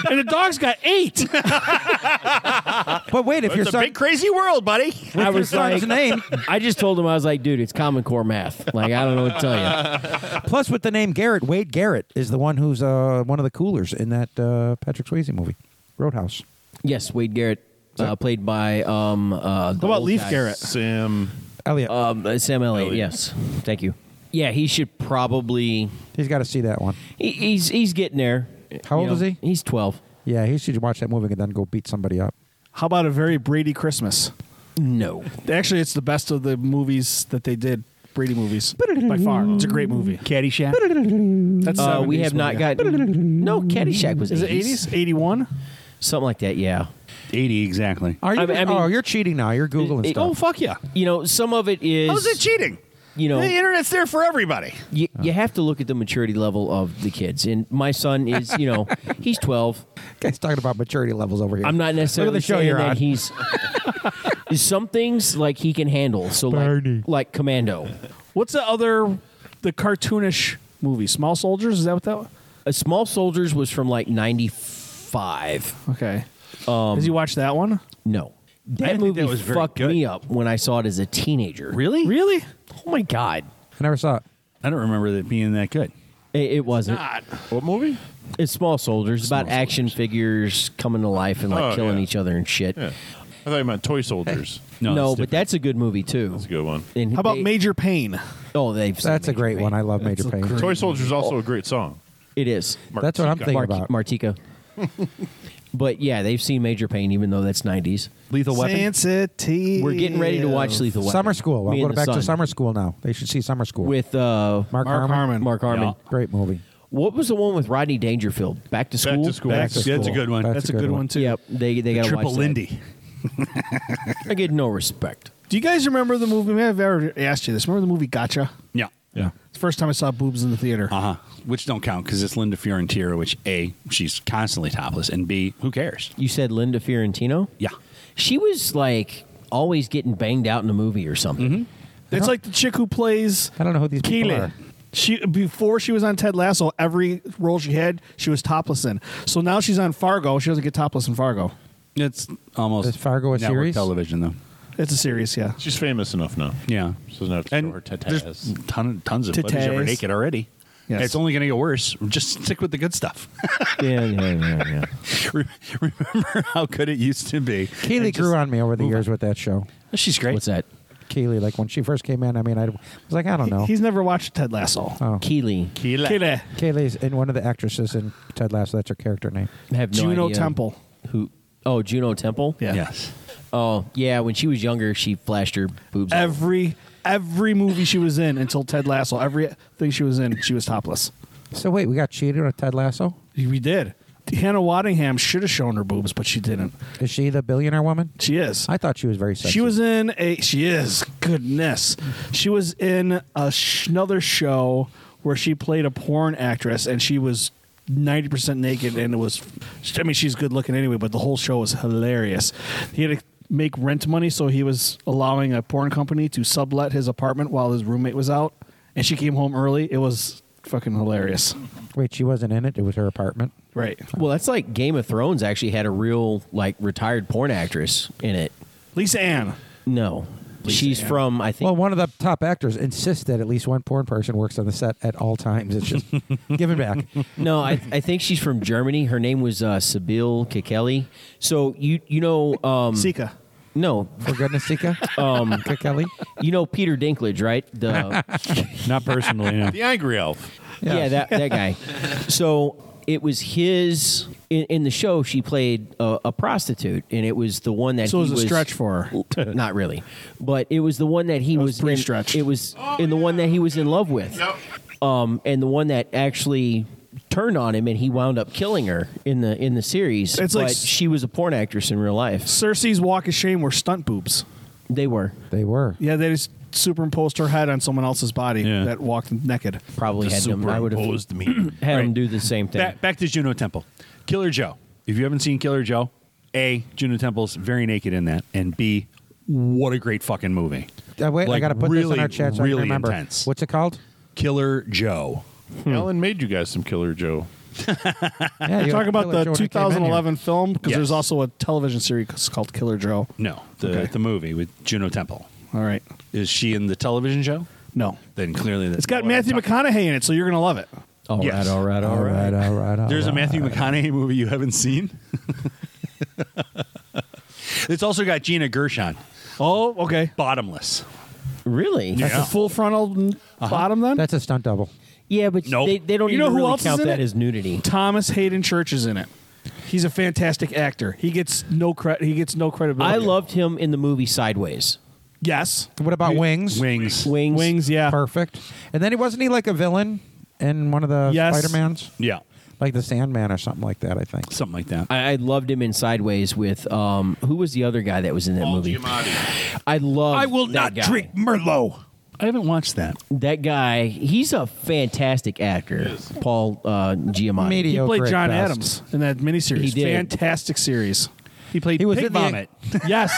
A: and the dog's got eight.
B: but wait, if your son,
E: crazy world, buddy.
I: I
B: if your
I: was
B: son's
I: like,
B: name,
I: I just told him I was like, "Dude, it's Common Core math. Like, I don't know what to tell you."
B: plus with the name Garrett, Wade Garrett is the one who's uh, one of the coolers in that uh, Patrick Swayze movie, Roadhouse.
I: Yes, Wade Garrett, uh, played by um, uh, the
F: How about
I: old
F: Leaf
I: guy.
F: Garrett?
H: Sam.
B: Elliot,
I: Um, uh, Sam Elliott, yes. Thank you. Yeah, he should probably.
B: he's got to see that one.
I: He, he's he's getting there.
B: How
I: You
B: old is he?
I: He's twelve.
B: Yeah, he should watch that movie and then go beat somebody up.
F: How about a very Brady Christmas?
I: No.
F: Actually, it's the best of the movies that they did. Brady movies by far. It's a great movie.
E: Caddyshack.
F: That's
I: Uh, we
F: 70s
I: have not
F: movie.
I: gotten. No, Caddyshack was
F: Is
I: 80s.
F: it eighties? Eighty one?
I: Something like that. Yeah.
E: 80 exactly.
B: Are you?
I: I mean- I mean-
B: oh, you're cheating now. You're googling
I: It- it-
B: stuff.
I: oh,
E: Fuck yeah.
I: You know, some of it is.
F: Oh,
E: How's it cheating?
I: You know,
E: The internet's there for everybody.
I: you, you have to look at the maturity level of the kids. And my son is, you know, he's twelve.
B: Guys talking about maturity levels over here.
I: I'm not necessarily
B: Look at the show
I: saying
B: you're
I: that
B: on.
I: he's. Some things like he can handle, so like, like Commando,
F: What's the other the cartoonish movie? Small Soldiers? Is that what that was?
I: uh, Small Soldiers was from like '95.
F: Okay. Um, Did you watch that one?
I: No. That
E: think
I: movie
E: that was very
I: fucked
E: good.
I: me up when I saw it as a teenager.
E: Really?
F: Really?
I: Oh my god.
B: I never saw it.
E: I don't remember that being that good.
I: It, it wasn't.
D: What movie?
I: It's small soldiers. It's about action figures coming to life and like
D: Oh,
I: killing
D: yeah.
I: each other and shit.
D: Yeah. I thought you meant Toy Soldiers.
E: No,
I: No,
E: that's
I: but
E: different.
I: that's a good movie too.
D: That's a good one.
I: And
F: How about
I: they-
F: Major Pain?
I: Oh, they've seen
B: That's a
I: Major
B: great
I: Payne.
B: one. I love Major Payne.
D: Toy Soldiers is also a great song.
I: It is.
B: That's what I'm
D: Martika.
B: thinking
I: Mar-
B: about.
I: Martika. but yeah, they've seen Major Pain, even though that's '90s.
B: Lethal
F: Sensitive.
I: We're getting ready to watch Lethal Weapon.
B: Summer school. I'm
I: Me and
B: going
I: the
B: back to
I: son.
B: summer school now. They should see summer school
I: with uh,
B: Mark,
F: Mark
B: Harmon.
F: Harmon.
I: Mark Harmon.
B: Great movie.
I: What was the one with Rodney Dangerfield? Back to school.
D: Back to school.
B: Back to
E: that's a
B: School.
E: good one.
F: That's, a good one, too.
I: Yep, they they got
E: Triple
I: watch that.
E: Lindy.
I: I get no respect.
F: Do you guys remember the movie? I've ever asked you this. Remember the movie Gotcha?
E: Yeah.
F: Yeah. It's the first time I saw boobs in the theater.
E: Uh huh. Which don't count because it's Linda Fiorentino, which A, she's constantly topless, and B, who cares?
I: You said Linda Fiorentino.
E: Yeah.
I: she was like always getting banged out in a movie or something.
F: It's like the chick who plays.
B: I don't know who these people
F: Keely.
B: are.
F: She before she was on Ted Lasso, every role she had, she was topless in. So now she's on Fargo. She doesn't get topless in Fargo.
E: It's almost
B: Is Fargo a
E: network
B: series?
E: television, though.
F: It's a series, yeah.
D: She's famous enough now.
E: Yeah.
D: She doesn't have to show her
E: there's
D: tatas.
E: ton, tons of footage of her
F: Tatas.
E: naked already.
F: Yes.
E: It's only going to get worse. Just stick with the good stuff.
I: Yeah, yeah, yeah, yeah.
E: Re- Remember how good it used to be.
B: Keely
E: And
B: grew on me over the years with that show.
E: just- She's great.
I: What's that?
B: Keely, like when she first came in, I mean, I was like, I don't know.
F: He's never watched Ted Lasso.
B: oh.
I: Keely.
F: Keely.
B: Keely's in one of the actresses in Ted Lasso. That's her character name.
I: I have no
F: Juno
I: idea
F: Temple.
I: Who? Oh, Juno Temple.
F: Yeah.
E: Yes.
I: Oh, yeah. When she was younger, she flashed her boobs. all over.
F: Every every movie she was in until Ted Lasso, everything she was in, she was topless.
B: So wait, we got cheated on Ted Lasso.
F: We did. Hannah Waddingham should have shown her boobs, but she didn't.
B: Is she the billionaire woman?
F: She is.
B: I thought she was very sexy.
F: She was in a. She is. Goodness. She was in a sh- another show where she played a porn actress, and she was ninety percent naked, and it was. I mean, she's good looking anyway, but the whole show was hilarious. He had to make rent money, so he was allowing a porn company to sublet his apartment while his roommate was out, and she came home early. It was fucking hilarious.
B: Wait, she wasn't in it. It was her apartment.
F: Right.
I: Well, that's like Game of Thrones. Actually, had a real like retired porn actress in it.
F: Lisa Ann.
I: No, she's from I think.
B: Well, one of the top actors insists that at least one porn person works on the set at all times. It's just giving back.
I: No, I, I think she's from Germany. Her name was uh, Sibyl Kikeli. So you you know um,
F: Sika.
I: no
B: For goodness sake, um, Kelly.
I: you know Peter Dinklage right the
E: Not personally, no.
D: The Angry Elf.
I: yeah, that that guy. So it was his in, in the show. She played a, a prostitute, and it was the one that
F: So it
I: he
F: was a stretch for her.
I: Not really, but it was the one that he
F: That was
I: was,
F: pretty
I: in-
F: stretched.
I: It was in the one that he was in love with, um, and the one that actually turned on him, and he wound up killing her in the in the series.
F: It's
I: but
F: like s-
I: she was a porn actress in real life.
F: Cersei's Walk of Shame were stunt boobs.
I: They were
B: They were.
F: Yeah, they just superimposed her head on someone else's body
E: Yeah.
F: that walked naked.
I: probably had them. I would have had
H: Superimposed me.
I: them do the same thing.
E: Back, back to Juno Temple. Killer Joe. If you haven't seen Killer Joe, A, Juno Temple's very naked in that, and B, what a great fucking movie.
B: Uh, wait, I
E: Like,
B: got to put this
E: really,
B: in our chat so I can
E: really
B: remember.
E: intense.
B: What's it called?
E: Killer Joe.
D: Hmm.
H: Alan made you guys some Killer Joe.
B: Yeah, you
F: Talk
B: had
F: about
B: Killer Joe when
F: the
B: it came in here.
F: 2011 film because
E: Yes.
F: there's also a television series called Killer Joe.
E: No, the,
F: Okay.
E: the movie with Juno Temple.
F: All right.
E: Is she in the television show?
F: No.
E: Then clearly that's
F: It's got
E: not what
F: Matthew
E: I'm talking-
F: McConaughey in it, so you're going to love it.
I: all right,
E: yes.
I: all right, all
B: All
I: right.
B: right, all right. all
E: There's a
B: right.
E: Matthew McConaughey movie you haven't seen. it's also got Gina Gershon,
F: Oh, okay.
E: Bottomless.
I: Really?
F: That's a full frontal n-
E: Uh-huh.
F: bottom then?
B: That's a stunt double.
I: Yeah, but
E: Nope.
I: they, they don't
F: You know
I: even
F: who
I: really
F: else is
I: count
F: in
I: that
F: it?
I: as nudity.
F: Thomas Hayden Church is in it. He's a fantastic actor. He gets no credit. He gets no credibility.
I: I loved him in the movie Sideways.
F: Yes.
B: What about Wings?
E: Wings.
I: Wings.
F: Wings, yeah.
B: Perfect. And then he wasn't he like a villain in one of the
F: Yes.
B: Spider-Mans?
E: Yeah,
B: Like the Sandman or something like that, I think.
E: something like that.
I: I, I loved him in Sideways with um who was the other guy that was in that movie? I love
E: I will
I: that
E: not
I: guy.
E: drink Merlot. I haven't watched that.
I: that guy. He's a fantastic actor. Paul uh Giamatti.
F: He
B: Mediocre
F: played
B: at
F: John
B: best.
F: Adams in that miniseries.
I: He did.
F: Fantastic series. He played
B: He was
F: Pig
B: in the-
F: Vomit. yes.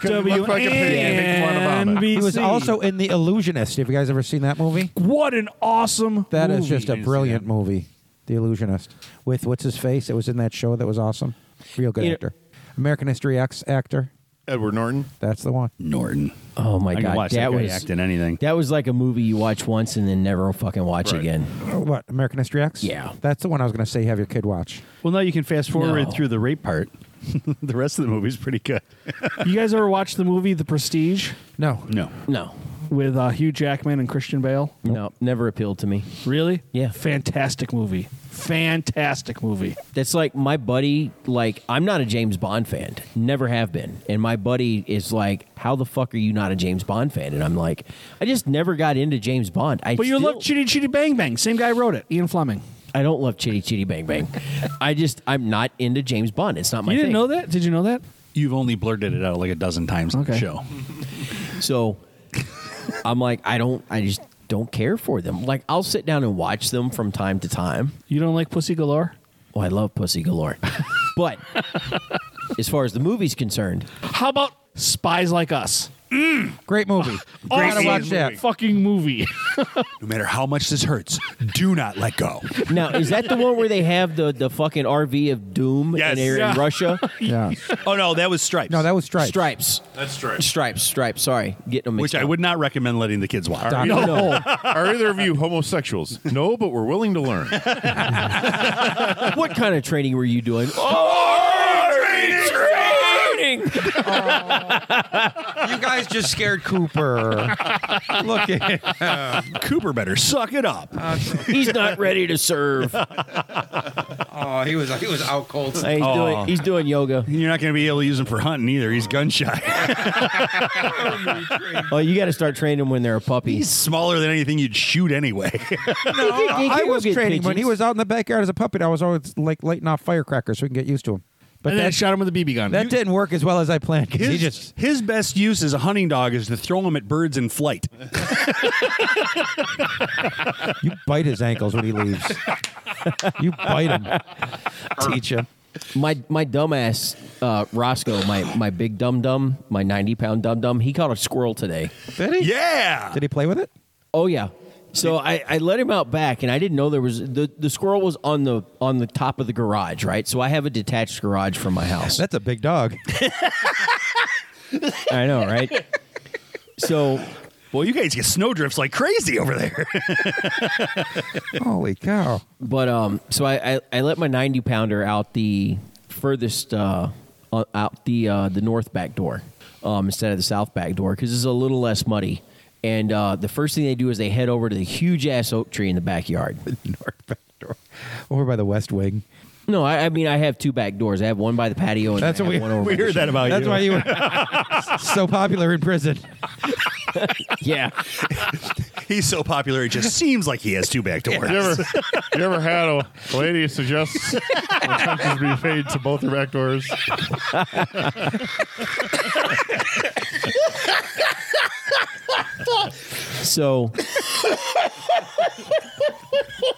F: W
H: like a pig and make fun about it.
F: NBC.
B: He was also in The Illusionist. Have you guys ever seen that movie?
F: What an awesome
B: That is
F: movie.
B: just a brilliant movie, The Illusionist, with what's his face. It was in that show that was awesome. Real good
I: You know-
B: actor, American History X actor.
H: Edward Norton.
B: That's the one.
E: Norton.
I: Oh my
E: I can
I: god.
E: watch that
I: that
E: guy
I: was
E: act in anything.
I: that was like a movie you watch once and then never fucking watch again.
B: Oh, What American History X?
I: Yeah.
B: that's the one I was going to say. Have your kid watch.
E: Well, now you can fast forward
I: No.
E: through the rape part. the rest of the movie's pretty good.
F: You guys ever watch the movie The Prestige
B: No,
E: No.
I: No.
F: with uh, Hugh Jackman and Christian Bale?
I: No, never appealed to me.
F: Really?
I: Yeah.
F: Fantastic movie. Fantastic movie.
I: That's like my buddy. Like I'm not a James Bond fan, never have been, and my buddy is like, "How the fuck are you not a James Bond fan?" And I'm like, "I just never got into James Bond." I
F: But you
I: still-
F: love Chitty Chitty Bang Bang. Same guy wrote it, Ian Fleming.
I: I don't love Chitty Chitty Bang Bang. I just I'm not into James Bond. It's not my.
F: you didn't
I: thing.
F: know that? Did you know that?
E: You've only blurted it out like a dozen times on the
F: Okay.
E: show.
I: So I'm like, I don't. I just don't care for them. Like I'll sit down and watch them from time to time.
F: You don't like Pussy Galore?
I: Oh, I love Pussy Galore, but as far as the movie's concerned,
F: How about Spies Like Us?
B: great movie. Gotta
F: Awesome
B: watch that.
F: Fucking movie.
E: No matter how much this hurts, do not let go.
I: Now, is that the one where they have the, the fucking RV of doom
E: Yes.
I: and they're in
E: Yeah.
I: Russia?
B: Yeah.
E: Oh no, that was Stripes.
B: No, that was Stripes.
I: Stripes.
H: That's true.
I: Stripes, stripes. Sorry, getting them
E: which
I: mixed
E: I
I: up.
E: would not recommend letting the kids watch.
B: Doc-
I: No.
H: Are either of you homosexuals? No, but we're willing to learn.
I: what kind of training were you doing? Oh, training!
B: you guys just scared Cooper.
E: Look, Cooper better suck it up.
I: He's not ready to serve.
B: Oh, he was he was out cold.
I: He's, doing, he's doing yoga.
E: You're not going to be able to use him for hunting either. He's gun shy.
I: Oh, you got to start training them when they're a puppy.
E: He's smaller than anything you'd shoot anyway.
I: They- they
B: I
I: can go
B: was
I: get
B: training when
I: pigeons.
B: he was out in the backyard as a puppet. I was always like lighting off firecrackers so we can get used to him. But
F: and then I
B: that,
F: shot him with a BB gun.
B: that didn't work as well as I planned. 'cause he
E: His,
B: just
E: his best use as a hunting dog is to throw him at birds in flight.
B: you bite his ankles when he leaves. you bite him. Teach him.
I: My my dumbass uh, Roscoe, my my big dum dum, my ninety pound dum dum. He caught a squirrel today.
B: Did he?
E: yeah.
B: Did he play with it?
I: Oh yeah. So I, I let him out back, and I didn't know there was the, the squirrel was on the on the top of the garage, right? So I have a detached garage from my house.
B: That's a big dog.
I: I know, right? So
E: Well, you guys get snowdrifts like crazy over there.
B: Holy cow!
I: But um, so I, I, I let my ninety pounder out the furthest uh, uh, out the uh, the north back door um, instead of the south back door because it's a little less muddy. And uh, the first thing they do is they head over to the huge ass oak tree in the backyard.
B: North back door, over by the West Wing.
I: No, I, I mean I have two back doors. I have one by the patio and
B: That's
I: I
B: what
I: have
B: we-
I: one over.
E: we
I: by the
E: heard that about
B: That's
E: you.
B: why you were so popular in prison.
I: shed. Yeah,
E: He's so popular, it just seems like he has two back doors.
H: You ever, you ever had a lady suggest attentions be paid to both her back doors?
I: So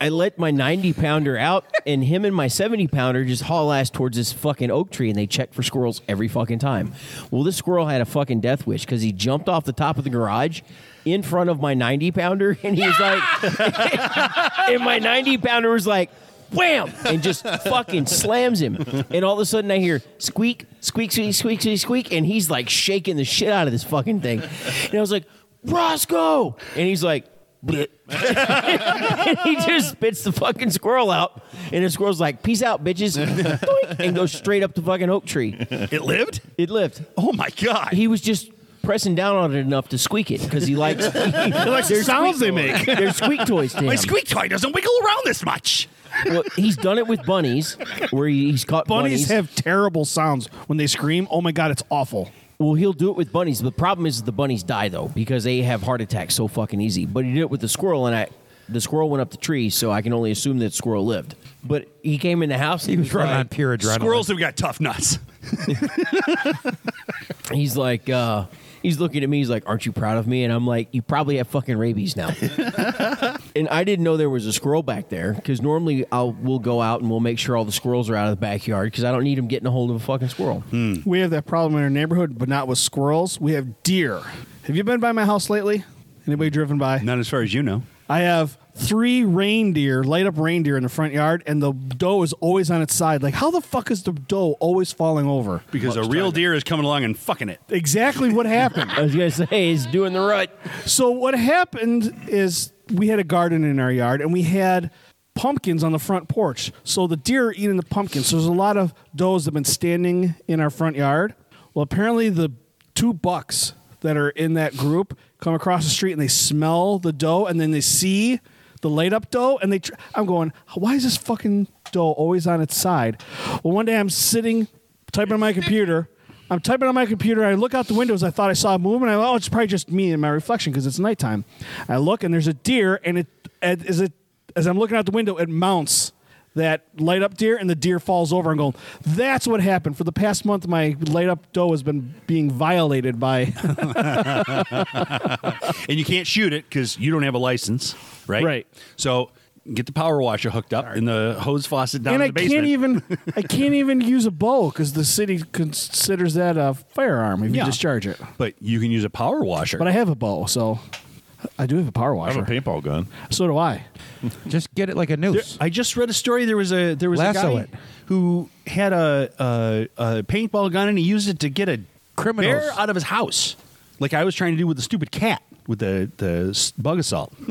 I: I let my 90 pounder out, and him and my 70 pounder just haul ass towards this fucking oak tree, and they check for squirrels every fucking time. Well, this squirrel had a fucking death wish because he jumped off the top of the garage in front of my 90 pounder, and he was like, and my 90 pounder was like, Wham! And just fucking slams him. And all of a sudden I hear squeak, squeak, squeak, squeak, squeak, squeak. And he's like shaking the shit out of this fucking thing. And I was like, Roscoe! And he's like, "Bleh." and he just spits the fucking squirrel out. And the squirrel's like, peace out, bitches. Doink, and goes straight up the fucking oak tree.
E: It lived?
I: It lived.
E: Oh my god.
I: He was just pressing down on it enough to squeak it because he likes, he likes
E: the sounds they make.
I: They're squeak toys to him.
E: My squeak toy doesn't wiggle around this much.
I: Well, he's done it with bunnies, where he, he's caught
F: Bunnies
I: bunnies.
F: have terrible sounds when they scream. Oh my god, it's awful.
I: well, he'll do it with bunnies. The problem is the bunnies die though because they have heart attacks so fucking easy. But he did it with the squirrel, and I, the squirrel went up the tree, so I can only assume that squirrel lived. But he came in the house.
B: He was running
I: like,
B: on pure adrenaline.
E: Squirrels have got tough nuts.
I: He's like, uh, he's looking at me. He's like, "Aren't you proud of me?" And I'm like, "You probably have fucking rabies now." and I didn't know there was a squirrel back there because normally I'll we'll go out and we'll make sure all the squirrels are out of the backyard because I don't need them getting a hold of a fucking squirrel.
D: Hmm.
F: We have that problem in our neighborhood, but not with squirrels. We have deer. Have you been by my house lately? Anybody driven by?
G: Not as far as you know.
F: I have three reindeer, light up reindeer in the front yard, and the doe is always on its side. Like, how the fuck is the doe always falling over?
G: Because a real deer is coming along and fucking it.
F: Exactly what happened.
I: I was gonna say he's doing the rut.
F: So what happened is we had a garden in our yard and we had pumpkins on the front porch. So the deer are eating the pumpkins. So there's a lot of does that have been standing in our front yard. Well, apparently the two bucks that are in that group come across the street and they smell the doe and then they see the laid up doe and they tr- I'm going, why is this fucking doe always on its side? Well, one day I'm sitting typing on my computer I'm typing on my computer. I look out the windows. I thought I saw a movement. I oh, it's probably just me and my reflection because it's nighttime. I look and there's a deer, and it as it as I'm looking out the window, it mounts that light up deer, and the deer falls over. and going, that's what happened. For the past month, my light up doe has been being violated by
G: And you can't shoot it because you don't have a license, right?
F: Right.
G: So get the power washer hooked up and the hose faucet down
F: and
G: in
F: I
G: the basement.
F: can't even I can't even use a bow because the city considers that a firearm if
G: Yeah.
F: you discharge it.
G: but you can use a power washer.
F: But I have a bow, so I do have a power
D: I have a
F: washer.
D: paintball gun.
F: so do I.
B: Just get it like a noose.
G: I just read a story. There was a there was
B: Lasso
G: a guy
B: it.
G: who had a, a a paintball gun and he used it to get a
B: Criminals.
G: bear out of his house, like I was trying to do with the stupid cat with the the s- bug assault.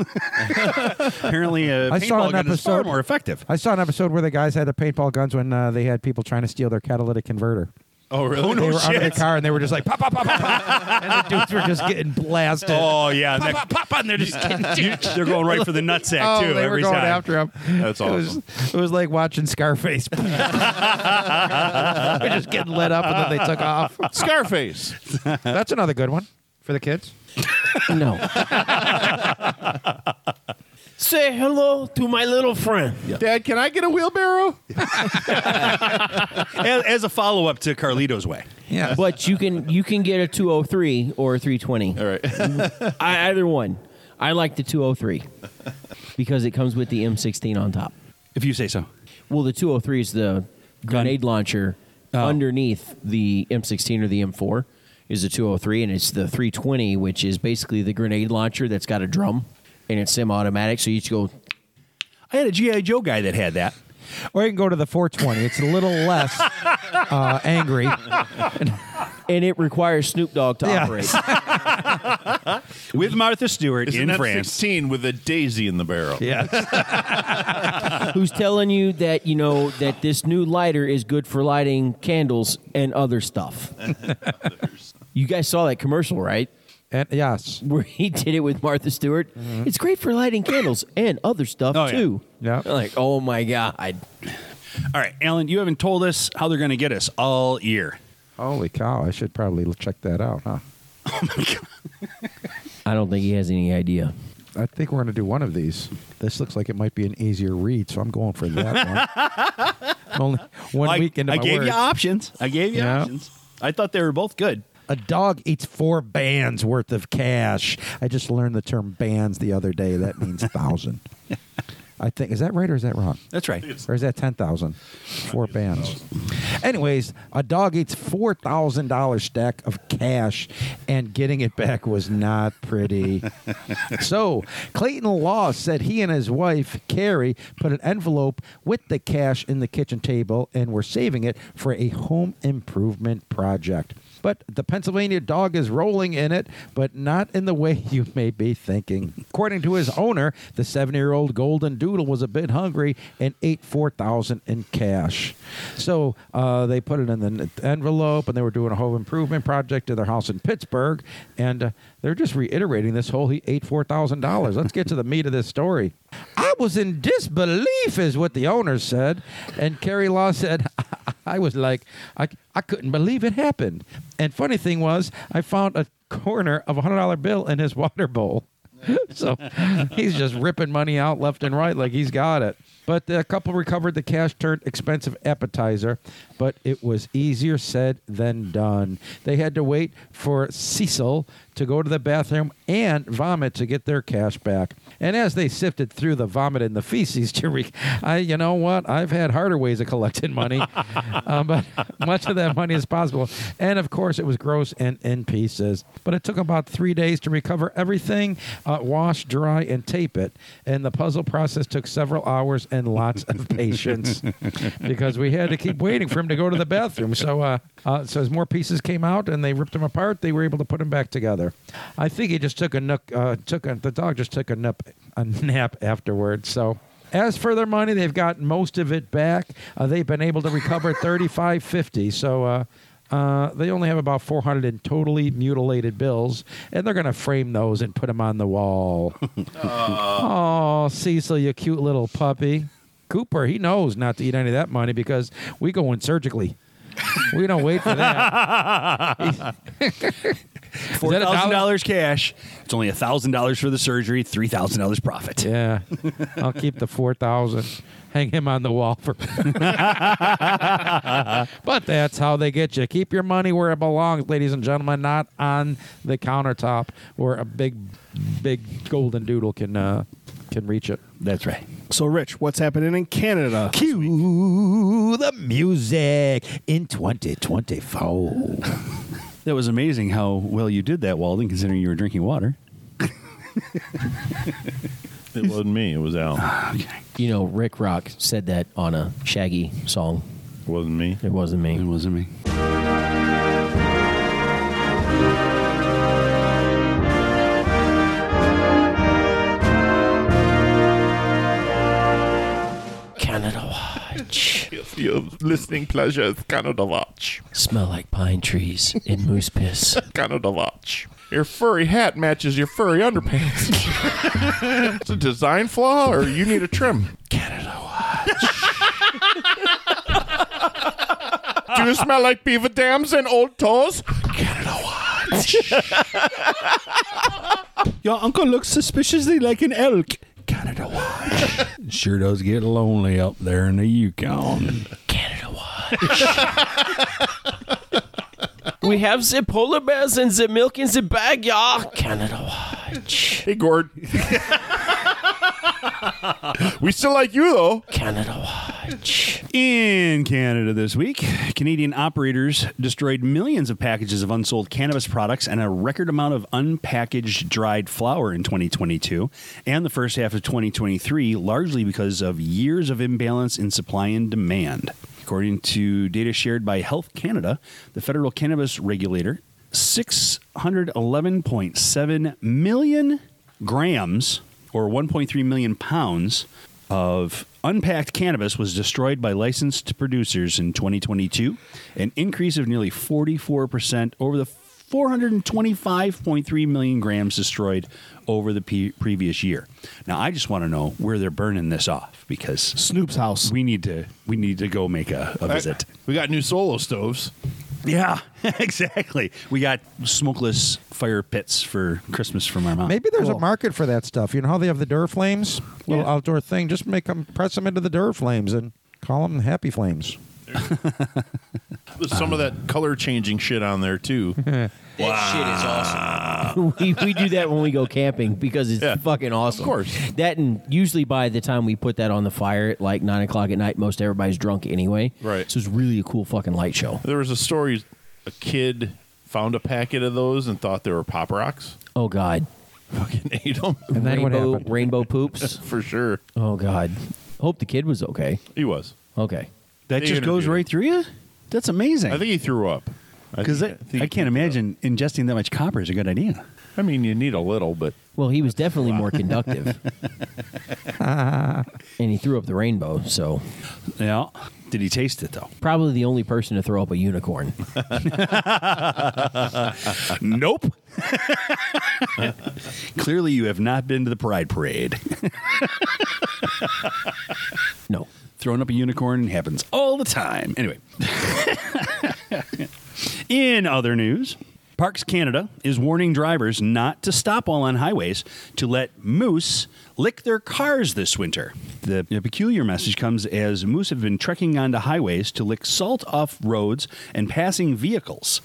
G: Apparently, a
B: I
G: paintball
B: saw an
G: gun is far
B: episode-
G: more effective.
B: I saw an episode where the guys had the paintball guns when uh, they had people trying to steal their catalytic converter.
G: Oh really?
B: they were under the car and they were just like pop pop pop pop, pop, and the dudes were just getting blasted.
G: Oh yeah, pop, pop, pop, and they're just they're going right for the nutsack
B: Oh,
G: too
B: they
G: every
B: were going
G: time.
B: after him.
D: That's
B: It was,
D: awesome.
B: it was like watching Scarface. They're just getting lit up and then they took off.
D: Scarface.
B: That's another good one for the kids.
I: No. Say hello to my little friend.
D: Dad, can I get a wheelbarrow?
G: as, as a follow up to Carlito's Way.
B: Yeah,
I: But you can you can get a 203 or a 320.
D: All right.
I: I, either one. I like the 203 because it comes with the M16 on top.
G: If you say so.
I: Well, the 203 is the grenade launcher underneath the M16 or the M4 is the 203 and it's the 320 which is basically the grenade launcher that's got a drum and it's semi-automatic so you just go
G: I had a GI Joe guy that had that.
B: or you can go to the 420. It's a little less uh, angry.
I: and it requires Snoop Dogg to
B: Yeah.
I: operate.
G: with Martha Stewart
D: It's
G: in
D: an
G: France.
D: F-16 with a daisy in the barrel.
B: Yeah,
I: who's telling you that you know that this new lighter is good for lighting candles and other stuff. you guys saw that commercial, right?
B: and yes,
I: Where he did it with Martha Stewart. It's great for lighting candles and other stuff
G: Oh, yeah.
I: too.
B: Yeah.
I: Like, oh my god.
G: All right, Alan, you haven't told us how they're going to get us all year.
B: holy cow! I should probably check that out, huh?
I: I don't think he has any idea.
B: I think we're going to do one of these. This looks like it might be an easier read, so I'm going for that one. I'm only one
G: I,
B: week into
G: I
B: my
G: gave
B: words.
G: you options. I gave you
B: Yeah.
G: options. I thought they were both good.
B: A dog eats four bands worth of cash. I just learned the term bands the other day. That means thousand. I think is that right or is that wrong?
L: That's right.
B: Or is that ten thousand? Four bands. Anyways, a dog eats four thousand dollar stack of cash, and getting it back was not pretty. so Clayton Law said he and his wife Carrie put an envelope with the cash in the kitchen table and were saving it for a home improvement project. But the Pennsylvania dog is rolling in it, but not in the way you may be thinking. According to his owner, the seven year old Golden Doodle was a bit hungry and ate 4000 in cash. So uh, they put it in the n- envelope and they were doing a home improvement project to their house in Pittsburgh. And uh, they're just reiterating this whole he ate $4,000. Let's get to the meat of this story. I was in disbelief, is what the owner said. And Carrie Law said, I was like, I, I couldn't believe it happened. And funny thing was, I found a corner of a hundred dollar bill in his water bowl. so he's just ripping money out left and right like he's got it. But the couple recovered the cash turned expensive appetizer, but it was easier said than done. They had to wait for Cecil to go to the bathroom and vomit to get their cash back. And as they sifted through the vomit and the feces, to re- I, you know what? I've had harder ways of collecting money, um, but much of that money is possible. And of course, it was gross and in pieces. But it took about three days to recover everything, uh, wash, dry, and tape it. And the puzzle process took several hours and lots of patience because we had to keep waiting for him to go to the bathroom. So, uh, uh, so as more pieces came out and they ripped them apart, they were able to put them back together. I think he just took a nook, uh, took a, the dog just took a nap, a nap afterwards. So. As for their money, they've got most of it back. Uh, they've been able to recover thirty-five fifty. So uh, uh, they only have about four hundred in totally mutilated bills, and they're going to frame those and put them on the wall. oh, Cecil, you cute little puppy. Cooper, he knows not to eat any of that money because we go in surgically. We don't wait for that.
L: Four
B: that a
L: thousand
B: dollar?
L: dollars cash. It's only thousand dollars for the surgery. Three thousand dollars profit.
B: yeah, I'll keep the four thousand. Hang him on the wall for. but that's how they get you. Keep your money where it belongs, ladies and gentlemen, not on the countertop where a big, big golden doodle can uh, can reach it.
L: That's right.
F: So, Rich, what's happening in Canada?
B: Cue the music in 2024.
E: That was amazing how well you did that, Walden, considering you were drinking water.
D: It wasn't me. It was Al.
I: You know, Rick Rock said that on a Shaggy song.
D: It wasn't me.
I: It wasn't
E: It
I: me.
E: wasn't me.
I: Canada Watch.
D: If your listening pleasure is Canada Watch.
I: Smell like pine trees in moose piss.
D: Canada Watch. Your furry hat matches your furry underpants. it's a design flaw, or you need a trim. Canada Watch. Do you smell like beaver dams and old toes?
E: Your uncle looks suspiciously like an elk.
L: Canada Watch. sure does get lonely up there in the Yukon.
I: Canada Watch. we have the polar bears and the milk in the bag, y'all. Canada Watch.
D: Hey, Gord. we still like you, though.
I: Canada Watch.
E: In Canada this week, Canadian operators destroyed millions of packages of unsold cannabis products and a record amount of unpackaged dried flour in 2022 and the first half of 2023, largely because of years of imbalance in supply and demand. According to data shared by Health Canada, the federal cannabis regulator, 611.7 million grams or 1.3 million pounds of unpacked cannabis was destroyed by licensed producers in 2022, an increase of nearly 44% over the 425.3 million grams destroyed over the pe- previous year. Now, I just want to know where they're burning this off because
F: Snoop's house.
E: we need to we need to go make a, a visit.
D: We got new solo stoves.
E: Yeah, exactly. We got smokeless fire pits for Christmas from our mom.
B: Maybe there's a market for that stuff. You know how they have the Dur Flames, little
E: Yeah.
B: outdoor thing. Just make them press them into the Dur Flames and call them Happy Flames.
D: There's some of that color changing shit on there too.
J: That shit is awesome.
I: we, we do that when we go camping because it's
D: Yeah,
I: fucking awesome.
D: of course.
I: That and usually by the time we put that on the fire at like nine o'clock at night, most everybody's drunk anyway.
D: Right.
I: So it's really a cool fucking light show.
D: there was a story a kid found a packet of those and thought they were pop rocks.
I: Oh God.
D: Fucking ate them
B: And then what
I: rainbow
B: happened?
I: rainbow poops.
D: for sure.
I: Oh God. Hope the kid was okay.
D: He was.
I: Okay.
E: That
D: They
E: just goes
D: interviewed
E: right through you. That's amazing.
D: I think he threw up.
E: because I, uh,
D: think he
E: I can't
D: threw up.
E: imagine ingesting that much copper is a good idea.
D: I mean, you need a little, but
I: Well, he was definitely more conductive. and he threw up the rainbow, so
E: Yeah. Did he taste it though?
I: probably the only person to throw up a unicorn.
E: nope. Clearly, you have not been to the Pride Parade.
I: No.
E: Throwing up a unicorn happens all the time. Anyway. In other news, Parks Canada is warning drivers not to stop while on highways to let moose lick their cars this winter. The peculiar message comes as moose have been trekking onto highways to lick salt off roads and passing vehicles,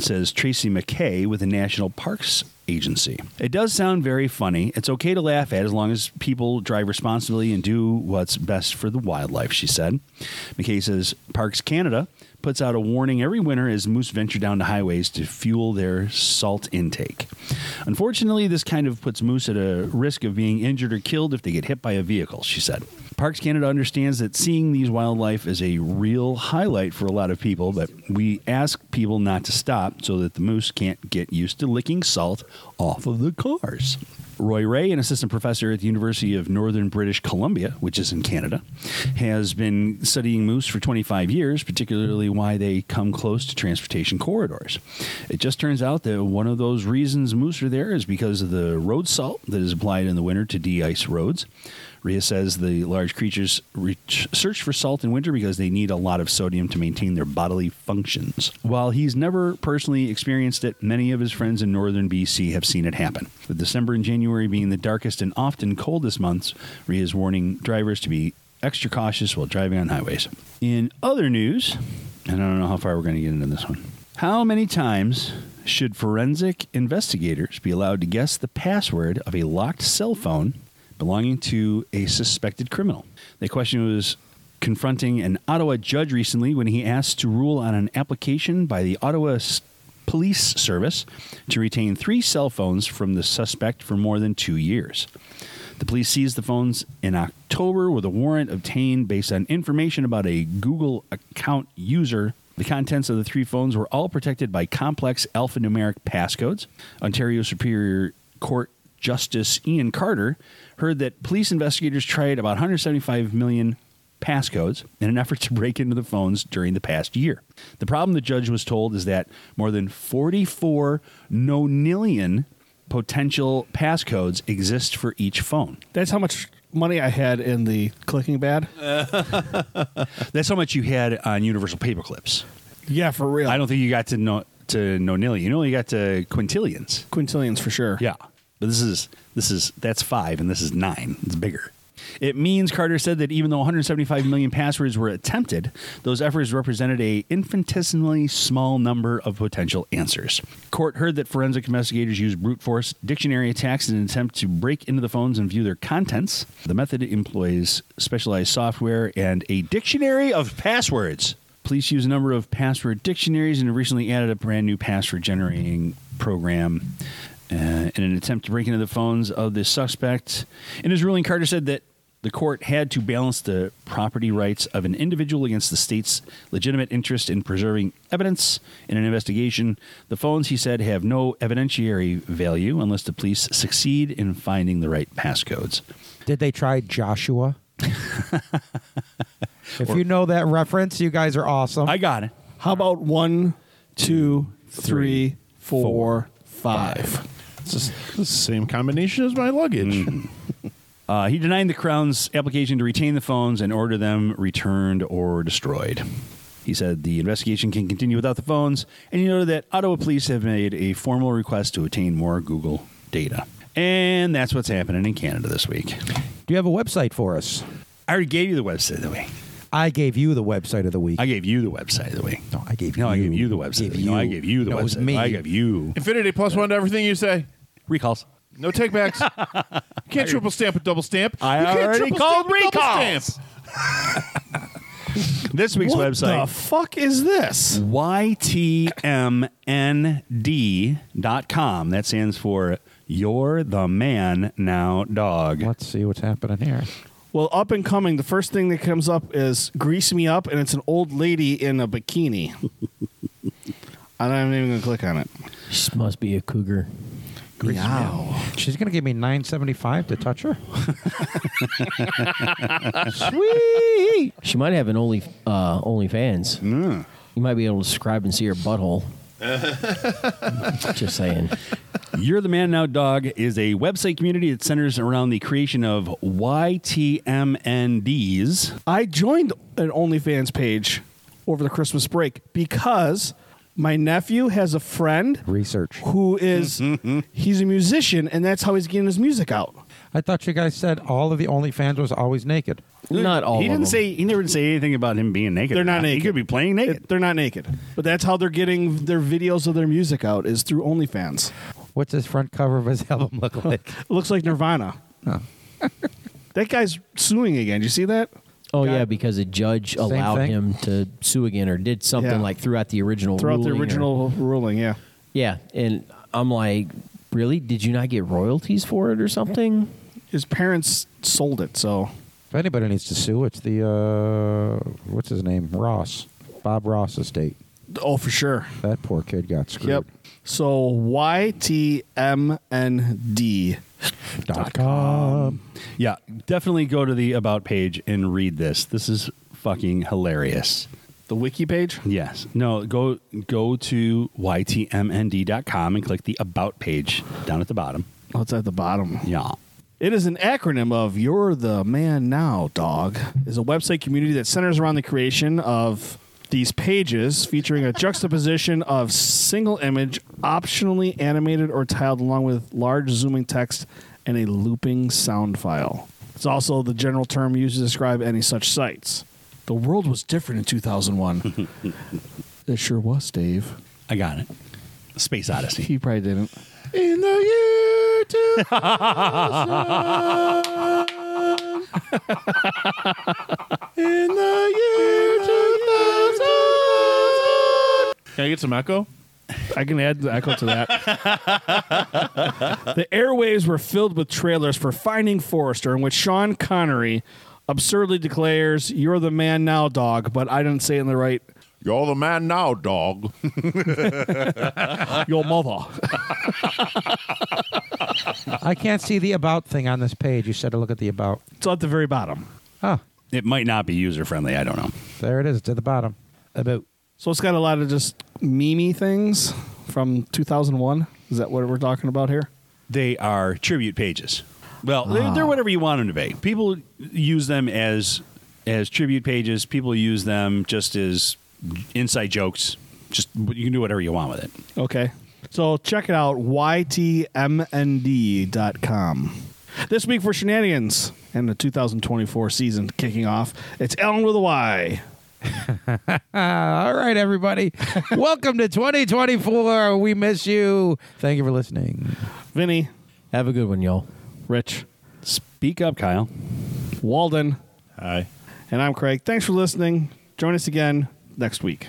E: says Tracy McKay with the National Parks Agency. It does sound very funny. It's okay to laugh at as long as people drive responsibly and do what's best for the wildlife, she said. McKay says Parks Canada puts out a warning every winter as moose venture down to highways to fuel their salt intake. Unfortunately, this kind of puts moose at a risk of being injured or killed if they get hit by a vehicle, she said. Parks Canada understands that seeing these wildlife is a real highlight for a lot of people, but we ask people not to stop so that the moose can't get used to licking salt off of the cars. Roy Ray, an assistant professor at the University of Northern British Columbia, which is in Canada, has been studying moose for 25 years, particularly why they come close to transportation corridors. It just turns out that one of those reasons moose are there is because of the road salt that is applied in the winter to de ice roads. Rhea says the large creatures reach, search for salt in winter because they need a lot of sodium to maintain their bodily functions. While he's never personally experienced it, many of his friends in northern BC have seen it happen. With December and January being the darkest and often coldest months, Rhea is warning drivers to be extra cautious while driving on highways. In other news, and I don't know how far we're going to get into this one. How many times should forensic investigators be allowed to guess the password of a locked cell phone belonging to a suspected criminal. The question was confronting an Ottawa judge recently when he asked to rule on an application by the Ottawa S- Police Service to retain three cell phones from the suspect for more than two years. The police seized the phones in October with a warrant obtained based on information about a Google account user. The contents of the three phones were all protected by complex alphanumeric passcodes. Ontario Superior Court Justice Ian Carter heard that police investigators tried about 175 million passcodes in an effort to break into the phones during the past year. The problem the judge was told is that more than 44 nonillion potential passcodes exist for each phone.
F: That's how much money I had in the clicking bad.
E: That's how much you had on Universal Paperclips.
F: yeah, for real.
E: I don't think you got to no, to nonillion. You only got to quintillions.
F: quintillions for sure.
E: Yeah. But this is this is that's 5 and this is 9. It's bigger. It means Carter said that even though 175 million passwords were attempted, those efforts represented a infinitesimally small number of potential answers. Court heard that forensic investigators used brute force dictionary attacks in an attempt to break into the phones and view their contents. The method employs specialized software and a dictionary of passwords. Police use a number of password dictionaries and have recently added a brand new password generating program uh, in an attempt to break into the phones of the suspect. In his ruling, Carter said that the court had to balance the property rights of an individual against the state's legitimate interest in preserving evidence in an investigation. The phones, he said, have no evidentiary value unless the police succeed in finding the right passcodes.
B: Did they try Joshua? if you know that reference, you guys are awesome.
E: I got it.
F: How about one, two, three, four, five?
D: it's just the same combination as my luggage.
E: Uh, he denied the Crown's application to retain the phones and order them returned or destroyed. He said the investigation can continue without the phones, and he noted that Ottawa police have made a formal request to obtain more Google data. And that's what's happening in Canada this week.
B: Do you have a website for us?
E: I already gave you the website, the way.
B: I gave you the website of the week.
E: I gave you the website of the week.
B: no, I gave you.
E: No, I gave you the website.
B: Gave
E: No, I gave you the
B: No,
E: website.
B: It was me.
E: I gave you
D: Infinity plus one to everything you say.
E: recalls.
D: No takebacks. you can't triple stamp a double stamp.
E: I
D: you can't
E: already
D: triple
E: called
D: stamp a double
E: recalls.
D: stamp.
E: This week's
F: What the
E: website.
F: fuck is this?
E: YTMND.com. That stands for You're the Man Now Dog.
B: Let's see what's happening here.
F: Well, up and coming, the first thing that comes up is grease me up, and it's an old lady in a bikini. I'm not even gonna click on it.
I: This must be a cougar.
F: Wow.
B: She's gonna give me nine seventy five to touch her.
I: Sweet. She might have an only uh, OnlyFans.
E: Mm.
I: You might be able to subscribe and see her butthole. Just saying.
E: You're the Man Now Dog is a website community that centers around the creation of YTMNDs.
F: I joined an OnlyFans page over the Christmas break because my nephew has a friend
B: Research.
F: who is he's a musician, and that's how he's getting his music out.
B: I thought you guys said all of the OnlyFans was always naked.
I: Not all
E: He
I: of
E: didn't
I: them.
E: say he never say anything about him being naked.
F: They're
E: or
F: not naked.
E: He could be playing naked.
F: They're not naked, but that's how they're getting their videos of their music out is through OnlyFans.
B: What's his front cover of his album look like?
F: It looks like Nirvana. that guy's suing again. You see that?
I: oh yeah, because a judge allowed
B: thing?
I: him to sue again or did something
F: Yeah.
I: like throughout the original
F: Throughout the
I: ruling or-
F: original ruling, yeah.
I: yeah, and I'm like, really? Did you not get royalties for it or something?
F: His parents sold it, so
B: If anybody needs to sue, it's the uh, what's his name, Ross, Bob Ross estate.
F: oh for sure.
B: That poor kid got screwed.
F: Yep. So YTMND.
B: Dot com.
E: Yeah, definitely go to the about page and read this. This is fucking hilarious.
F: The wiki page?
E: Yes. No, go go to ytmnd.com and click the about page down at the bottom.
F: Oh, it's at the bottom.
E: Yeah.
F: It is an acronym of You're the Man Now, Dog. is a website community that centers around the creation of these pages featuring a juxtaposition of single image, optionally animated or tiled, along with large zooming text and a looping sound file. It's also the general term used to describe any such sites. The world was different in 2001. it sure was, Dave.
E: I got it. Space Odyssey.
F: He probably didn't.
D: In the year two. In the year two thousand. Can I get some echo?
F: I can add the echo to that. the airwaves were filled with trailers for Finding Forrester, in which Sean Connery absurdly declares, You're the man now, dog, but I didn't say it in the right,
D: You're the man now, dog.
F: Your mother.
B: I can't see the about thing on this page. You said to look at the about.
F: it's at the very bottom.
B: Ah,
E: It might not be user friendly. I don't know.
B: there it is. It's at the bottom. About.
F: So it's got a lot of just meme things from 2001. Is that what we're talking about here?
E: They are tribute pages. Well, they're, they're whatever you want them to be. People use them as as tribute pages. People use them just as inside jokes. Just you can do whatever you want with it.
F: Okay. So check it out, ytmnd.com. This week for shenanigans and the 2024 season kicking off, it's Ellen with a Y.
B: All right, everybody. Welcome to 2024. We miss you. Thank you for listening.
F: Vinny,
I: Have a good one, y'all.
F: Rich,
E: Speak up, Kyle.
F: Walden,
D: Hi.
F: and I'm Craig. Thanks for listening. Join us again next week.